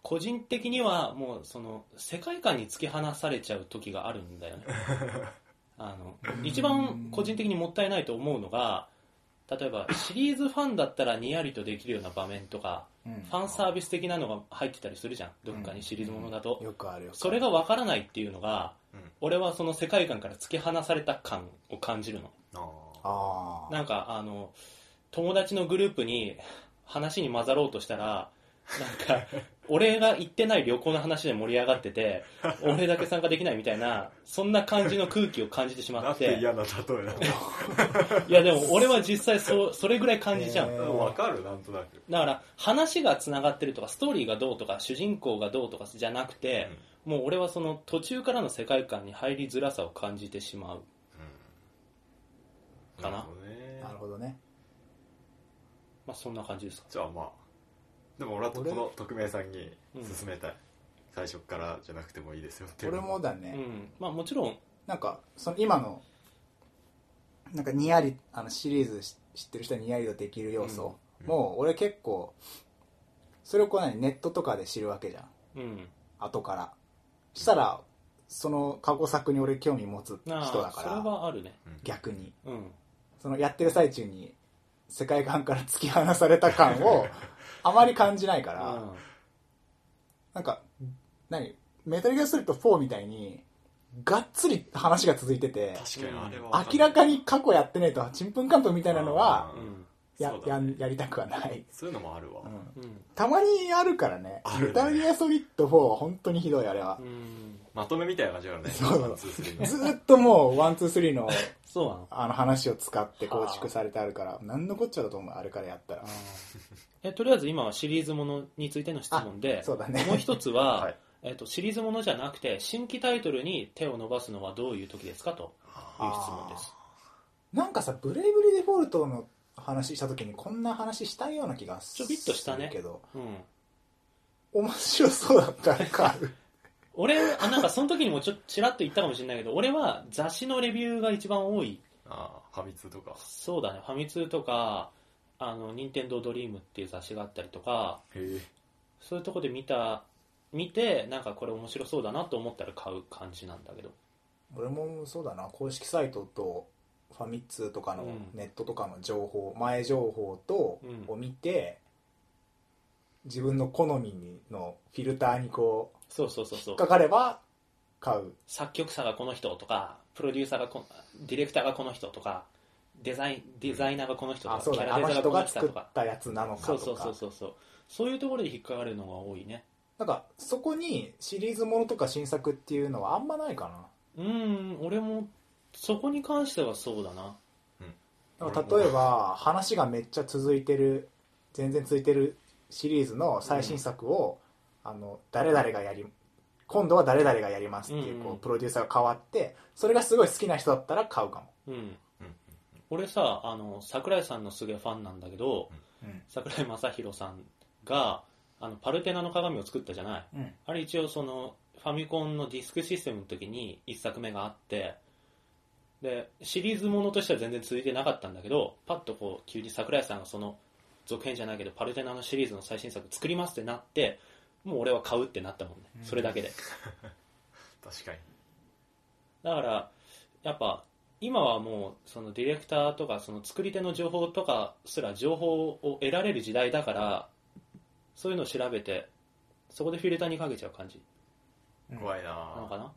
Speaker 2: 個人的にはもうその世界観に突き放されちゃう時があるんだ よねあの一番個人的にもったいないと思うのが例えばシリーズファンだったらにやりとできるような場面とか
Speaker 1: うん
Speaker 2: ファンサービス的なのが入ってたりするじゃんどっかにシリーズものだと
Speaker 1: よくあるよ
Speaker 2: それが分からないっていうのが
Speaker 3: うん
Speaker 2: 俺はその世界観から突き放された感を感じるの
Speaker 3: あ
Speaker 1: ああ
Speaker 2: なんかあの友達のグループに話に混ざろうとしたらなん か俺が行ってない旅行の話で盛り上がってて俺だけ参加できないみたいなそんな感じの空気を感じてし
Speaker 3: あな
Speaker 2: まっ
Speaker 3: んて
Speaker 2: て
Speaker 3: 嫌な例えなんだ
Speaker 2: いやでも俺は実際そそれぐらい感じちゃう、
Speaker 1: へー
Speaker 3: わかるなんとなく
Speaker 2: だから話がつながってるとかストーリーがどうとか主人公がどうとかじゃなくて、もう俺はその途中からの世界観に入りづらさを感じてしまう
Speaker 3: うん
Speaker 2: かな
Speaker 3: るほどね
Speaker 1: なるほどね
Speaker 2: まあそんな感じですか
Speaker 3: じゃあまあでも俺はこ
Speaker 1: 俺
Speaker 3: の匿名さんに
Speaker 2: うん
Speaker 3: 勧めたい、最初からじゃなくてもいいですよっていう
Speaker 1: 俺もだね、
Speaker 2: うんまあもちろん
Speaker 1: なんかその今のなんかにやりあのシリーズし知ってる人はにやりとできる要素、
Speaker 3: うん
Speaker 1: もう俺結構それをこう何ネットとかで知るわけじゃん
Speaker 2: うん
Speaker 1: 後からしたらその過去作に俺興味持つ人
Speaker 2: なあ
Speaker 1: だか
Speaker 2: それ
Speaker 1: ら
Speaker 2: はあるね
Speaker 1: 逆に
Speaker 2: うん
Speaker 1: そのやってる最中に世界観から突き放された感を あまり感じないから、なんか何メタルギアスリッド4みたいにがっつり話が続いてて
Speaker 3: 確かにあれはわんない
Speaker 1: 明らかに過去やってねえとちんぷんかんぷんみたいなのは
Speaker 2: うんうん
Speaker 1: や,、
Speaker 3: そうだ
Speaker 1: や
Speaker 3: ね
Speaker 1: んやりたくはない、
Speaker 3: そういうのもあるわ、
Speaker 1: うん
Speaker 2: うん
Speaker 1: たまにあるからね
Speaker 3: ある
Speaker 1: メ
Speaker 3: ね
Speaker 1: タルギアソリッド4は本当にひどいあれは
Speaker 2: う、ん
Speaker 3: まとめみたいな感じだよね
Speaker 1: そう
Speaker 3: ワンツースリーの
Speaker 1: ずーっともう123の
Speaker 2: そうなの
Speaker 1: あの話を使って構築されてあるから何のこっちゃだと思うあれからやったら
Speaker 2: えとりあえず今はシリーズものについての質問で
Speaker 1: そうだね
Speaker 2: もう一 つは、
Speaker 3: はい
Speaker 2: えっとシリーズものじゃなくて新規タイトルに手を伸ばすのはどういう時ですかという質問です
Speaker 1: なんかさブレイブリーデフォルトの話した時にこんな話したような気がす
Speaker 2: ちょびっとしたね
Speaker 1: るけど
Speaker 2: うん
Speaker 1: 面白そうだったら買う
Speaker 2: 俺あなんかその時にもちょっとちらっと言ったかもしれないけど俺は雑誌のレビューが一番多い
Speaker 3: ああファミ通とか
Speaker 2: そうだねファミ通とかあの任天堂ドリームっていう雑誌があったりとか
Speaker 3: へえ
Speaker 2: そういうとこで見た見てなんかこれ面白そうだなと思ったら買う感じなんだけど
Speaker 1: 俺もそうだな公式サイトとファミ通とかの
Speaker 2: うん
Speaker 1: ネットとかの情報、前情報と
Speaker 2: うん
Speaker 1: を見て、自分の好みにのフィルターにこう
Speaker 2: そうそうそうそう
Speaker 1: かかれば買う
Speaker 2: 作曲者がこの人とかプロデューサーがこのディレクターがこの人とかデザインデザイナーがこの人と
Speaker 1: あ
Speaker 2: か、
Speaker 1: そう
Speaker 2: キャ
Speaker 1: だね
Speaker 2: ラ
Speaker 1: あ
Speaker 2: デ
Speaker 1: の
Speaker 2: ザ
Speaker 1: 人
Speaker 2: ーがこの
Speaker 1: が
Speaker 2: 人
Speaker 1: 作
Speaker 2: と
Speaker 1: っ
Speaker 2: か
Speaker 1: たやつなのか
Speaker 2: そ
Speaker 1: と
Speaker 2: う
Speaker 1: か
Speaker 2: そうそうそうそうそういうところで引っかかるのが多いね
Speaker 1: なんかそこにシリーズものとか新作っていうのはあんまないか
Speaker 2: うーん俺もそこに関してはそうだな
Speaker 1: ななんか例えば話がめっちゃ続いてる全然続いてるシリーズの最新作を、あの誰々がやり今度は誰々がやりますっていう,、
Speaker 2: うん
Speaker 1: こうプロデューサーが変わってそれがすごい好きな人だったら買うかも、
Speaker 2: うん
Speaker 3: うん
Speaker 2: 俺さあの桜井さんのすげえファンなんだけど桜井正宏さんがあのパルテナの鏡を作ったじゃない
Speaker 1: うん
Speaker 2: あれ一応そのファミコンのディスクシステムの時に一作目があってでシリーズものとしては全然続いてなかったんだけどパッとこう急に桜井さんがその続編じゃないけどパルテナのシリーズの最新作作りますってなってもう俺は買うってなったもんね
Speaker 1: うん
Speaker 2: それだけで
Speaker 3: 確かに
Speaker 2: だからやっぱ今はもうそのディレクターとかその作り手の情報とかすら情報を得られる時代だからそういうのを調べてそこでフィルターにかけちゃう感じ
Speaker 1: うん
Speaker 3: 怖いな
Speaker 2: なのかな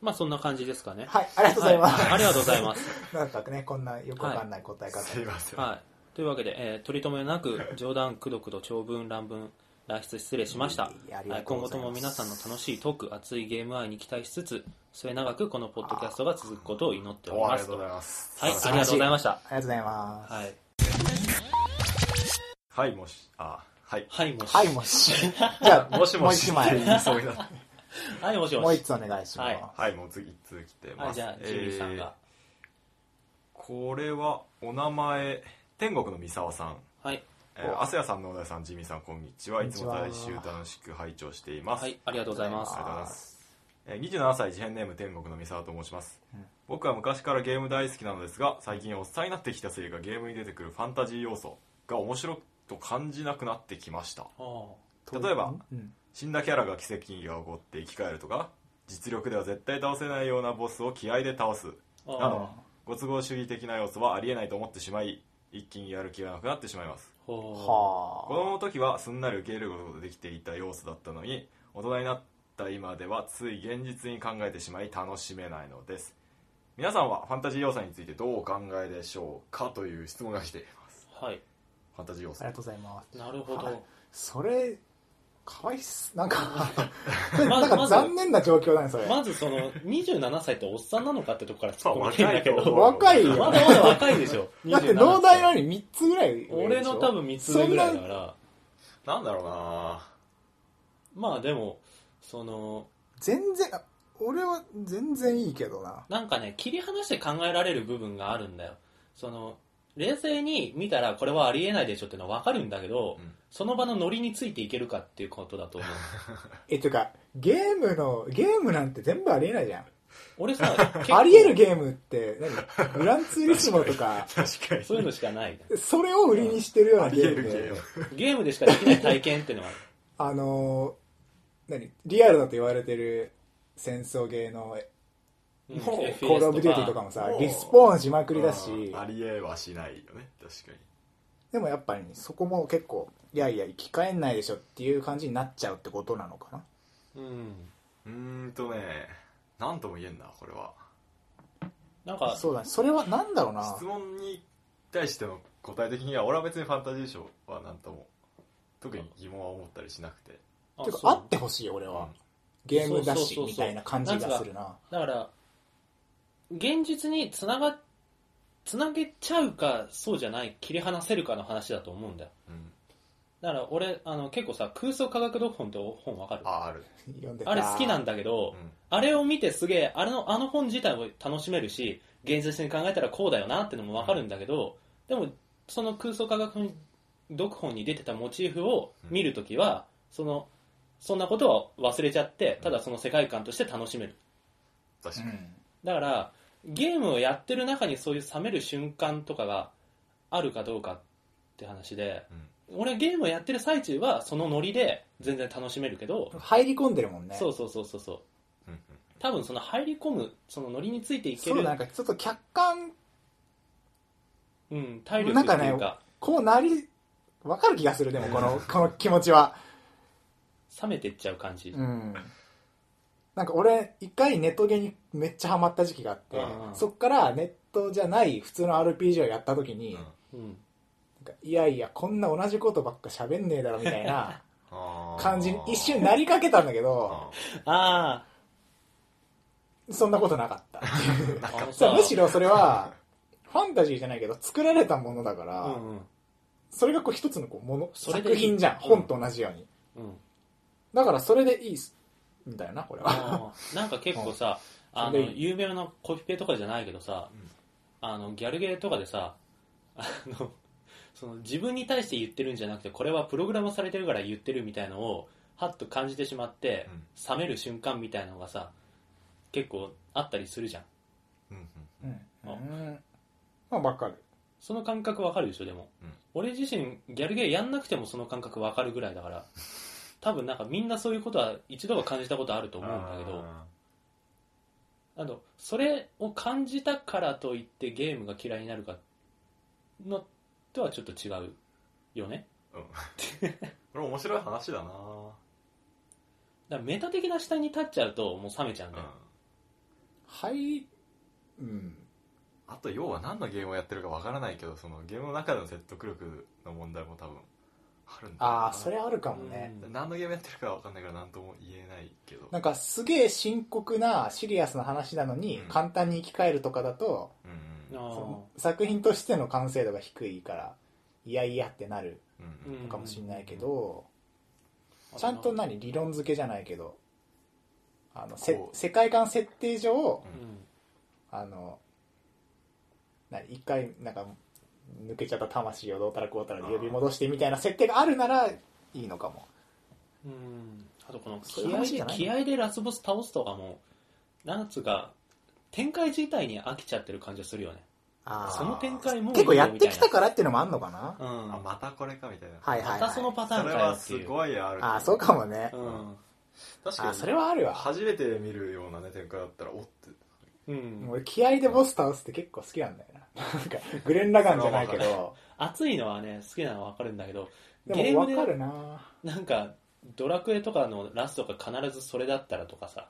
Speaker 2: まあそんな感じですかね
Speaker 1: はいありがとうございます、
Speaker 2: はありがとうございます、
Speaker 1: なんかねこんなよくわかんない答え方、
Speaker 3: すいません、
Speaker 2: はい、というわけで、えー取り留めなく冗談くどくど長文乱文脱出失礼しました。
Speaker 1: いやあり
Speaker 2: は
Speaker 1: が
Speaker 2: い、
Speaker 1: とうご
Speaker 2: 今後
Speaker 1: ざ
Speaker 2: と
Speaker 1: います
Speaker 2: も皆さんの楽しいトーク、熱いゲーム愛に期待しつつ、末永くこのポッドキャストが続くことを祈っており
Speaker 3: おあ
Speaker 2: ま
Speaker 3: りが
Speaker 2: す。
Speaker 3: とうご
Speaker 2: はい、
Speaker 3: ざいます。
Speaker 2: あり
Speaker 3: 素
Speaker 2: が
Speaker 3: 晴
Speaker 2: と
Speaker 3: らし
Speaker 2: うございました。
Speaker 1: ありがとうございます。
Speaker 2: はい。
Speaker 3: はい、もし、あ、 はい。
Speaker 2: はい、もし。
Speaker 1: はい、もし。じゃあ、
Speaker 3: もしもし
Speaker 1: もう
Speaker 3: って
Speaker 1: 一
Speaker 3: 言いそうになった
Speaker 2: はい、も
Speaker 1: 枚。
Speaker 2: しもし。
Speaker 1: もう一つお願いします。
Speaker 2: はい
Speaker 3: はい、もう次、続きて
Speaker 2: は
Speaker 3: ま
Speaker 2: い、
Speaker 3: す。
Speaker 2: じゃあ、ジミーさんが。
Speaker 3: えーこれは、お名前、天国の三沢さん。
Speaker 2: はい。
Speaker 3: えー、アセヤさん、野田さん、ジミーさん、こんにちは。
Speaker 1: こん
Speaker 3: い
Speaker 1: に
Speaker 3: つ
Speaker 1: ち
Speaker 3: も
Speaker 1: は
Speaker 3: 大衆楽しく拝聴しています。
Speaker 2: はい、ありがとうございま
Speaker 3: あ
Speaker 2: す
Speaker 3: りが。とうございます。えー27歳、事変ネーム、天国の三沢と申します。
Speaker 1: ん
Speaker 3: 僕は昔からゲーム大好きなのですが、最近おっさんになってきたせいか、ゲームに出てくるファンタジー要素が面白と感じなくなってきました。
Speaker 2: お
Speaker 3: 例えば
Speaker 1: うん。
Speaker 3: 死んだキャラが奇跡が起こって生き返るとか実力では絶対倒せないようなボスを気合で倒す
Speaker 2: ーお
Speaker 3: な
Speaker 2: ー
Speaker 3: どご都合主義的な要素はありえないと思ってしまい一気にやる気がなくなってしまいます
Speaker 2: お
Speaker 3: 子
Speaker 1: は
Speaker 3: 供の時はすんなり受け入れることができていた要素だったのに大人になった今ではつい現実に考えてしまい楽しめないのです皆さんはファンタジー要素についてどうお考えでしょうかという質問が来ています
Speaker 2: ーはい。
Speaker 3: ファンタジー要
Speaker 1: あ
Speaker 3: 素
Speaker 1: りがとうございます。
Speaker 2: なるほ
Speaker 1: はい
Speaker 2: ど。
Speaker 1: それ、かわいっす。なんか、
Speaker 2: ま
Speaker 1: なん
Speaker 2: ず、
Speaker 1: か
Speaker 2: ま
Speaker 1: 残
Speaker 2: ず、
Speaker 1: 念な状況だね、それ。
Speaker 2: まずその、27歳っておっさんなのかってとこから突っ込み
Speaker 3: 若
Speaker 2: たいんだけど。
Speaker 1: 若いよ
Speaker 2: まだまだ若いでしょ。
Speaker 1: だって、
Speaker 2: 27
Speaker 1: 農大なのに3つぐらい上でしょ。
Speaker 2: 俺の多分3つ上ぐらいだから。
Speaker 3: なんだろうな
Speaker 2: まあでも、その、
Speaker 1: そんな全然、あ俺は全然いいけどな。
Speaker 2: なんかね、切り離して考えられる部分があるんだよ。その、冷静に見たらこれはありえないでしょってのはわかるんだけど、
Speaker 3: うん
Speaker 2: その場のノリについていけるかっていうことだと思 う。
Speaker 1: え、というか、ゲームの、ゲームなんて全部ありえないじゃん。
Speaker 2: 俺さ、結構
Speaker 1: ありえるゲームって、何グランツーリスモとか、
Speaker 3: 確かに
Speaker 2: そういうのしかない。
Speaker 1: それを売りにしてるよう
Speaker 3: あ
Speaker 1: な
Speaker 3: り
Speaker 1: ゲ
Speaker 3: え
Speaker 1: ーム
Speaker 3: るゲー
Speaker 1: で
Speaker 3: ム、
Speaker 2: ゲームでしかできない体験っていうのがある。
Speaker 1: あのー、何リアルだと言われてる戦争ゲーの、
Speaker 2: うん
Speaker 1: コ
Speaker 2: FPS
Speaker 1: ールオブデューティーとかもさ
Speaker 3: も、う
Speaker 1: リスポーンしまくりだし
Speaker 3: うん、ありえはしないよね確かに
Speaker 1: でもやっぱりそこも結構、いやいや、生き返んないでしょっていう感じになっちゃうってことなのかな。
Speaker 2: うん。
Speaker 3: うーんとね何とも言えんなこれは
Speaker 2: なんか、
Speaker 1: そうだね。それはなんだろうな。
Speaker 3: 質問に対しての答え的には俺は別にファンタジー賞は何とも特に疑問は思ったりしなくて
Speaker 2: あ
Speaker 1: てか
Speaker 2: そう
Speaker 1: あってほしいよ俺は。ゲームだし
Speaker 2: そうそうそうそう
Speaker 1: みたいな感じがするな。
Speaker 2: だから、現実につなが、つなげちゃうか、そうじゃない、切り離せるかの話だと思うんだよ。
Speaker 3: うん
Speaker 2: だから俺、あの、結構さ、空想科学読本って本わかる
Speaker 3: あある
Speaker 1: 読んでた
Speaker 2: あれ好きなんだけ
Speaker 3: う
Speaker 2: ど、
Speaker 3: ん
Speaker 2: あれを見てすげえ、あれの、あの本自体も楽しめるし、現実に考えたらこうだよなってのもわかるんだけど、でも、その空想科学読本に出てたモチーフを見るときは、その、そんなことは忘れちゃって、ただその世界観として楽しめる。
Speaker 3: 確か
Speaker 1: う
Speaker 3: に、
Speaker 1: ん。
Speaker 2: だから、ゲームをやってる中にそういう冷める瞬間とかがあるかどうかって話で、俺ゲームをやってる最中はそのノリで全然楽しめるけど、
Speaker 1: 入り込んでるもんね。
Speaker 2: そうそうそうそうそう。
Speaker 3: うんうん
Speaker 2: 多分その入り込むそのノリについていけ
Speaker 1: そう
Speaker 2: る
Speaker 1: なんかちょっと客観、
Speaker 2: うん、体力って
Speaker 1: ないん
Speaker 2: う
Speaker 1: か
Speaker 2: か
Speaker 1: こうなり、わかる気がする、でもこ の、この気持ちは。
Speaker 2: 冷めてっちゃう感じ、
Speaker 1: うん。なんか俺、一回ネットゲーにめっちゃハマった時期があって
Speaker 2: うんう、ん
Speaker 1: そっからネットじゃない普通の RPG をやった時に、
Speaker 3: うん
Speaker 2: うん、
Speaker 1: なんかいやいや、こんな同じことばっか喋んねえだろみたいな
Speaker 3: あー
Speaker 1: 感じに一瞬なりかけたんだけど、
Speaker 3: あ
Speaker 2: あ
Speaker 1: そんなことなかった。
Speaker 3: ーなん
Speaker 2: あ
Speaker 3: か
Speaker 2: の
Speaker 1: そ
Speaker 2: さ
Speaker 1: うむしろそれは、ファンタジーじゃないけど、作られたものだから、
Speaker 2: うんうん
Speaker 1: それがこう一つのこうもの、
Speaker 2: それでいい
Speaker 1: 作品じゃん。
Speaker 2: うん
Speaker 1: 本と同じように。
Speaker 2: うん
Speaker 1: だからそれでいいっす、みたいな、これは。
Speaker 2: あーなんか結構さあ
Speaker 1: そ
Speaker 2: の
Speaker 1: れでいい
Speaker 2: 有名なコピペとかじゃないけどさ、
Speaker 3: うん
Speaker 2: あのギャルゲーとかでさあのその自分に対して言ってるんじゃなくてこれはプログラムされてるから言ってるみたいのをハッと感じてしまって、冷める瞬間みたいなのがさ結構あったりするじゃん
Speaker 3: うんうん
Speaker 1: うん。
Speaker 2: あ
Speaker 1: うんまあ、ばっかり。
Speaker 2: その感覚わかるでしょでも、
Speaker 3: うん
Speaker 2: 俺自身ギャルゲーやんなくてもその感覚わかるぐらいだ から多分なんかみんなそういうことは一度は感じたことあると思うんだけど
Speaker 3: あ
Speaker 2: あのそれを感じたからといってゲームが嫌いになるかのとはちょっと違うよね
Speaker 3: ーこれ面白い話だな
Speaker 2: だからメタ的な視点に立っちゃうともう冷めちゃうん
Speaker 3: うん
Speaker 2: だよ、
Speaker 1: はい、うん。
Speaker 3: あと要は何のゲームをやってるかわからないけどそのゲームの中での説得力の問題も多分あるんだよな
Speaker 1: ああそれあるかもね、
Speaker 2: うん
Speaker 3: 何のゲームやってるかわかんないから何とも言えないけど
Speaker 1: なんかすげえ深刻なシリアスな話なのに、
Speaker 3: うん
Speaker 1: 簡単に生き返るとかだと、
Speaker 3: う
Speaker 1: そ
Speaker 2: あ
Speaker 3: ん
Speaker 2: ー
Speaker 1: の作品としての完成度が低いからいやいやってなる
Speaker 3: うんうん
Speaker 2: うん
Speaker 1: のかもしれないけど、ちゃんと何理論付けじゃないけどあのせ
Speaker 3: こう
Speaker 1: 世界観設定上
Speaker 2: う
Speaker 3: うん
Speaker 2: ん
Speaker 1: あの何一回なんか抜けちゃった魂をどうたらこうたらで呼び戻してみたいな設定があるならいいのかも
Speaker 2: うんあとこの
Speaker 1: そういう
Speaker 2: 気合
Speaker 1: 話じゃ
Speaker 2: で
Speaker 1: ない
Speaker 2: 気合でラスボス倒すとかもなんつうか展開自体に飽きちゃってる感じがするよね
Speaker 3: ー
Speaker 2: その展開も
Speaker 1: 結構やってきた
Speaker 2: か
Speaker 1: からっていうのもあんのかな、
Speaker 2: ら、うん、
Speaker 3: あ
Speaker 2: ま
Speaker 3: またこれかみたいな、
Speaker 1: はいはい、
Speaker 2: たその
Speaker 1: はい、
Speaker 2: パター
Speaker 3: そ
Speaker 2: ンか
Speaker 3: れ
Speaker 2: よ
Speaker 3: は
Speaker 2: って
Speaker 3: す
Speaker 2: いう
Speaker 3: ごいある
Speaker 1: ああそうかもね、
Speaker 2: うん
Speaker 3: 確
Speaker 1: あ
Speaker 3: か
Speaker 1: あ
Speaker 3: に
Speaker 1: それはあるわ、
Speaker 3: 初めて見るようなね展開だったらおって
Speaker 2: うん、
Speaker 1: 俺気合でボス倒すって結構好きなんだよななんかグレン・ラガンじゃないけど
Speaker 2: 熱いのはね好きなのは分かるんだけど
Speaker 1: で
Speaker 2: ゲ
Speaker 1: もわ
Speaker 2: ー
Speaker 1: か
Speaker 2: ムで
Speaker 1: るな
Speaker 2: なんかドラクエとかのラストが必ずそれだったらとかさ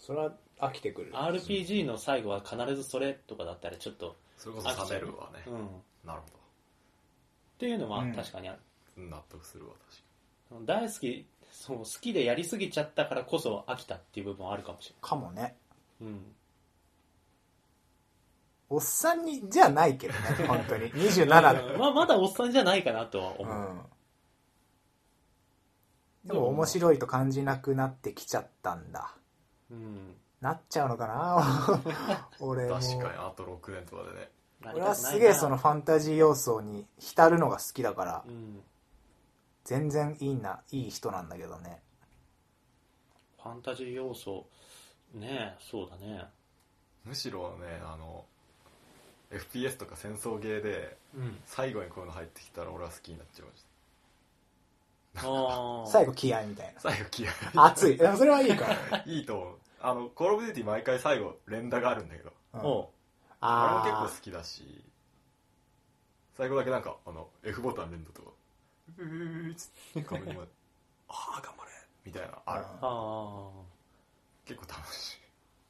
Speaker 1: それは飽きてくる
Speaker 2: RPG の最後は必ずそれとかだったらちょっと、
Speaker 3: それこそ冷めるわね
Speaker 2: うん、っ
Speaker 3: なるほ
Speaker 2: ていうのは
Speaker 1: うん
Speaker 2: 確かにある、
Speaker 3: ど納得するわ確か
Speaker 2: 大好きそう好きでやりすぎちゃったからこそ飽きたっていう部分はあるかもし
Speaker 1: かもね
Speaker 2: れない、うん、
Speaker 1: おっさんにじゃないけどね本当に27だ
Speaker 2: まあまだおっさんじゃないかなとは思う、
Speaker 1: うん、でも面白いと感じなくなってきちゃったんだ
Speaker 2: うん、
Speaker 1: なっちゃうのかな俺も
Speaker 3: に確かにあと6年とかでね
Speaker 2: なりたくない
Speaker 1: 俺
Speaker 2: な
Speaker 1: はすげえその、ファンタジー要素に浸るのが好きだから
Speaker 2: うん、
Speaker 1: 全然いいないい人なんだけどね
Speaker 2: ファンタジー要素ねえそうだね
Speaker 3: むしろねあの FPS とか戦争ゲーで
Speaker 2: うん
Speaker 3: 最後にこういうの入ってきたら俺は好きになっちゃいまし
Speaker 2: ああ
Speaker 1: 最後気合みたい
Speaker 3: た最後気合
Speaker 1: な熱いいやそれはいいから、
Speaker 3: いいいと思うあのコール・オブ・デューティー毎回最後連打があるんだけど
Speaker 1: うん
Speaker 2: おう
Speaker 3: あれも
Speaker 1: あ
Speaker 3: 結構
Speaker 1: ー
Speaker 3: 好きだし最後だけなんかあの F ボタン連打とかうーっつって画面にまで ああ頑張れみたいなのあ
Speaker 1: う
Speaker 3: る
Speaker 1: ん
Speaker 2: ああ
Speaker 3: 結構楽しい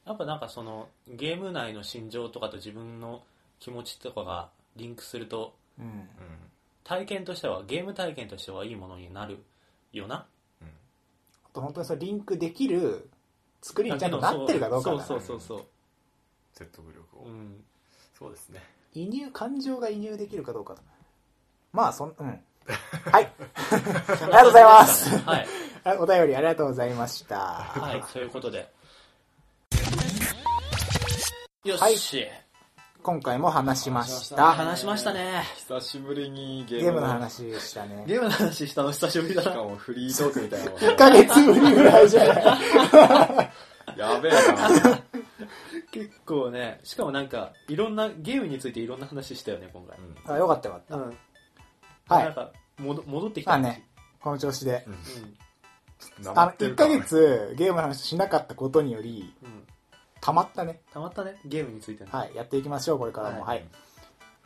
Speaker 2: やっぱなんかそのゲーム内の心情とかと自分の気持ちとかがリンクすると
Speaker 1: うん
Speaker 3: う
Speaker 2: 体験としてはゲーム体験としてはいいものになるよなん
Speaker 3: うん
Speaker 1: あと本当にそのリンクできる作りにちゃんとなってるかどうかだな
Speaker 2: そうそうそうそ
Speaker 3: 説得力を、
Speaker 2: う、うん、
Speaker 3: そうですね
Speaker 1: 移入感情が移入できるかどうかだなまあそんうんはい
Speaker 2: ありが
Speaker 1: がとうございます
Speaker 2: はい、
Speaker 1: あお便りありがとうございました
Speaker 2: はい、ということでよ
Speaker 1: はい
Speaker 2: し、
Speaker 1: 今回も話しました
Speaker 2: 話しましたね
Speaker 3: 久しぶりにゲ
Speaker 1: ゲームの話でしたね
Speaker 2: ゲームの話したの久しぶりだ
Speaker 3: しか
Speaker 2: な
Speaker 3: もフリートークみたいなもん
Speaker 1: 1ヶ月ぶりぐらいじゃない
Speaker 3: やべえな
Speaker 2: 結構ねしかもなんかいろんなゲームについていろんな話したよね今回
Speaker 3: うん
Speaker 1: あよかったよかった、
Speaker 2: うん、
Speaker 1: は
Speaker 2: なん
Speaker 1: い
Speaker 2: か戻戻ってき
Speaker 1: ま
Speaker 2: た
Speaker 1: あねこの調子であ
Speaker 3: な
Speaker 1: の
Speaker 3: ってる
Speaker 1: 1
Speaker 3: か
Speaker 1: ヶ
Speaker 3: らね
Speaker 1: 月ゲームの話しなかったことにより
Speaker 2: うん、うん
Speaker 1: たまったね
Speaker 2: たまったねゲームについての
Speaker 1: はいやっていきましょうこれからも
Speaker 2: は
Speaker 1: はいい、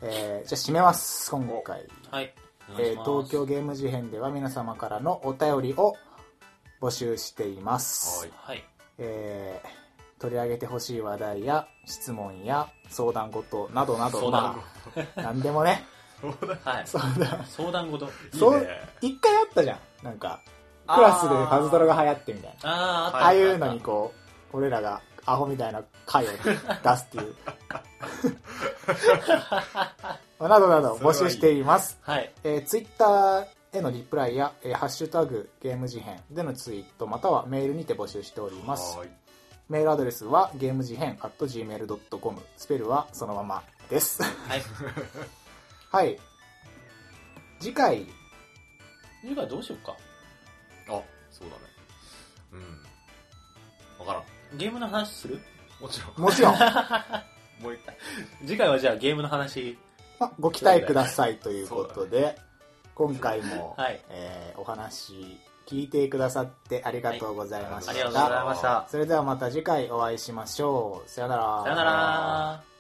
Speaker 1: えーじゃあ締めます今回
Speaker 2: はいお願い
Speaker 1: え
Speaker 2: し
Speaker 1: ー
Speaker 2: ます
Speaker 1: 東京ゲーム事変では皆様からのお便りを募集しています、
Speaker 3: はい
Speaker 2: はい
Speaker 1: えー取り上げてほしい話題や質問や相談事などなど
Speaker 2: 相談事
Speaker 1: まあ何でもね
Speaker 3: そうだ
Speaker 2: はい
Speaker 1: 相談
Speaker 2: 相談事
Speaker 1: そ
Speaker 3: いういね
Speaker 1: 一回あったじゃんなんかクラスでパズドラが流行ってみたいな
Speaker 2: あーあ
Speaker 1: あ
Speaker 2: った
Speaker 1: あいうのにこう俺らがアホみたいな回を出すっていう まあなどなど募集しています
Speaker 2: はい
Speaker 1: えー、ツイッターへのリプライや、えーハッシュタグゲーム事変でのツイートまたはメールにて募集しております
Speaker 3: はい
Speaker 1: メールアドレスはゲーム事変 at gmail.com スペルはそのままです
Speaker 2: はい
Speaker 1: はい次回
Speaker 2: 次回どうしようか
Speaker 3: あそうだねうんわからん
Speaker 2: ゲームの話する
Speaker 3: もちろん
Speaker 1: もちろん、 ま
Speaker 3: もう一回
Speaker 2: 次回はじゃあゲームの話
Speaker 1: あご期待くださいということで、今回も、
Speaker 2: はい
Speaker 1: えーお話聞いてくださってありがとうございました、
Speaker 2: ありがとうございました
Speaker 1: それではまた次回お会いしましょうさよなら
Speaker 2: さよなら